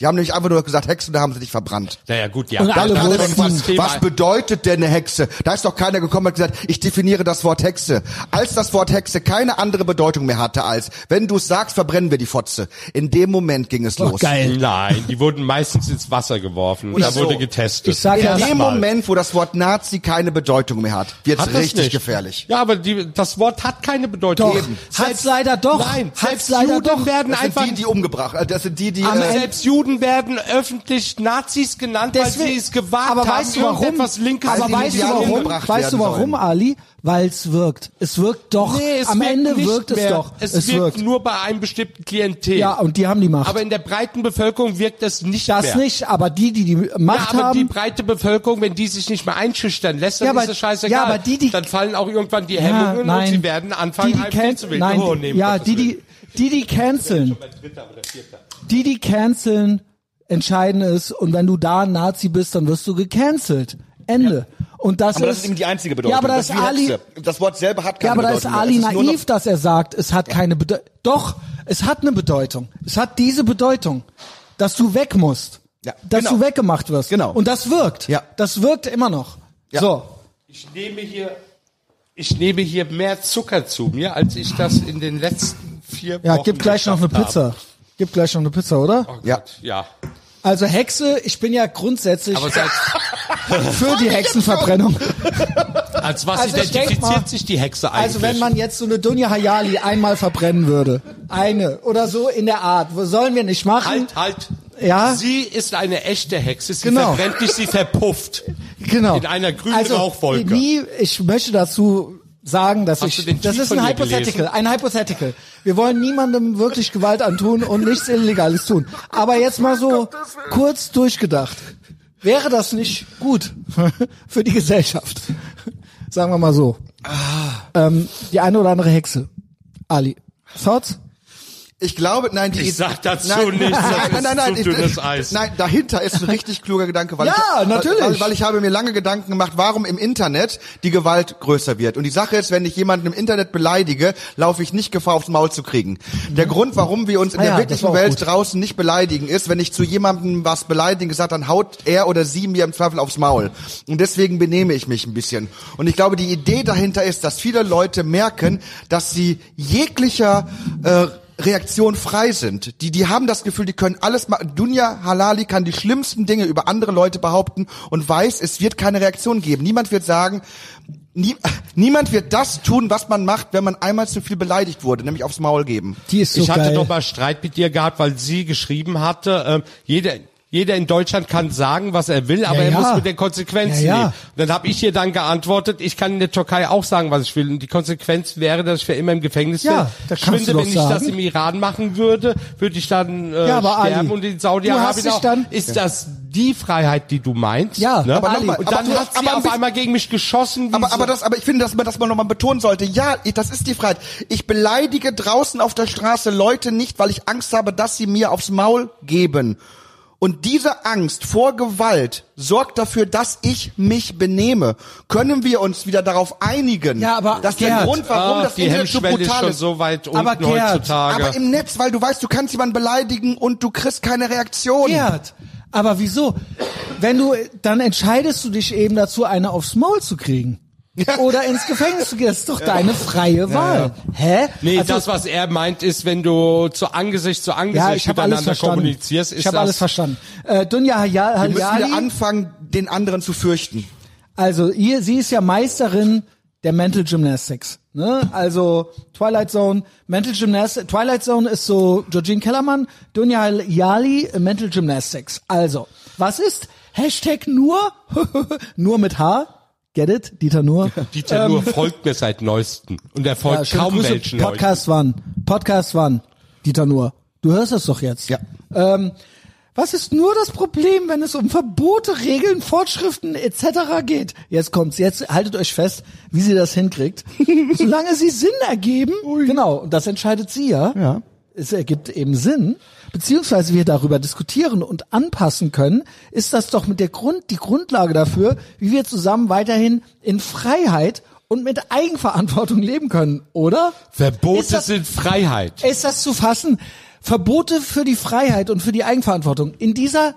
S3: Die haben nämlich einfach nur gesagt, Hexe, da haben sie dich verbrannt.
S2: Naja, gut, ja.
S1: Und
S2: Da-
S1: alle
S2: da-
S1: wussten,
S2: das ist das Thema.
S3: Was bedeutet denn eine Hexe? Da ist doch keiner gekommen und hat gesagt, ich definiere das Wort Hexe. Als das Wort Hexe keine andere Bedeutung mehr hatte als, wenn du es sagst, verbrennen wir die Fotze. In dem Moment ging es los.
S1: geil.
S2: Nein, die wurden meistens ins Wasser geworfen. Und
S3: Oder
S2: da wurde
S3: so.
S2: getestet.
S1: Ich sag
S3: In
S1: ja,
S3: dem
S2: mal.
S3: Moment, wo das Wort Nazi keine Bedeutung mehr hat, wird
S2: Hat
S3: es
S2: das
S3: richtig
S2: nicht.
S3: gefährlich.
S2: Ja, aber die, das Wort hat keine Bedeutung.
S1: Doch.
S2: Eben.
S1: Hat's leider doch.
S2: Nein,
S1: Hat's
S2: selbst
S1: leider
S2: Juden
S1: doch.
S2: werden
S3: Das sind
S2: einfach...
S3: die, die umgebracht, äh, das sind die, die,
S2: aber
S3: äh,
S2: selbst Juden werden öffentlich Nazis genannt, weil sie es gewagt
S1: aber
S2: haben,
S1: weißt du warum?
S2: irgendetwas Linkes
S1: aber
S3: die
S1: weißt du
S3: Milliarden
S1: warum?
S3: umgebracht
S1: Weißt du
S3: werden
S1: warum,
S3: sollen.
S1: Ali? Weil es wirkt. Es wirkt doch.
S2: Nee, es
S1: Am
S2: wirkt
S1: Ende
S2: nicht
S1: wirkt
S2: mehr.
S1: es doch.
S2: Es, wirkt, nur bei einem bestimmten Klientel.
S1: Ja, und die haben die Macht.
S2: aber in der breiten Bevölkerung wirkt das nicht
S1: das
S2: mehr.
S1: nicht, aber die, die die Macht
S2: ja, aber die
S1: haben,
S2: breite Bevölkerung, wenn die sich nicht mehr einschüchtern lässt, dann
S1: Ja, aber-
S2: ist es scheißegal.
S1: ja, aber die, die-
S2: dann fallen auch irgendwann die Hemmungen und sie werden anfangen,
S1: die, die
S2: AfD
S1: can-
S2: zu wählen.
S1: Nein,
S2: oh,
S1: die-
S2: nee, um
S1: ja,
S2: Gottes
S1: die,
S2: Willen.
S1: die, die, die canceln,
S2: Mein dritter oder vierter.
S1: die, die canceln, entscheiden ist. Und wenn du da ein Nazi bist, dann wirst du gecancelt. Ende. Und das
S4: Aber
S1: ist,
S4: das ist eben die einzige Bedeutung.
S1: Ja, aber da
S4: das
S1: ist
S4: ist wie
S1: Ali,
S4: Hexe. Das Wort selber hat keine
S1: ja, aber da ist
S4: Bedeutung
S1: Ali
S4: mehr. Es ist nur noch-
S1: naiv, dass er sagt, es hat keine Bedeutung. Doch, es hat eine Bedeutung. Es hat diese Bedeutung, dass du weg musst.
S3: Ja,
S1: dass
S3: genau.
S1: du weggemacht wirst.
S3: Genau.
S1: Und das wirkt.
S3: Ja.
S1: Das wirkt immer noch.
S3: Ja.
S1: So.
S2: Ich nehme hier, ich nehme hier mehr Zucker zu mir, als ich das in den letzten vier
S1: Ja,
S2: Wochen
S1: gib gleich noch eine
S2: geschafft
S1: Pizza. Gib gleich noch eine Pizza, oder?
S2: habe.
S3: Ja.
S2: Ja.
S1: Also Hexe, ich bin ja grundsätzlich
S2: Aber seit,
S1: für die Hexenverbrennung.
S2: als was
S1: Also ich denk mal,
S2: identifiziert sich die Hexe eigentlich?
S1: Also wenn man jetzt so eine Dunja Hayali einmal verbrennen würde, eine oder so in der Art, wo sollen wir nicht machen?
S2: Halt, halt.
S1: Ja?
S2: Sie ist eine echte Hexe. Sie
S1: Genau.
S2: verbrennt nicht, sie verpufft.
S1: Genau.
S2: In einer grünen
S1: also,
S2: Rauchwolke.
S1: Wie, ich möchte dazu sagen, dass
S2: Hast du
S1: ich,
S2: den
S1: das
S2: Tweet
S1: ist ein
S2: von ihr
S1: Hypothetical,
S2: gelesen?
S1: ein Hypothetical. Wir wollen niemandem wirklich Gewalt antun und nichts Illegales tun. Aber jetzt mal so kurz durchgedacht. Wäre das nicht gut für die Gesellschaft? Sagen wir mal so.
S2: Ah.
S1: Ähm, die eine oder andere Hexe. Ali. Thoughts?
S3: ich glaube, nein, die
S2: Ich sag dazu
S3: nein,
S2: nichts, das
S3: nein, nein, nein, nein,
S2: ist zu
S3: ich-
S2: dünnes Eis.
S3: Nein, dahinter ist ein richtig kluger Gedanke, weil
S1: Ja,
S3: ich,
S1: natürlich.
S3: Weil, weil ich habe mir lange Gedanken gemacht, warum im Internet die Gewalt größer wird. Und die Sache ist, wenn ich jemanden im Internet beleidige, laufe ich nicht Gefahr aufs Maul zu kriegen. Der Grund, warum wir uns in
S1: Ah
S3: der
S1: ja, das war
S3: wirklichen
S1: auch
S3: Welt
S1: gut.
S3: draußen nicht beleidigen, ist, wenn ich zu jemandem was beleidigen gesagt, dann haut er oder sie mir im Zweifel aufs Maul. Und deswegen benehme ich mich ein bisschen. Und ich glaube, die Idee dahinter ist, dass viele Leute merken, dass sie jeglicher äh, Reaktion frei sind. Die, die haben das Gefühl, die können alles machen. Dunja Halali kann die schlimmsten Dinge über andere Leute behaupten und weiß, es wird keine Reaktion geben. Niemand wird sagen, nie, niemand wird das tun, was man macht, wenn man einmal zu viel beleidigt wurde, nämlich aufs Maul geben.
S1: Die ist so
S2: ich hatte
S1: geil.
S2: doch mal Streit mit dir gehabt, weil sie geschrieben hatte, ähm, jeder, jeder in Deutschland kann sagen, was er will, aber er
S1: ja.
S2: muss mit den Konsequenzen
S1: Ja, ja.
S2: leben. Und dann habe ich ihr dann geantwortet, ich kann in der Türkei auch sagen, was ich will. Und die Konsequenz wäre, dass ich für immer im Gefängnis
S1: Ja,
S2: bin.
S1: das kannst du
S2: Schwinde,
S1: doch
S2: wenn ich das
S1: sagen.
S2: im Iran machen würde, würde ich dann äh,
S1: Ja, aber
S2: sterben
S1: Ali,
S2: und in
S1: du hast
S2: Saudi-Arabien
S1: dich
S2: auch.
S1: dann-
S2: Ist das die Freiheit, die du meinst? Ne?
S1: Ja, aber
S3: Ali,
S2: und dann
S3: aber du-
S2: hat sie
S3: aber ein
S2: auf
S3: bisschen-
S2: einmal gegen mich geschossen. wie
S3: Aber,
S2: so-
S3: aber, das, aber ich finde, dass man das mal nochmal betonen sollte. Ja, ich- das ist die Freiheit. Ich beleidige draußen auf der Straße Leute nicht, weil ich Angst habe, dass sie mir aufs Maul geben. Und diese Angst vor Gewalt sorgt dafür, dass ich mich benehme. Können wir uns wieder darauf einigen,
S1: Ja, aber
S3: dass der
S1: Gerd,
S3: Grund, warum
S2: Ach,
S3: das
S2: Ah, die
S3: Internet so
S2: Hemmschwelle ist
S3: brutal
S2: schon
S3: ist,
S2: so weit unten
S1: Aber Gerd,
S2: heutzutage.
S3: aber im Netz, weil du weißt, du kannst jemanden beleidigen und du kriegst keine Reaktion.
S1: Gerd, aber wieso? Wenn du, dann entscheidest du dich eben dazu, eine aufs Maul zu kriegen. Oder ins Gefängnis zu gehen. Das ist doch deine freie Wahl. Hä?
S2: Nee,
S1: Also-
S2: das, was er meint, ist, wenn du zu Angesicht zu Angesicht
S1: ja, ich habe alles
S2: miteinander
S1: verstanden.
S2: kommunizierst, ist
S1: Ich habe
S2: das
S1: alles verstanden. Äh, Dunja Hayal,
S3: Wir müssen wieder
S1: Hayali,
S3: anfangen, den anderen zu fürchten.
S1: also ihr, sie ist ja Meisterin der Mental Gymnastics. Ne? Also Twilight Zone, Mental Gymnastics, Twilight Zone ist so Georgine Kellermann, Dunja Hayali, Mental Gymnastics. Also, was ist Hashtag nur, nur mit H, get it, Dieter Nur,
S2: Dieter nur folgt mir seit neuesten und er folgt
S1: schöne
S2: kaum
S1: Grüße.
S2: welchen Leuten.
S1: Podcast wann? Podcast wann? Dieter Nur. Du hörst es doch jetzt.
S3: Ja.
S1: Ähm, was ist nur das Problem, wenn es um Verbote, Regeln, Vorschriften etc. geht? Jetzt kommt's. Jetzt haltet euch fest, wie sie das hinkriegt. Solange sie Sinn ergeben, genau, und das entscheidet sie ja. Ja. Es ergibt eben Sinn, beziehungsweise wir darüber diskutieren und anpassen können, ist das doch mit der Grund, die Grundlage dafür, wie wir zusammen weiterhin in Freiheit und mit Eigenverantwortung leben können, oder?
S2: Verbote
S1: Ist das-
S2: sind Freiheit.
S1: ist das zu fassen? Verbote für die Freiheit und für die Eigenverantwortung. In dieser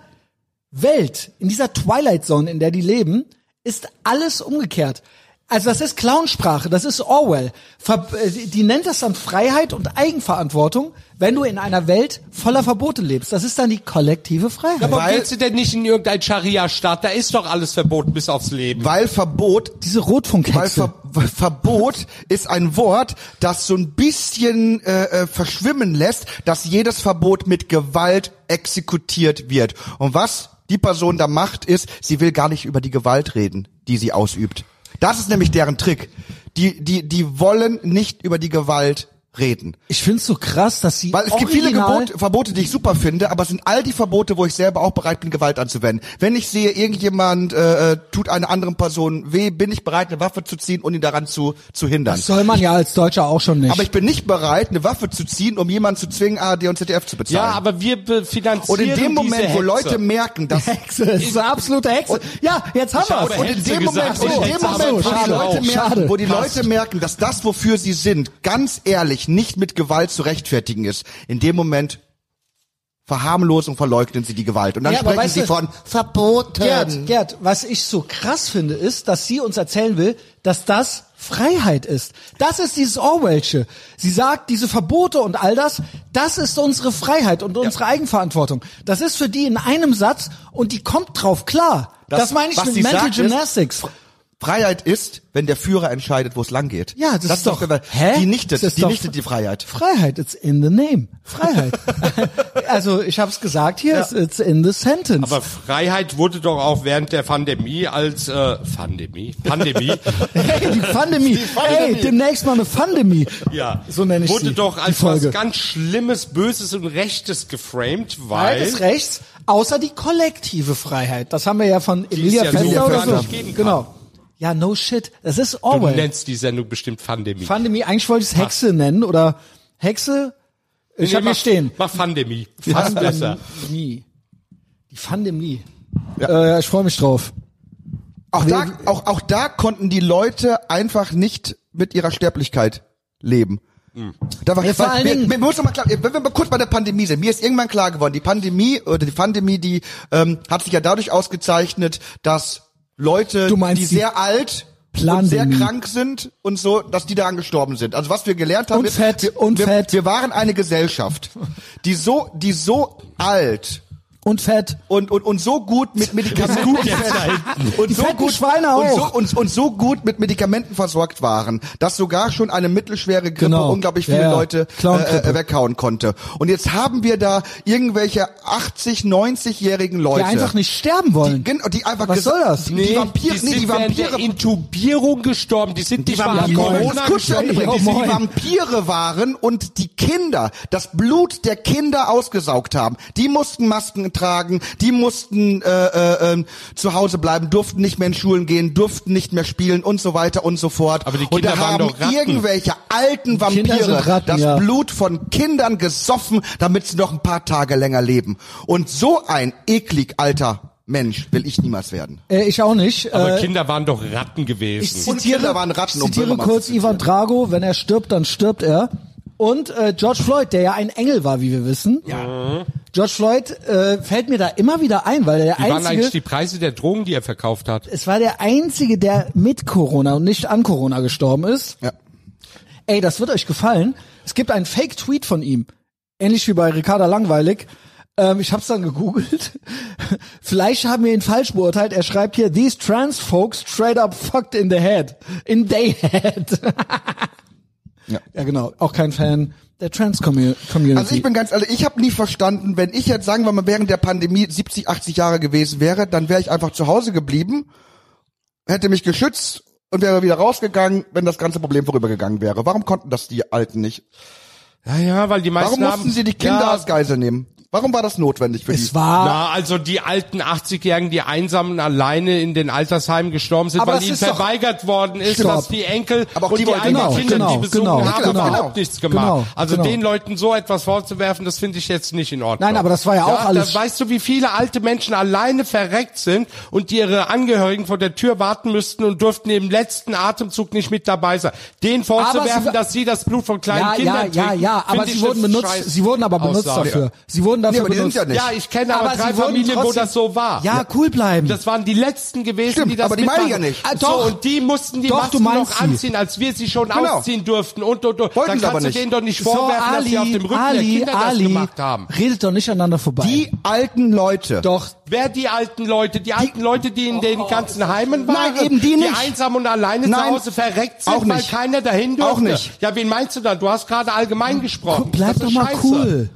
S1: Welt, in dieser Twilight Zone, in der die leben, ist alles umgekehrt. Also das ist Clownsprache, das ist Orwell. Ver äh, die nennt das dann Freiheit und Eigenverantwortung, wenn du in einer Welt voller Verbote lebst. Das ist dann die kollektive Freiheit.
S2: Warum gehst du denn nicht in irgendein Scharia-Staat? Da ist doch alles verboten bis aufs Leben.
S3: Weil Verbot
S1: Diese
S3: Weil
S1: Rotfunkhexe.
S3: Ver Ver- Verbot ist ein Wort, das so ein bisschen äh, äh, verschwimmen lässt, dass jedes Verbot mit Gewalt exekutiert wird. Und was die Person da macht, ist, sie will gar nicht über die Gewalt reden, die sie ausübt. Das ist nämlich deren Trick. Die, die, die wollen nicht über die Gewalt reden.
S1: Ich find's so krass, dass sie
S3: Weil es gibt viele
S1: original
S3: Gebote, Verbote, die ich super finde, aber es sind all die Verbote, wo ich selber auch bereit bin, Gewalt anzuwenden. Wenn ich sehe, irgendjemand äh, äh, tut einer anderen Person weh, bin ich bereit, eine Waffe zu ziehen und ihn daran zu, zu hindern.
S1: Das soll man ja als Deutscher auch schon nicht.
S3: Aber ich bin nicht bereit, eine Waffe zu ziehen, um jemanden zu zwingen, ARD und ZDF zu bezahlen.
S2: Ja, aber wir be- finanzieren
S3: und in dem Moment,
S2: diese
S3: wo
S2: Hexe.
S3: Leute merken, dass
S1: Hexe, es ist eine absolute Hexe. Ja, jetzt haben
S2: habe
S1: wir's.
S3: und in
S2: Hexe
S3: dem Moment,
S2: gesagt,
S3: wo
S2: ich
S3: in dem
S2: Hexe,
S3: Moment, wo
S2: aber
S3: die
S2: schade
S3: Leute
S2: auch.
S3: merken,
S1: Schade.
S3: wo die
S2: Passt.
S3: Leute merken, dass das, wofür sie sind, ganz ehrlich nicht mit Gewalt zu rechtfertigen ist, in dem Moment verharmlosen und verleugnen sie die Gewalt. Und dann
S1: Ja, aber
S3: sprechen
S1: weißt
S3: sie
S1: du-
S3: von Verboten.
S1: Gerd, Gerd, was ich so krass finde, ist, dass sie uns erzählen will, dass das Freiheit ist. Das ist dieses Orwellsche. Sie sagt, diese Verbote und all das, das ist unsere Freiheit und unsere Eigenverantwortung. Das ist für die in einem Satz und die kommt drauf klar. Das,
S3: Das-
S1: meine ich
S3: was
S1: mit
S3: sie
S1: Mental
S3: sagt, ist-
S1: Gymnastics.
S3: Freiheit ist, wenn der Führer entscheidet, wo es lang geht.
S1: Ja, das ist doch- Hä?
S3: die nichtet,
S1: Das ist
S3: die
S1: doch-
S3: nichtet die Freiheit.
S1: Freiheit, it's in the name. Freiheit. also ich habe es gesagt hier, it's, it's in the sentence.
S2: Aber Freiheit wurde doch auch während der Pandemie als äh, Pandemie, Pandemie,
S1: Hey, die Pandemie. Hey, demnächst mal eine Pandemie.
S2: ja,
S1: So nenne ich
S2: wurde
S1: sie,
S2: doch
S1: die
S2: als
S1: Folge.
S2: was ganz Schlimmes, Böses und Rechtes geframed, weil
S1: Freiheit des Rechts, außer die kollektive Freiheit. Das haben wir ja von Emilia
S2: ja so
S1: Fester
S3: gar
S1: oder so.
S2: nicht geben kann.
S1: Genau. Ja, no shit. Das ist
S2: du
S1: Orwell.
S2: nennst die Sendung bestimmt Pandemie.
S1: Pandemie, eigentlich wollte ich es Hexe nennen oder Hexe. Ich hab
S2: mach,
S1: hier stehen.
S2: Mach Pandemie, fast besser.
S1: Pandemie. Die Pandemie. Ja. Äh, ich freue mich drauf.
S3: Auch da, auch, auch da konnten die Leute einfach nicht mit ihrer Sterblichkeit leben. Da war,
S1: Ja, vor allen
S3: wir,
S1: Dingen-
S3: wir müssen noch mal klar, wenn wir mal kurz bei der Pandemie sind, mir ist irgendwann klar geworden, die Pandemie oder die Pandemie, die ähm, hat sich ja dadurch ausgezeichnet, dass Leute,
S1: Du meinst
S3: die
S1: die
S3: sehr alt und
S1: Plandemie.
S3: sehr krank sind und so, dass die daran gestorben sind. Also was wir gelernt haben,
S1: Und
S3: ist,
S1: fett,
S3: wir,
S1: und
S3: wir,
S1: fett.
S3: wir waren eine Gesellschaft, die so, die so alt
S1: Und fett.
S3: und, und, und so gut mit Medikamenten und so
S1: fetten
S3: gut
S1: Schweine
S3: und
S1: auch.
S3: so, und, und so gut mit Medikamenten versorgt waren, dass sogar schon eine mittelschwere Grippe
S1: Genau.
S3: unglaublich viele
S1: Ja, ja.
S3: Leute äh,
S1: Clown-Grippe.
S3: äh, weghauen konnte. Und jetzt haben wir da irgendwelche 80, 90-jährigen Leute,
S1: Die einfach nicht sterben wollen.
S3: Gen-
S2: genau.
S3: die einfach
S1: Was
S3: ges-
S1: soll das?
S3: Die, die Vampire,
S2: die
S3: nee,
S2: sind
S3: die
S2: während der
S3: Vampire
S2: Intubierung gestorben, die sind nicht mal an
S1: Vampire-
S2: Corona
S3: das Kutsche
S2: gestorben.
S3: umgebracht.
S1: Ja,
S3: Die sind
S1: moin.
S3: die Vampire waren und die Kinder, das Blut der Kinder ausgesaugt haben. Die mussten Masken tragen, die mussten äh, äh, ähm, zu Hause bleiben, durften nicht mehr in Schulen gehen, durften nicht mehr spielen und so weiter und so fort.
S2: Aber die
S3: und da
S2: Kinder waren
S3: haben
S2: doch Ratten.
S3: irgendwelche alten
S1: Kinder
S3: Vampire
S1: sind Ratten,
S3: das
S1: ja.
S3: Blut von Kindern gesoffen, damit sie noch ein paar Tage länger leben. Und so ein eklig alter Mensch will ich niemals werden.
S1: Äh, ich auch nicht.
S2: Aber
S1: äh,
S2: Kinder waren doch Ratten gewesen.
S1: Ich
S3: Und
S1: zitiere,
S3: Kinder waren Ratten, um
S1: zitiere
S3: Böhmermann zu
S1: kurz
S3: zitieren.
S1: Ivan Drago, wenn er stirbt, dann stirbt er. Und äh, George Floyd, der ja ein Engel war, wie wir wissen. Ja. George Floyd äh, fällt mir da immer wieder ein, weil er der
S2: Wie waren eigentlich
S1: einzige,
S2: die Preise der Drogen, die er verkauft hat?
S1: es war der einzige, der mit Corona und nicht an Corona gestorben ist.
S3: Ja.
S1: Ey, das wird euch gefallen. Es gibt einen Fake-Tweet von ihm, ähnlich wie bei Ricarda Langweilig. Ähm, ich hab's dann gegoogelt. Vielleicht haben wir ihn falsch beurteilt. Er schreibt hier, these trans folks straight up fucked in the head. In they head. ja.
S3: Ja.
S1: genau. Auch kein Fan der Trans-Community.
S3: Also ich bin ganz ehrlich, ich habe nie verstanden, wenn ich jetzt, sagen wir mal, während der Pandemie 70, 80 Jahre gewesen wäre, dann wäre ich einfach zu Hause geblieben, hätte mich geschützt und wäre wieder rausgegangen, wenn das ganze Problem vorübergegangen wäre. Warum konnten das die Alten nicht?
S2: Ja, ja, weil die meisten
S3: Warum mussten
S2: haben,
S3: sie die Kinder
S2: ja,
S3: als Geisel nehmen? Warum war das notwendig für
S1: Es
S3: die?
S1: war,
S2: Na, also die alten 80-Jährigen, die einsam und alleine in den Altersheimen gestorben sind,
S1: Aber
S2: weil
S1: es
S2: ihnen
S1: ist doch-
S2: verweigert worden ist,
S1: Stopp.
S2: dass die Enkel
S3: Aber auch
S2: und
S3: die
S2: die,
S3: wollten
S2: eigenen
S1: genau,
S2: Kinder, die
S1: genau,
S2: besuchen
S1: genau,
S2: haben,
S3: genau,
S2: überhaupt nichts gemacht.
S1: genau,
S2: also
S1: genau.
S2: den Leuten so etwas vorzuwerfen, das finde ich jetzt nicht in Ordnung.
S1: Nein, aber das war ja auch alles-
S2: Da weißt du, wie viele alte Menschen alleine verreckt sind und die ihre Angehörigen vor der Tür warten müssten und durften im letzten Atemzug nicht mit dabei sein. Den vorzuwerfen,
S1: sie-
S2: dass sie das Blut von kleinen
S1: ja, ja,
S2: Kindern
S1: ja,
S2: trinken,
S1: ja, aber
S2: finde
S1: sie
S2: ich
S1: wurden
S2: eine
S1: benutzt,
S2: scheiß
S1: sie wurden aber benutzt
S2: Aussage.
S1: dafür. Sie wurden
S3: Nee,
S1: dafür
S3: aber die
S1: benutzt.
S3: sind's ja nicht.
S2: Ja, ich kenne aber,
S1: Aber
S2: drei
S1: sie wurden
S2: Familien, wo
S1: trotzdem-
S2: das so war.
S1: Ja, cool bleiben.
S2: Das waren die letzten gewesen,
S3: Stimmt,
S2: die das
S3: aber die meine ich ja nicht.
S1: Ah,
S2: doch,
S1: doch.
S2: so, und die mussten die
S1: Doch, du
S2: Masken noch
S1: meinst sie.
S2: anziehen, als wir sie schon
S3: Genau.
S2: ausziehen durften und und und.
S3: Wollten
S2: Dann
S3: sie aber
S2: kannst du
S3: nicht.
S2: denen doch nicht vorwerfen, dass sie auf dem Rücken der Kinder das gemacht haben.
S1: redet doch nicht aneinander vorbei.
S3: Die alten Leute.
S1: doch,
S2: Wer die alten Leute, die alten Leute, die in
S3: Oh,
S2: den ganzen Heimen waren,
S3: Nein, eben die
S2: die
S3: nicht.
S2: einsam und alleine
S3: Nein,
S2: zu Hause verreckt sind,
S3: auch
S2: weil
S3: nicht.
S2: keiner dahin durfte.
S3: Auch nicht. Hm,
S2: Ja, wen meinst du dann? Du hast gerade allgemein gesprochen.
S1: bleib
S2: Das
S1: doch
S2: ist
S1: mal
S2: scheiße.
S1: cool.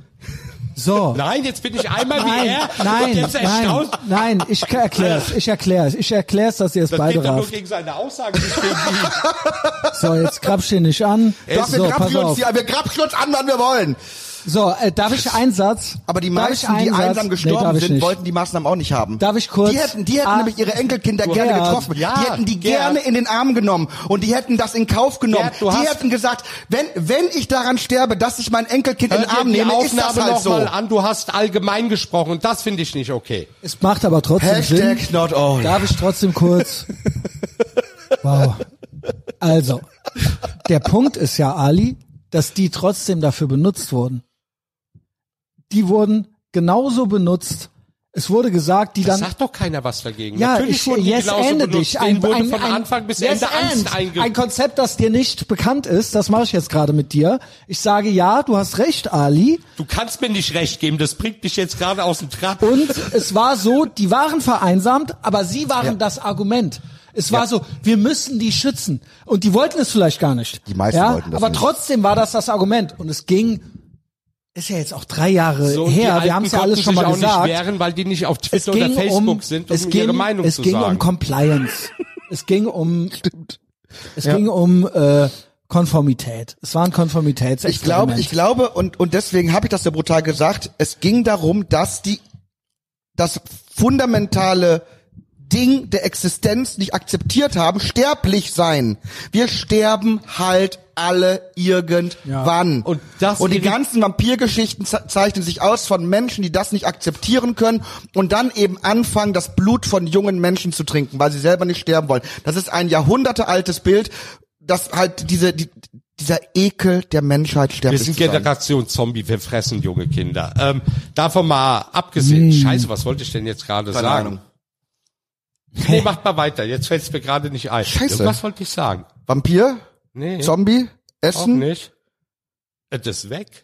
S1: So.
S2: Nein, jetzt bin ich einmal wie
S1: Nein,
S2: er und
S1: nein,
S2: jetzt
S1: nein,
S2: erstaunt
S1: nein, ich erkläre es, ich erkläre es, ich erkläre es, dass ihr es
S2: Das
S1: beide
S2: geht doch nur
S1: rafft.
S2: gegen seine Aussage, nicht gegen die.
S1: So, jetzt grapsch ihn nicht an.
S3: Doch, wir
S1: so, pass
S3: grapschen uns
S1: auf.
S3: die, wir grapschen uns an, wann wir wollen.
S1: So, äh, darf ich einen Satz?
S3: Aber die
S1: Darf ich
S3: meisten,
S1: einen
S3: die
S1: Satz?
S3: einsam
S1: nee,
S3: gestorben
S1: darf ich
S3: sind,
S1: nicht.
S3: wollten die Maßnahmen auch nicht haben.
S1: Darf ich kurz-
S3: Die hätten, die hätten
S1: Ah.
S3: nämlich ihre Enkelkinder gerne
S1: Gerhard.
S3: getroffen.
S2: Ja,
S3: die hätten die
S2: Gerhard.
S3: gerne in den Arm genommen und die hätten das in Kauf genommen.
S2: Gerhard, du
S3: die
S2: hast-
S3: hätten gesagt, wenn wenn ich daran sterbe, dass ich mein Enkelkind in den Arm
S2: Hör dir die
S3: nehme, ist das
S2: Aufnahme
S3: halt
S2: noch
S3: so.
S2: mal an, du hast allgemein gesprochen und das finde ich nicht okay.
S1: Es macht aber trotzdem Sinn.
S3: Hashtag not all.
S1: Darf ich trotzdem kurz? Wow. Also, der Punkt ist ja, Ali, dass die trotzdem dafür benutzt wurden. Die wurden genauso benutzt. Es wurde gesagt, die
S2: Das
S1: dann.
S2: sagt doch keiner was dagegen.
S1: Ja,
S2: Natürlich
S1: ich,
S2: wurden die
S1: yes,
S2: genauso
S1: ende
S2: benutzt.
S1: dich.
S2: Denen wurde von Anfang bis
S1: yes,
S2: Ende Angst
S1: and.
S2: einge
S1: Ein Konzept, das dir nicht bekannt ist, das mache ich jetzt gerade mit dir. Ich sage ja, du hast recht, Ali.
S2: Du kannst mir nicht recht geben, das bringt dich jetzt gerade aus dem Trab.
S1: Und es war so, die waren vereinsamt, aber sie waren das Argument. Es war so, wir müssen die schützen. Und die wollten es vielleicht gar nicht.
S3: Die meisten
S1: ja?
S3: wollten das
S1: Aber
S3: nicht.
S1: trotzdem war das das Argument. Und es ging, ist ja jetzt auch drei Jahre
S2: So, und die
S1: her,
S2: Alten
S1: wir haben es ja
S2: konnten
S1: alles schon
S2: sich
S1: mal
S2: auch
S1: gesagt.
S2: nicht wehren, weil die nicht auf
S1: es
S2: Twitter oder
S1: ging
S2: Facebook
S1: um,
S2: sind, um
S1: es ging,
S2: ihre Meinung
S1: es
S2: zu
S1: ging
S2: sagen.
S1: um Compliance. es ging um, es ging um, äh, Konformität. Es war ein Konformitätsexperiment.
S3: Ich glaube, ich glaube und und deswegen habe ich das so brutal gesagt. Es ging darum, dass die das fundamentale Ding der Existenz nicht akzeptiert haben, sterblich sein. Wir sterben halt alle irgendwann.
S2: Und das
S3: und die
S2: irri-
S3: ganzen Vampirgeschichten ze- zeichnen sich aus von Menschen, die das nicht akzeptieren können und dann eben anfangen, das Blut von jungen Menschen zu trinken, weil sie selber nicht sterben wollen. Das ist ein jahrhundertealtes Bild, dass halt diese, die, dieser Ekel der Menschheit
S2: Wir
S3: sterblich
S2: sind
S3: zu sein.
S2: Generation Zombie, wir fressen junge Kinder. Ähm, davon mal
S1: Hm.
S2: abgesehen, scheiße, was wollte ich denn jetzt gerade
S3: Keine
S2: sagen?
S3: Ahnung.
S2: Nee, macht mal weiter, jetzt fällt es mir gerade nicht ein.
S3: Scheiße.
S2: Was wollte ich sagen?
S3: Vampir?
S2: Nee.
S3: Zombie?
S2: Auch
S3: Essen?
S2: nicht. Äh, Das ist weg.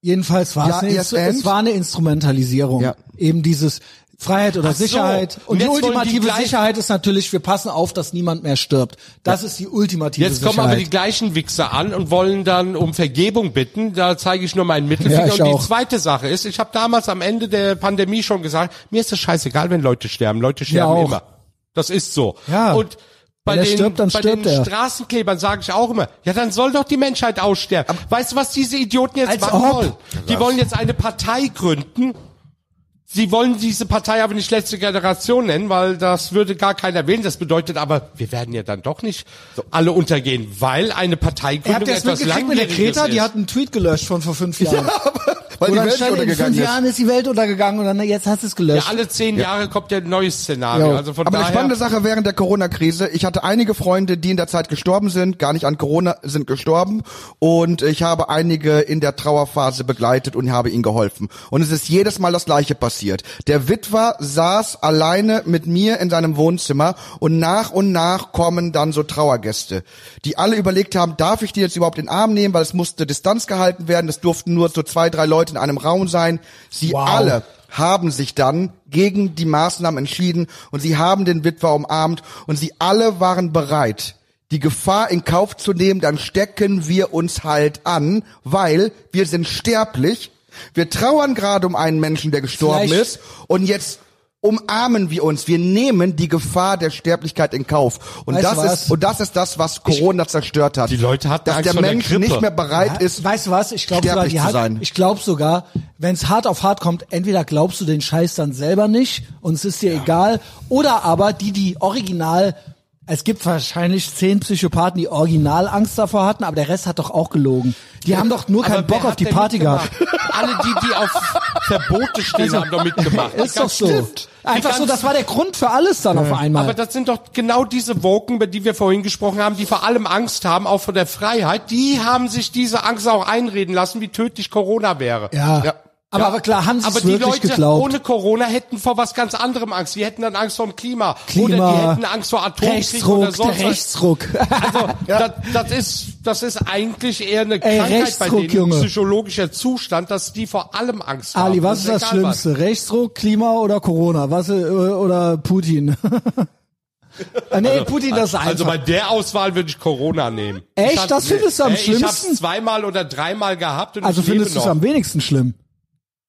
S1: Jedenfalls war
S3: Ja,
S1: es, eine,
S3: yes,
S1: es,
S3: and?
S1: war eine Instrumentalisierung.
S3: Ja.
S1: Eben dieses Freiheit oder
S2: Ach so.
S1: Sicherheit.
S2: Und
S1: Und die
S2: jetzt wollen die
S1: ultimative
S2: gleich-
S1: Sicherheit ist natürlich, wir passen auf, dass niemand mehr stirbt. Das ist die ultimative
S2: Jetzt
S1: Sicherheit.
S2: kommen aber die gleichen Wichser an und wollen dann um Vergebung bitten. Da zeige ich nur meinen
S1: Ja,
S2: Mittelfinger.
S1: ich
S2: und die
S1: auch.
S2: zweite Sache ist, ich habe damals am Ende der Pandemie schon gesagt, mir ist das scheißegal, wenn Leute sterben. Leute sterben
S1: auch.
S2: immer. Das ist so.
S1: Ja.
S2: Und bei
S1: Wenn er
S2: den,
S1: stirbt, dann
S2: bei
S1: stirbt
S2: den
S1: er.
S2: Straßenklebern sage ich auch immer, ja, dann soll doch die Menschheit aussterben. weißt du, was diese Idioten jetzt
S1: Als
S2: machen
S1: ob.
S2: wollen? Die wollen jetzt eine Partei gründen Sie wollen diese Partei aber nicht letzte Generation nennen, weil das würde gar keiner wählen. Das bedeutet aber, wir werden ja dann doch nicht alle untergehen, weil
S1: Ihr
S2: eine
S1: habt
S2: Parteigründung
S1: ihr das
S2: etwas
S1: mitgekriegt mit der
S2: langwieriges
S1: Kreta,
S2: ist.
S1: die hat einen Tweet gelöscht von vor fünf Jahren. Oder
S3: Weil die Welt
S1: anstatt in
S3: untergegangen
S1: fünf
S3: ist.
S1: Jahren ist die Welt untergegangen und dann, jetzt hast du es
S2: ja,
S1: gelöscht.
S2: alle zehn Jahre kommt ja ein neues Szenario.
S1: Ja.
S2: Also von
S3: Aber eine
S2: daher,
S3: spannende Sache während der Corona-Krise, ich hatte einige Freunde, die in der Zeit gestorben sind, gar nicht an Corona sind gestorben und ich habe einige in der Trauerphase begleitet und habe ihnen geholfen. Und es ist jedes Mal das gleiche passiert. Der Witwer saß alleine mit mir in seinem Wohnzimmer und nach und nach kommen dann so Trauergäste, die alle überlegt haben, darf ich die jetzt überhaupt in den Arm nehmen, weil es musste Distanz gehalten werden, es durften nur so zwei, drei Leute in einem Raum sein. Sie
S1: Wow.
S3: alle haben sich dann gegen die Maßnahmen entschieden und sie haben den Witwer umarmt und sie alle waren bereit, die Gefahr in Kauf zu nehmen, dann stecken wir uns halt an, weil wir sind sterblich, wir trauern gerade um einen Menschen, der gestorben
S1: Vielleicht-
S3: ist und jetzt umarmen wir uns. Wir nehmen die Gefahr der Sterblichkeit in Kauf. Und
S1: Weißt du
S3: das
S1: was?
S3: ist und das ist das, was Corona zerstört hat.
S2: Die Leute hatten
S3: dass
S2: Angst
S3: der
S2: vor der
S3: Mensch
S2: Grippe.
S3: nicht mehr bereit
S1: Ja,
S3: ist.
S1: Äh, weißt du was? Ich glaube sogar,
S3: sterblich
S1: die
S3: zu
S1: hat,
S3: sein.
S1: ich glaube sogar, wenn es hart auf hart kommt, entweder glaubst du den Scheiß dann selber nicht und es ist dir egal, oder aber die, die original, es gibt wahrscheinlich zehn Psychopathen, die original Angst davor hatten, aber der Rest hat doch auch gelogen. Die haben doch nur
S2: Aber
S1: keinen
S2: wer
S1: Bock auf
S2: hat
S1: die
S2: denn
S1: Party gehabt. Also,
S2: mitgemacht? Alle die, die auf Verbote stehen, haben doch mitgemacht.
S1: Ist doch so.
S2: Stimmt. Die
S1: Einfach so,
S2: ganzen-
S1: das war der Grund für alles dann auf einmal.
S2: Aber das sind doch genau diese Woken, über die wir vorhin gesprochen haben, die vor allem Angst haben, auch vor der Freiheit. Die haben sich diese Angst auch einreden lassen, wie tödlich Corona wäre.
S1: ja. Aber, aber klar, haben sie
S2: Aber
S1: es
S2: die
S1: wirklich
S2: Leute
S1: geglaubt.
S2: ohne Corona hätten vor was ganz anderem Angst. Die hätten dann Angst vor dem Klima. Oder die
S1: Klima,
S2: hätten Angst vor Atomkrieg
S1: Rechtsruck,
S2: oder sonst
S1: der
S2: was.
S1: Rechtsruck.
S2: Also, das, das, ist, das ist eigentlich eher eine
S1: Ey,
S2: Krankheit bei
S1: Rechtsruck,
S2: denen,
S1: Junge.
S2: ein psychologischer Zustand, dass die vor allem Angst haben.
S1: Ali, was ist das
S2: Ah, egal was.
S1: Schlimmste? Rechtsruck, Klima oder Corona? Was äh, oder Putin? ah, nee, Putin, das ist einfach.
S2: Also bei der Auswahl würde ich Corona nehmen.
S1: Echt?
S2: Ich hab-
S1: Das findest du am
S2: Ey, Ich
S1: schlimmsten?
S2: hab's zweimal oder dreimal gehabt und
S1: also
S2: ich lebe
S1: findest du es
S2: noch.
S1: am wenigsten schlimm?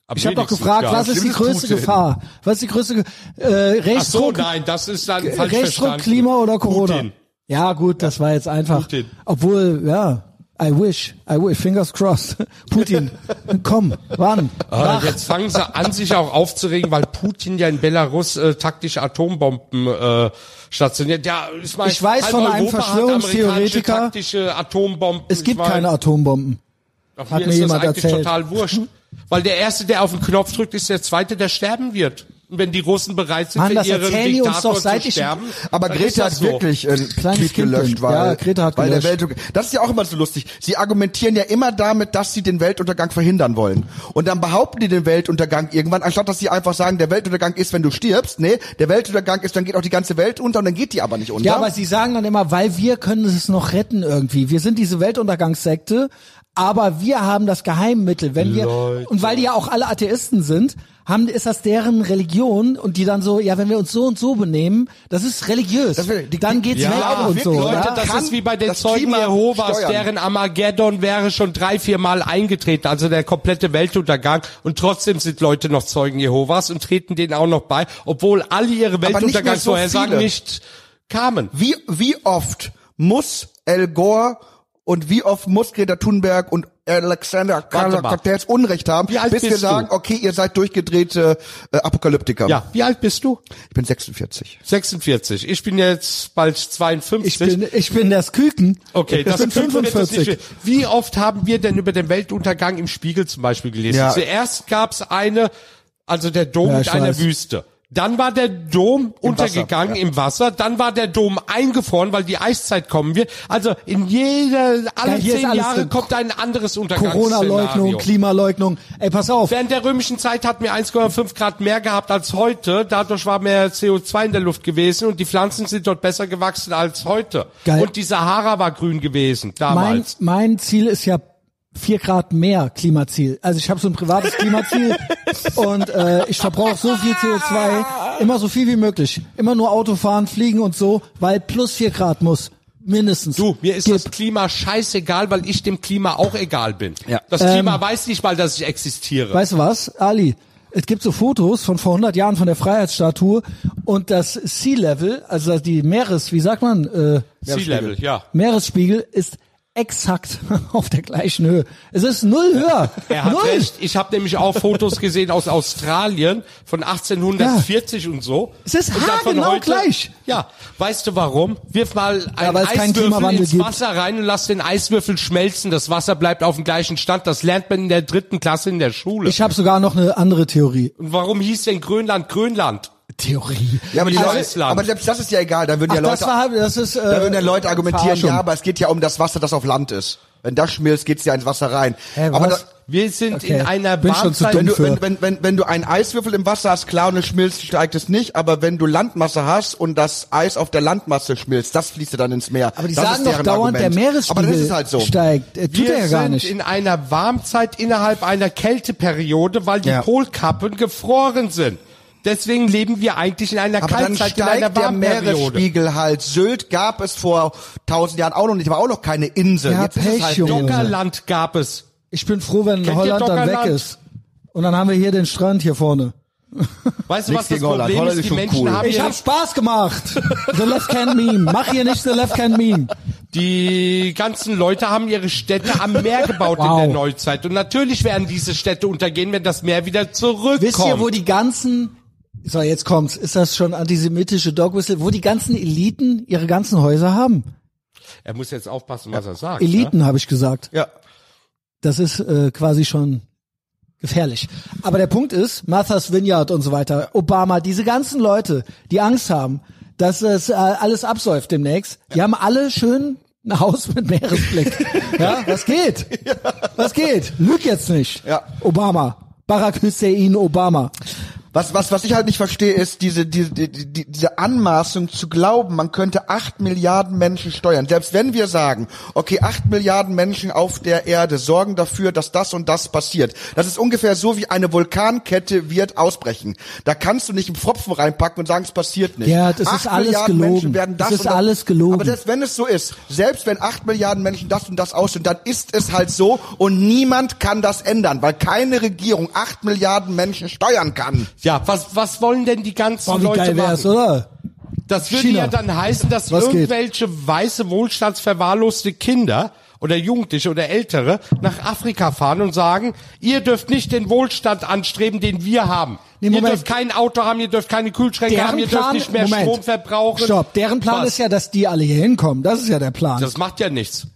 S2: Am
S1: Ich habe doch
S2: wenigsten,
S1: gefragt,
S2: ja.
S1: was ist die
S3: Schlimm ist
S1: größte
S3: Putin.
S1: Gefahr? Was ist die größte Ge äh,
S2: Ach so,
S1: Rechtsruck,
S2: nein, das ist dann falsch
S1: Rechtsruck
S2: verstanden.
S1: Klima oder Corona?
S2: Putin.
S1: Ja, gut, das war jetzt einfach.
S2: Putin.
S1: Obwohl, ja, I wish, I wish, fingers crossed. Putin, komm, wann?
S2: Ah, jetzt fangen sie an, sich auch aufzuregen, weil Putin ja in Belarus äh, taktische Atombomben äh, stationiert. Ja, ich, mein,
S1: Ich weiß
S2: halb
S1: von einem
S2: Europa hat
S1: Verschwörungstheoretiker,
S2: amerikanische taktische Atombomben.
S1: Es gibt
S2: Ich mein,
S1: keine Atombomben.
S2: Ach,
S1: Hat
S2: mir
S1: mir
S2: ist
S1: jemand
S2: das eigentlich
S1: erzählt.
S2: total wurscht. Weil der Erste, der auf den Knopf drückt, ist der Zweite, der sterben wird. Und wenn die Russen bereit sind,
S1: Mann,
S2: für
S1: das
S2: ihren
S1: erzählen die
S2: Diktator
S1: uns doch,
S2: zu
S1: seit ich-
S2: sterben,
S3: Aber
S2: dann ist
S3: Greta
S2: das
S3: hat
S2: so.
S3: wirklich einen
S1: Kleines
S3: Tweet
S1: Kind
S3: gelöscht,
S1: denn.
S3: weil,
S1: Ja, Greta hat
S3: weil
S1: gelöscht.
S3: der Welt. Das ist ja auch immer so lustig. Sie argumentieren ja immer damit, dass sie den Weltuntergang verhindern wollen. Und dann behaupten die den Weltuntergang irgendwann, anstatt dass sie einfach sagen, der Weltuntergang ist, wenn du stirbst. Nee, der Weltuntergang ist, dann geht auch die ganze Welt unter und dann geht die aber nicht unter.
S1: Ja, aber sie sagen dann immer, weil wir können es noch retten irgendwie. Wir sind diese Weltuntergangssekte, aber wir haben das Geheimmittel. Wenn wir
S2: Leute.
S1: und weil die ja auch alle Atheisten sind, haben ist das deren Religion und die dann so, ja, wenn wir uns so und so benehmen, das ist religiös.
S3: Das will- die-
S1: dann geht's
S2: Ja,
S1: weg
S2: aber
S1: und so.
S3: wirklich,
S2: Leute,
S1: ja?
S2: das
S3: Kann
S2: ist wie bei den
S3: das
S2: Zeugen
S3: Klima
S2: Jehovas,
S3: steuern.
S2: deren Armageddon wäre schon drei, vier Mal eingetreten, also der komplette Weltuntergang. Und trotzdem sind Leute noch Zeugen Jehovas und treten denen auch noch bei, obwohl alle ihre
S3: nicht mehr so
S2: Weltuntergangsvorhersagen
S3: viele.
S2: nicht kamen.
S3: wie, wie oft muss Al Gore und wie oft muss Greta Thunberg und Alexander
S2: Warte mal.
S3: Cortez Unrecht haben,
S2: Wie alt
S3: bis wir
S2: bist du?
S3: sagen, okay, ihr seid durchgedrehte äh, Apokalyptiker.
S2: Ja, wie alt bist du?
S3: Ich bin 46.
S2: 46. Ich bin jetzt bald
S1: ich
S2: 52.
S1: bin ich bin das Küken.
S2: Okay,
S1: ich
S2: das
S1: bin
S2: wird jetzt
S1: 45.
S2: nicht- Wie oft haben wir denn über den Weltuntergang im Spiegel zum Beispiel gelesen?
S3: Ja.
S2: Zuerst gab's eine, also der Dom
S1: Ja,
S2: mit
S1: ich
S2: einer
S1: weiß.
S2: Wüste. Dann war der Dom untergegangen
S3: Wasser,
S2: im Wasser. Dann war der Dom eingefroren, weil die Eiszeit kommen wird. Also in jeder,
S1: Ja,
S2: alle
S1: hier ist
S2: zehn
S1: alles
S2: Jahre
S1: drin.
S2: kommt ein anderes Untergangsszenario.
S1: Corona-Leugnung, Klimaleugnung. Ey, pass auf.
S2: Während der römischen Zeit hatten wir 1,5 Grad mehr gehabt als heute. Dadurch war mehr CO2 in der Luft gewesen und die Pflanzen sind dort besser gewachsen als heute.
S1: Geil.
S2: Und die Sahara war grün gewesen
S1: mein,
S2: damals.
S1: mein Ziel ist ja vier Grad mehr Klimaziel. Also ich habe so ein privates Klimaziel und äh, ich verbrauche so viel CO2, immer so viel wie möglich. Immer nur Auto fahren, fliegen und so, weil plus vier Grad muss. Mindestens.
S2: Du, mir ist
S1: Gib.
S2: das Klima scheißegal, weil ich dem Klima auch egal bin.
S3: Ja.
S2: Das
S1: Ähm.
S2: Klima weiß nicht mal, dass ich existiere.
S1: Weißt du was, Ali? Es gibt so Fotos von vor 100 Jahren von der Freiheitsstatue und das Sea Level, also die Meeres, wie sagt man, äh,
S2: Sea-Level, ja.
S1: Meeresspiegel ist exakt auf der gleichen Höhe. Es ist null höher.
S2: Er hat
S1: null.
S2: recht. Ich habe nämlich auch Fotos gesehen aus Australien von 1840 und so.
S1: Es ist
S2: Und dann von
S1: haargenau gleich.
S2: Ja, weißt du warum? Wirf mal einen
S1: weil es keinen
S2: Eiswürfel
S1: Klimawandel
S2: ins
S1: gibt.
S2: Wasser rein und lass den Eiswürfel schmelzen. Das Wasser bleibt auf dem gleichen Stand. Das lernt man in der dritten Klasse in der Schule.
S1: Ich habe sogar noch eine andere Theorie.
S2: und warum hieß denn Grönland Grönland?
S1: Theorie.
S3: Ja, aber, die
S2: Also-
S3: Leute, aber selbst das ist ja egal. Dann würden
S1: Ach,
S3: ja
S1: das
S3: Leute,
S1: war das ist äh,
S3: dann würden ja Leute argumentieren,
S1: Verarschung.
S3: ja, aber es geht ja um das Wasser, das auf Land ist. Wenn das schmilzt, geht's ja ins Wasser rein.
S1: Hä,
S3: aber
S1: was?
S3: da,
S2: Wir sind
S1: Okay.
S2: in einer
S1: Bin schon zu
S2: Warmzeit-
S1: dumm
S3: wenn, du,
S1: für.
S3: wenn, wenn, wenn, wenn du einen Eiswürfel im Wasser hast, klar, und es schmilzt, steigt es nicht. Aber wenn du Landmasse hast und das Eis auf der Landmasse schmilzt, das fließt ja dann ins Meer.
S1: aber die
S3: das
S1: sagen
S3: ist
S1: doch
S3: deren
S1: dauernd, der
S3: Argument.
S1: Meeresspiegel
S3: Aber das ist halt so.
S1: steigt. Äh, tut
S2: Wir
S1: er ja gar
S2: sind
S1: nicht.
S2: in einer Warmzeit innerhalb einer Kälteperiode, weil die
S3: Ja.
S2: Polkappen gefroren sind. Deswegen leben wir eigentlich in einer
S3: Aber dann
S2: Kaltzeit, in einer
S3: steigt der
S2: Warmperiode.
S3: Meeresspiegel halt. Sylt gab es vor tausend Jahren auch noch nicht, war auch noch keine Insel.
S1: Ja,
S3: Jetzt ist es
S1: Pech,
S3: halt
S1: Junge.
S2: Doggerland gab es.
S1: Ich bin froh, wenn
S2: ihr
S1: Holland dann weg
S2: Dockerland?
S1: ist. Und dann haben wir hier den Strand hier vorne.
S2: Weißt du,
S3: Nichts
S2: was das
S3: gegen Holland.
S2: Problem
S3: Holland
S2: ist?
S3: ist
S2: Die
S3: schon
S2: Menschen
S3: cool.
S2: haben
S1: Ich
S2: ja
S1: hab Spaß gemacht. The Left Can Meme. Mach hier nicht The Left Can Meme.
S2: Die ganzen Leute haben ihre Städte am Meer gebaut
S1: Wow.
S2: in der Neuzeit. Und natürlich werden diese Städte untergehen, wenn das Meer wieder zurückkommt.
S1: Wisst ihr, wo die ganzen, so jetzt kommt's, ist das schon antisemitische Dogwhistle, wo die ganzen Eliten ihre ganzen Häuser haben?
S2: er muss jetzt aufpassen, was er sagt. Ne?
S1: Eliten, habe ich gesagt.
S3: Ja.
S1: Das ist äh, quasi schon gefährlich. Aber der Punkt ist, Martha's Vineyard und so weiter, Obama, diese ganzen Leute, die Angst haben, dass es äh, alles absäuft demnächst, die haben alle schön ein Haus mit Meeresblick. ja, was geht? Was geht? Lüg jetzt nicht.
S3: Ja.
S1: Obama. Barack Hussein Obama.
S3: Was, was, was ich halt nicht verstehe, ist diese, diese, die, die, diese Anmaßung zu glauben, man könnte acht Milliarden Menschen steuern. Selbst wenn wir sagen, okay, acht Milliarden Menschen auf der Erde sorgen dafür, dass das und das passiert. Das ist ungefähr so, wie eine Vulkankette wird ausbrechen. Da kannst du nicht einen Pfropfen reinpacken und sagen, es passiert nicht.
S1: Ja, das ist
S3: Acht
S1: alles
S3: Milliarden
S1: gelogen.
S3: Menschen werden
S1: Das
S3: das
S1: ist
S3: und das.
S1: alles gelogen.
S3: Aber selbst wenn es so ist, selbst wenn acht Milliarden Menschen das und das aussehen, dann ist es halt so und niemand kann das ändern, weil keine Regierung acht Milliarden Menschen steuern kann.
S2: Ja, was, was wollen denn die ganzen
S1: Boah, wie
S2: Leute
S1: geil wär's,
S2: machen?
S1: oder?
S2: Das würde
S1: China.
S2: ja dann heißen, dass
S1: Was geht?
S2: irgendwelche weiße, wohlstandsverwahrloste Kinder oder Jugendliche oder Ältere nach Afrika fahren und sagen, ihr dürft nicht den Wohlstand anstreben, den wir haben.
S1: Nee,
S2: ihr
S1: Moment.
S2: dürft kein Auto haben, ihr dürft keine Kühlschränke haben, ihr dürft nicht mehr Strom verbrauchen.
S1: Stopp, deren Plan
S2: Was?
S1: ist ja, dass die alle hier hinkommen. Das ist ja der Plan.
S2: Das macht ja nichts.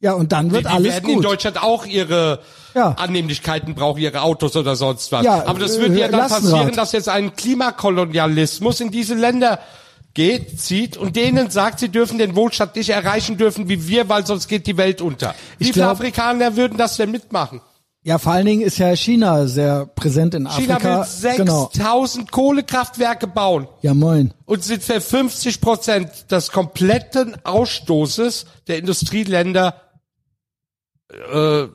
S1: ja, und dann
S2: Die,
S1: wird
S2: die
S1: alles
S2: werden in
S1: gut.
S2: Deutschland auch ihre
S1: Ja.
S2: Annehmlichkeiten brauchen, ihre Autos oder sonst was.
S1: Ja,
S2: Aber das
S1: äh,
S2: würde ja dann
S1: Lastenrad.
S2: passieren, dass jetzt ein Klimakolonialismus in diese Länder geht, zieht und denen sagt, sie dürfen den Wohlstand nicht erreichen dürfen wie wir, weil sonst geht die Welt unter. Wie viele
S1: glaub-
S2: Afrikaner würden das denn mitmachen?
S1: Ja, vor allen Dingen ist ja China sehr präsent in
S2: China
S1: Afrika.
S2: will 6000
S1: Genau.
S2: Kohlekraftwerke bauen
S1: Ja, moin.
S2: und sind für 50 Prozent des kompletten Ausstoßes der Industrieländer, äh,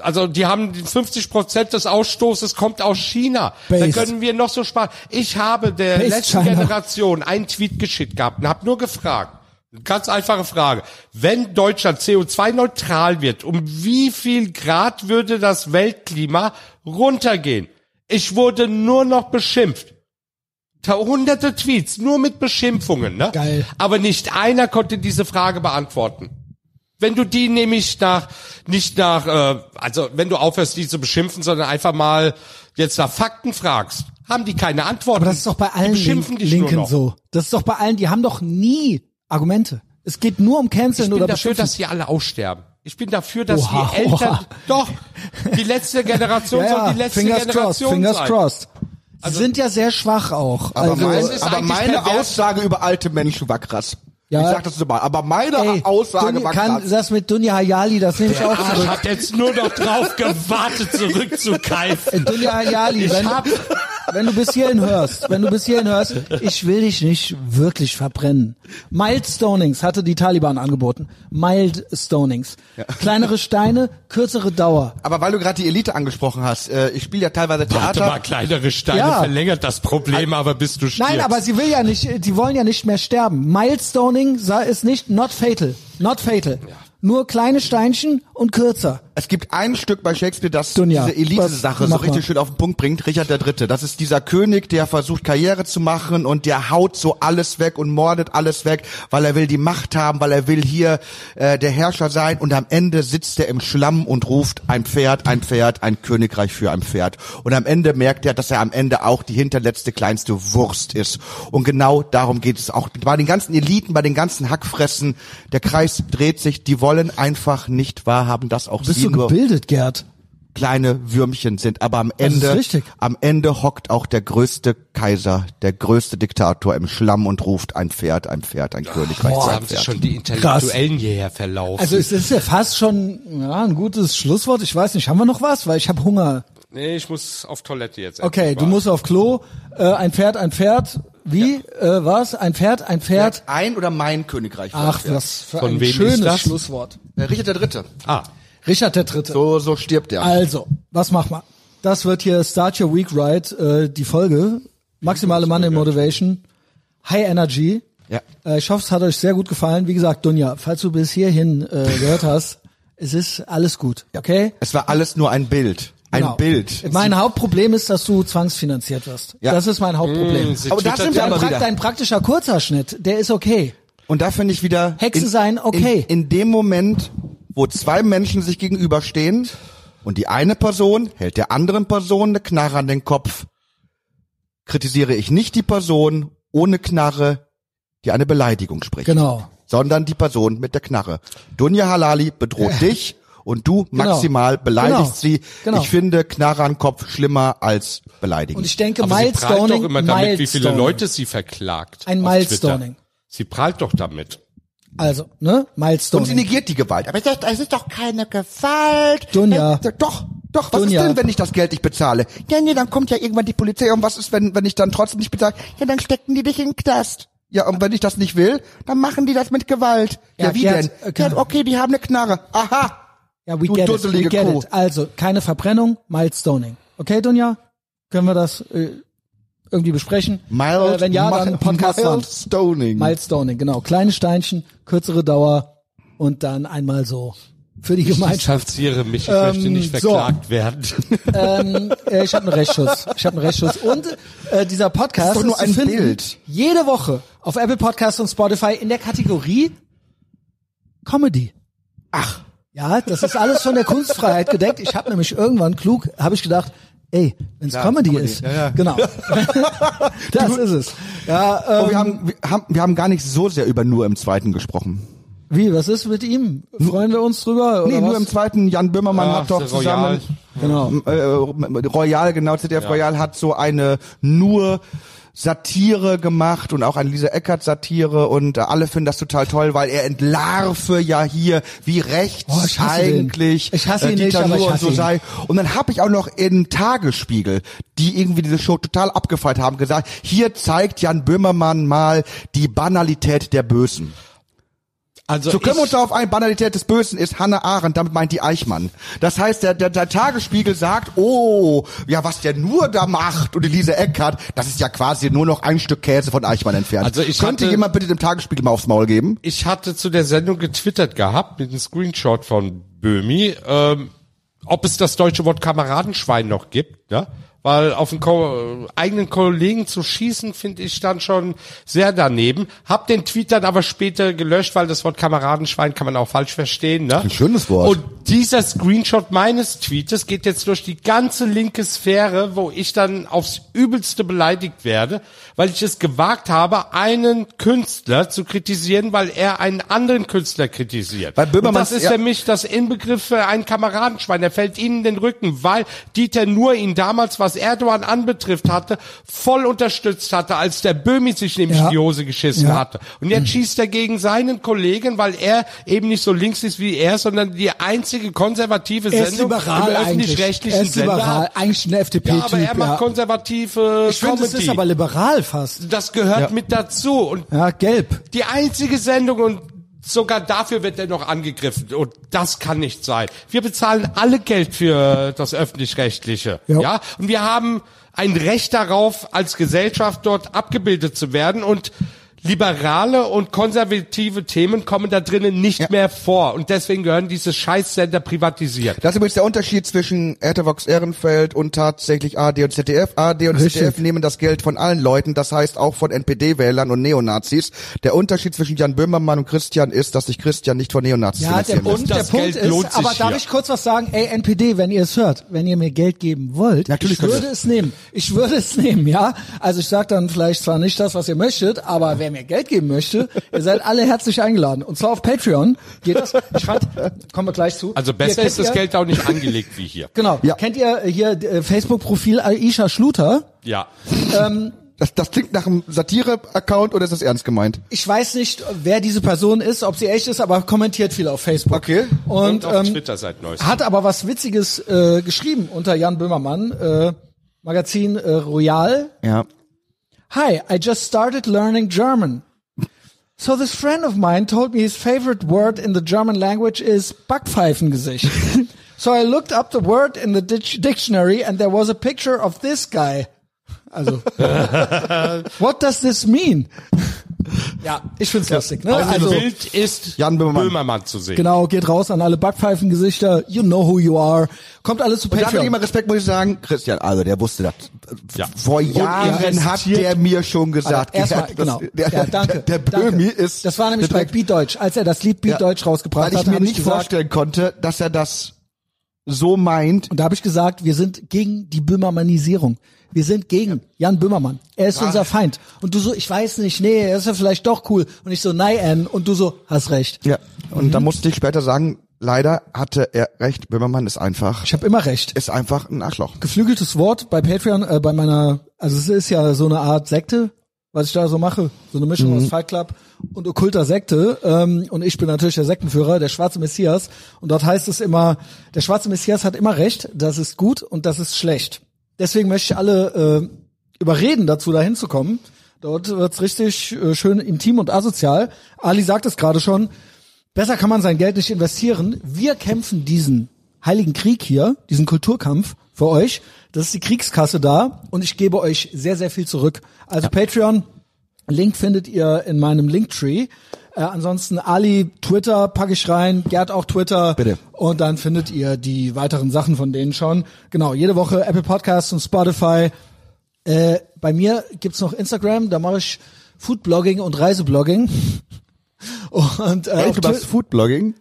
S2: also die haben die 50 Prozent des Ausstoßes kommt aus China.
S1: Based.
S2: Da können wir noch so sparen. Ich habe der
S1: Based
S2: letzten
S1: China.
S2: Generation einen Tweet geschickt gehabt und habe nur gefragt, eine ganz einfache Frage, wenn Deutschland CO2-neutral wird, um wie viel Grad würde das Weltklima runtergehen? Ich wurde nur noch beschimpft. Ta- hunderte Tweets, nur mit Beschimpfungen, ne?
S1: Geil.
S2: Aber nicht einer konnte diese Frage beantworten. Wenn du die nämlich nach, nicht nach, äh, also wenn du aufhörst, die zu beschimpfen, sondern einfach mal jetzt nach Fakten fragst, haben die keine Antworten.
S1: Aber das ist doch bei allen
S2: die beschimpfen
S1: Link
S2: dich nur
S1: Linken
S2: noch.
S1: so. Das ist doch bei allen, die haben doch nie Argumente. Es geht nur um
S2: Ich
S1: Canceln
S2: bin
S1: oder
S2: dafür,
S1: Beschimpfen.
S2: dass sie alle aussterben. Ich bin dafür, dass
S1: Oha,
S2: die Eltern,
S1: oha.
S2: doch, die letzte Generation
S1: ja,
S2: soll
S1: ja,
S2: die letzte
S1: fingers crossed,
S2: Generation
S1: fingers
S2: sein. Also
S1: crossed. Sie sind ja sehr schwach auch.
S3: Aber,
S1: also,
S2: es
S3: mein,
S2: ist
S3: aber
S2: eigentlich
S3: meine
S2: pervers.
S3: Aussage über alte Menschen war krass.
S1: Ja.
S3: Ich sag das nochmal, aber meine
S1: ey,
S3: Aussage
S1: Dunja-
S3: war krass.
S1: kann, das mit Dunja Hayali, das nehme ich auch
S2: Arsch
S1: zurück.
S2: hat jetzt nur noch drauf gewartet, zurückzukeifen.
S1: Dunja Hayali,
S2: Ich
S1: wenn,
S2: hab-
S1: wenn du bis hierhin hörst, wenn du bis hierhin hörst, ich will dich nicht wirklich verbrennen. Milestonings hatte die Taliban angeboten. Milestonings. Kleinere Steine, kürzere Dauer.
S3: aber weil du gerade die Elite angesprochen hast, äh, ich spiele ja teilweise
S2: Warte mal,
S3: Theater.
S2: kleinere Steine
S1: Ja.
S2: verlängert das Problem, aber bis du stirbst.
S1: Nein, aber sie will ja nicht, äh, die wollen ja nicht mehr sterben. Milestoning sa- ist nicht not fatal. Not fatal. Nur kleine Steinchen und kürzer.
S3: Es gibt ein Stück bei Shakespeare, das
S1: Dunja,
S3: diese
S1: was-
S3: Elite-Sache so
S1: mach mal.
S3: richtig schön auf den Punkt bringt. Richard der Dritte. Das ist dieser König, der versucht Karriere zu machen und der haut so alles weg und mordet alles weg, weil er will die Macht haben, weil er will hier äh, der Herrscher sein und am Ende sitzt er im Schlamm und ruft ein Pferd, ein Pferd, ein Königreich für ein Pferd. Und am Ende merkt er, dass er am Ende auch die hinterletzte kleinste Wurst ist. Und genau darum geht es auch bei den ganzen Eliten, bei den ganzen Hackfressen. Der Kreis dreht sich. Die wollen einfach nicht wahrhaben, dass auch
S1: Bist
S3: sie
S1: du
S3: nur
S1: gebildet, Gerd?
S3: kleine Würmchen sind. Aber am
S1: ist
S3: Ende,
S1: richtig.
S3: am Ende hockt auch der größte Kaiser, der größte Diktator im Schlamm und ruft ein Pferd, ein Pferd, ein Königreich.
S2: Jetzt
S3: sein
S2: haben sich
S3: Pferd.
S2: schon die Intellektuellen hierher verlaufen.
S1: Also es ist ja fast schon ja, ein gutes Schlusswort. Ich weiß nicht, haben wir noch was? Weil ich habe Hunger.
S2: nee, ich muss auf Toilette jetzt.
S1: Okay, du musst auf Klo. Äh, ein Pferd, ein Pferd. Wie? Äh, was? Ein Pferd, ein Pferd.
S3: Ein oder mein Königreich. für ein
S1: Ach,
S3: Pferd.
S1: was für
S2: Von
S1: ein
S2: wem ist
S1: schönes
S2: das?
S1: Schlusswort.
S3: Äh, Richard der Dritte.
S2: Ah,
S1: Richard der Dritte.
S3: So, so stirbt er.
S1: Also, was machen wir? Das wird hier Start Your Week Right, äh, die Folge. Maximale Money Motivation. High Energy.
S3: Ja.
S1: Äh, ich hoffe, es hat euch sehr gut gefallen. Wie gesagt, Dunja, falls du bis hierhin äh, gehört hast, es ist alles gut, okay?
S3: Es war alles nur ein Bild. Ein
S1: Genau.
S3: Bild.
S1: Mein Hauptproblem ist, dass du zwangsfinanziert wirst.
S3: Ja.
S1: Das ist mein Hauptproblem.
S2: Hm, sie
S3: Aber da
S2: twittert
S3: sind wir
S2: ja
S1: dein,
S3: aber
S1: Prakt-
S3: wieder.
S1: dein praktischer Kurzhaarschnitt, der ist okay.
S3: Und da finde ich wieder.
S1: Hexe sein, okay.
S3: In, in dem Moment, wo zwei Menschen sich gegenüberstehen und die eine Person hält der anderen Person eine Knarre an den Kopf, kritisiere ich nicht die Person ohne Knarre, die eine Beleidigung spricht.
S1: Genau.
S3: Sondern die Person mit der Knarre. Dunja Halali bedroht dich und du maximal
S1: Genau.
S3: beleidigst sie.
S1: Genau.
S3: Ich finde Knarre an Kopf schlimmer als beleidigen.
S1: Und ich denke,
S2: Aber sie prahlt
S1: Milestoning,
S2: doch immer damit, wie viele
S1: Milestoning.
S2: Leute sie verklagt.
S1: Ein
S2: auf
S1: Milestoning.
S2: Twitter. Sie prahlt doch damit.
S1: Also, ne?
S3: Und sie
S1: Milestoning.
S3: negiert die Gewalt. Aber es ist, es ist doch keine Gewalt.
S1: Dunja.
S3: Wenn, doch, doch. Was
S1: Dunja.
S3: ist denn, wenn ich das Geld nicht bezahle? Ja, nee, dann kommt ja irgendwann die Polizei. Und was ist, wenn, wenn ich dann trotzdem nicht bezahle? Ja, dann stecken die dich in den Knast. Ja, und wenn ich das nicht will, dann machen die das mit Gewalt. Ja,
S1: Ja,
S3: wie
S1: Gerd, äh, genau.
S3: denn?
S1: okay.
S3: Ja, okay, die haben eine Knarre. Aha.
S1: Ja, we
S3: Du
S1: get it. We
S3: dusselige
S1: get
S3: Kuh.
S1: it. Also, keine Verbrennung, Milestoning. Okay, Dunja? Können wir das äh, irgendwie besprechen? äh, wenn ja, dann Podcast
S3: mild
S1: Land.
S3: Stoning.
S1: Milestoning, genau. Kleine Steinchen, kürzere Dauer und dann einmal so für die
S2: Ich
S1: Gemeinschaft.
S2: schanziere mich, ich möchte nicht
S1: Ähm, so.
S2: verklagt werden.
S1: ähm, äh, ich habe einen Rechtsschutz. Ich habe einen Rechtsschutz. Und äh, dieser Podcast
S3: Das ist doch nur
S1: zu
S3: ein
S1: finden,
S3: Bild.
S1: jede Woche auf Apple Podcasts und Spotify in der Kategorie Comedy. Ach. Ja, das ist alles von der Kunstfreiheit gedeckt. Ich habe nämlich irgendwann klug, habe ich gedacht, ey, wenn's Comedy, ist, genau, das ist es. Ja,
S3: Oh,
S1: ähm,
S3: wir, haben, wir, haben, wir haben gar nicht so sehr über nur im Zweiten gesprochen.
S1: wie, was ist mit ihm? Freuen wir uns drüber?
S3: Nee,
S1: oder
S3: nur
S1: was?
S3: im Zweiten. Jan Böhmermann
S2: Ach,
S3: hat doch
S2: der Royal.
S3: zusammen...
S1: Genau.
S3: äh, Royal, genau, ZDF Royal hat so eine nur Satire gemacht und auch eine Lisa Eckert Satire und äh, alle finden das total toll, weil er entlarve ja hier, wie rechts
S1: Oh, ich hasse den.
S3: eigentlich
S1: Ich hasse
S3: äh,
S1: ihn nicht,
S3: Dieter
S1: aber ich
S3: Nuhr und
S1: hasse
S3: so
S1: ihn.
S3: sei. Und dann habe ich auch noch in Tagesspiegel, die irgendwie diese Show total abgefeiert haben, gesagt, hier zeigt Jan Böhmermann mal die Banalität der Bösen.
S2: Also
S3: So können wir uns
S2: ich,
S3: darauf ein, Banalität des Bösen ist Hannah Arendt, damit meint die Eichmann. Das heißt, der, der, der Tagesspiegel sagt, oh, ja, was der nur da macht und Elise Eckhardt, das ist ja quasi nur noch ein Stück Käse von Eichmann entfernt.
S2: Also ich
S3: Könnte
S2: hatte-
S3: jemand bitte dem Tagesspiegel mal aufs Maul geben?
S2: ich hatte zu der Sendung getwittert gehabt mit einem Screenshot von Böhmi, ähm, ob es das deutsche Wort Kameradenschwein noch gibt, ne? Weil auf einen Ko äh, eigenen Kollegen zu schießen, finde ich dann schon sehr daneben. Hab den Tweet dann aber später gelöscht, weil das Wort Kameradenschwein kann man auch falsch verstehen. Ne?
S3: Ein schönes Wort.
S2: Und dieser Screenshot meines Tweetes geht jetzt durch die ganze linke Sphäre, wo ich dann aufs Übelste beleidigt werde, weil ich es gewagt habe, einen Künstler zu kritisieren, weil er einen anderen Künstler kritisiert.
S3: Weil Böhmermann-
S2: Und das ist
S3: ja.
S2: für mich das Inbegriff für einen Kameradenschwein. Er fällt ihnen in den Rücken, weil Dieter nur ihn damals, was Erdogan anbetrifft hatte, voll unterstützt hatte, als der Böhmi sich nämlich
S1: Ja. Mhm.
S2: in die Hose geschissen hatte. Und jetzt schießt er gegen seinen Kollegen, weil er eben nicht so links ist wie er, sondern die einzige konservative
S1: Er ist
S2: Sendung
S1: liberal eigentlich.
S2: im
S1: Er
S2: öffentlich-rechtlichen
S1: ist liberal,
S2: Sender.
S1: eigentlich ein
S2: Ja, aber
S1: FDP-Typ.
S2: er macht konservative
S1: Ich finde, es
S2: Comedy.
S1: ist aber liberal fast.
S2: das gehört mit dazu. Und
S1: Ja, gelb.
S2: die einzige Sendung und sogar dafür wird er noch angegriffen und das kann nicht sein. Wir bezahlen alle Geld für das öffentlich-rechtliche,
S1: Ja.
S2: ja. Und wir haben ein Recht darauf, als Gesellschaft dort abgebildet zu werden und liberale und konservative Themen kommen da drinnen nicht mehr vor und deswegen gehören diese Scheißsender privatisiert.
S3: Das ist übrigens der Unterschied zwischen RTVX Ehrenfeld und tatsächlich AD und ZDF. AD und
S1: Richtig.
S3: ZDF nehmen das Geld von allen Leuten, das heißt auch von NPD-Wählern und Neonazis. Der Unterschied zwischen Jan Böhmermann und Christian ist, dass sich Christian nicht von Neonazis
S1: Ja, der,
S3: finanzieren lässt.
S1: und der
S2: das
S1: Punkt
S2: Geld lohnt
S1: ist,
S2: sich
S1: aber darf
S2: hier.
S1: ich kurz was sagen? Ey, NPD, wenn ihr es hört, wenn ihr mir Geld geben wollt,
S3: Natürlich
S1: ich
S3: könnt
S1: würde
S3: ihr.
S1: es nehmen. Ich würde es nehmen, ja. Also ich sag dann vielleicht zwar nicht das, was ihr möchtet, aber wer mir Geld geben möchte, ihr seid alle herzlich eingeladen. Und zwar auf Patreon geht das. Ich fand, kommen wir gleich zu.
S2: Also
S1: Hier
S2: besser
S1: kennt
S2: ist das
S1: ihr-
S2: Geld auch nicht angelegt wie hier.
S1: Genau.
S3: Ja.
S1: Kennt ihr äh, hier äh, Facebook-Profil Aisha Schluter?
S2: Ja.
S3: Das, das klingt nach einem Satire-Account oder ist das ernst gemeint?
S1: ich weiß nicht, wer diese Person ist, ob sie echt ist, aber kommentiert viel auf Facebook.
S3: Okay.
S1: Und,
S2: Und auf
S1: ähm,
S2: Twitter seit neuestem.
S1: hat aber was Witziges äh, geschrieben unter Jan Böhmermann, äh, Magazin äh, Royal.
S3: Ja.
S1: Hi, I just started learning German. So this friend of mine told me his favorite word in the German language is Backpfeifengesicht. so I looked up the word in the dich- dictionary and there was a picture of this guy. Also, what does this mean? Ja, ich find's lustig. Ne?
S2: Auf
S1: Also
S2: dem Bild ist
S3: Jan Böhmermann.
S2: zu sehen.
S1: genau, geht raus an alle Backpfeifengesichter. You know who you are. Kommt alle zu
S3: Da mit ihm
S1: Patreon.
S3: mal Respekt muss ich sagen, Christian, also der wusste das.
S2: Ja.
S3: Vor Jahren hat
S1: investiert-
S3: der mir schon gesagt,
S1: Erstmal,
S3: Gerhard,
S1: genau.
S3: der,
S1: ja, danke.
S3: Der
S1: danke.
S3: Böhmi ist.
S1: Das war nämlich bei
S3: direkt-
S1: Beat Deutsch, als er das Lied Beat
S3: Ja.
S1: Deutsch rausgebracht
S3: Weil ich
S1: hat.
S3: mir
S1: hab
S3: nicht
S1: gesagt,
S3: vorstellen konnte, dass er das so meint.
S1: Und da habe ich gesagt, wir sind gegen die Böhmermannisierung. Wir sind gegen Jan Böhmermann. Er ist unser Feind. Und du so, ich weiß nicht, nee, er ist ja vielleicht doch cool. Und ich so, nein, Ann. Und du so, hast recht.
S3: Ja. Und da musste ich später sagen, leider hatte er recht, Böhmermann ist einfach,
S1: Ich habe immer recht.
S3: ist einfach ein Arschloch.
S1: Geflügeltes Wort bei Patreon, äh, bei meiner, also es ist ja so eine Art Sekte, was ich da so mache. So eine Mischung aus Fight Club und okkulter Sekte. Ähm, und ich bin natürlich der Sektenführer, der schwarze Messias. Und dort heißt es immer, der schwarze Messias hat immer recht, das ist gut und das ist schlecht. Deswegen möchte ich alle äh, überreden, dazu dahin zu kommen. Dort wird's richtig äh, schön intim und asozial. Ali sagt es gerade schon. Besser kann man sein Geld nicht investieren. Wir kämpfen diesen heiligen Krieg hier, diesen Kulturkampf für euch. Das ist die Kriegskasse da und ich gebe euch sehr, sehr viel zurück. Also Patreon, Link findet ihr in meinem Linktree. Äh, ansonsten Ali, Twitter packe ich rein, Gerd auch Twitter.
S3: Bitte.
S1: Und dann findet ihr die weiteren Sachen von denen schon. Genau, jede Woche Apple Podcasts und Spotify. Äh, bei mir gibt's noch Instagram, da mache ich Foodblogging und Reiseblogging. Und äh, auf
S3: Echt, du
S1: Twi-
S3: machst Foodblogging?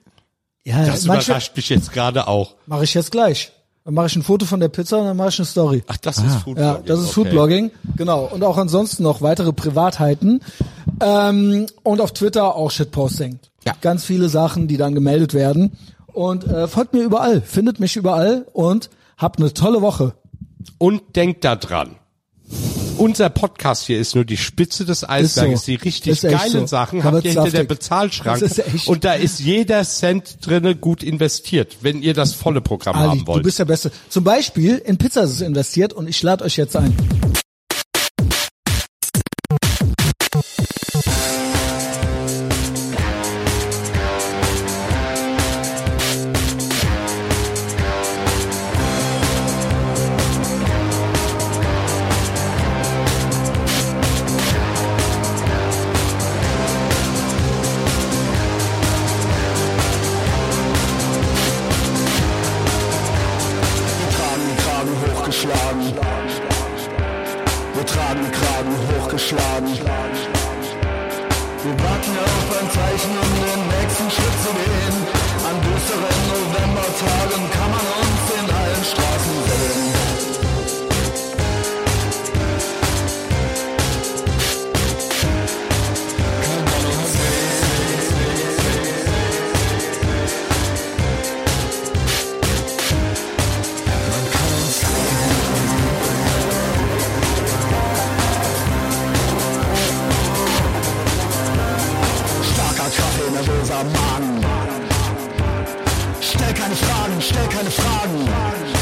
S1: ja,
S2: Das
S1: manche
S2: überrascht mich jetzt gerade auch.
S1: mache ich jetzt gleich. Dann mache ich ein Foto von der Pizza und dann mache ich eine Story.
S2: Ach, das ist Foodblogging.
S1: Ah. Ja, das ist
S2: okay.
S1: Foodblogging, genau. Und auch ansonsten noch weitere Privatheiten. Ähm, und auf Twitter auch Shitposting.
S3: Ja.
S1: Ganz viele Sachen, die dann gemeldet werden. Und äh, folgt mir überall, findet mich überall und habt eine tolle Woche.
S2: Und denkt da dran. Unser Podcast hier ist nur die Spitze des Eisberges.
S1: so.
S2: Die richtig
S1: Ist echt
S2: geilen
S1: so.
S2: Sachen
S1: Da
S2: habt ihr
S1: wird's
S2: hinter der
S1: saftig.
S2: Bezahlschranke.
S1: Das ist echt.
S2: Und da ist jeder Cent drinne gut investiert, wenn ihr das volle Programm
S1: Ali,
S2: haben
S1: du
S2: wollt.
S1: bist der Beste. Zum Beispiel in Pizzas investiert und ich lade euch jetzt ein.
S4: Wir tragen den Kragen hochgeschlagen. Wir tragen den Kragen hochgeschlagen. Wir warten auf ein Zeichen, um den nächsten Schritt zu gehen. An düsteren Novembertagen kann man uns in allen Straßen sehen. Kann man uns Starker Kaffee, nervöser Magen. Stell keine Fragen, stell keine Fragen.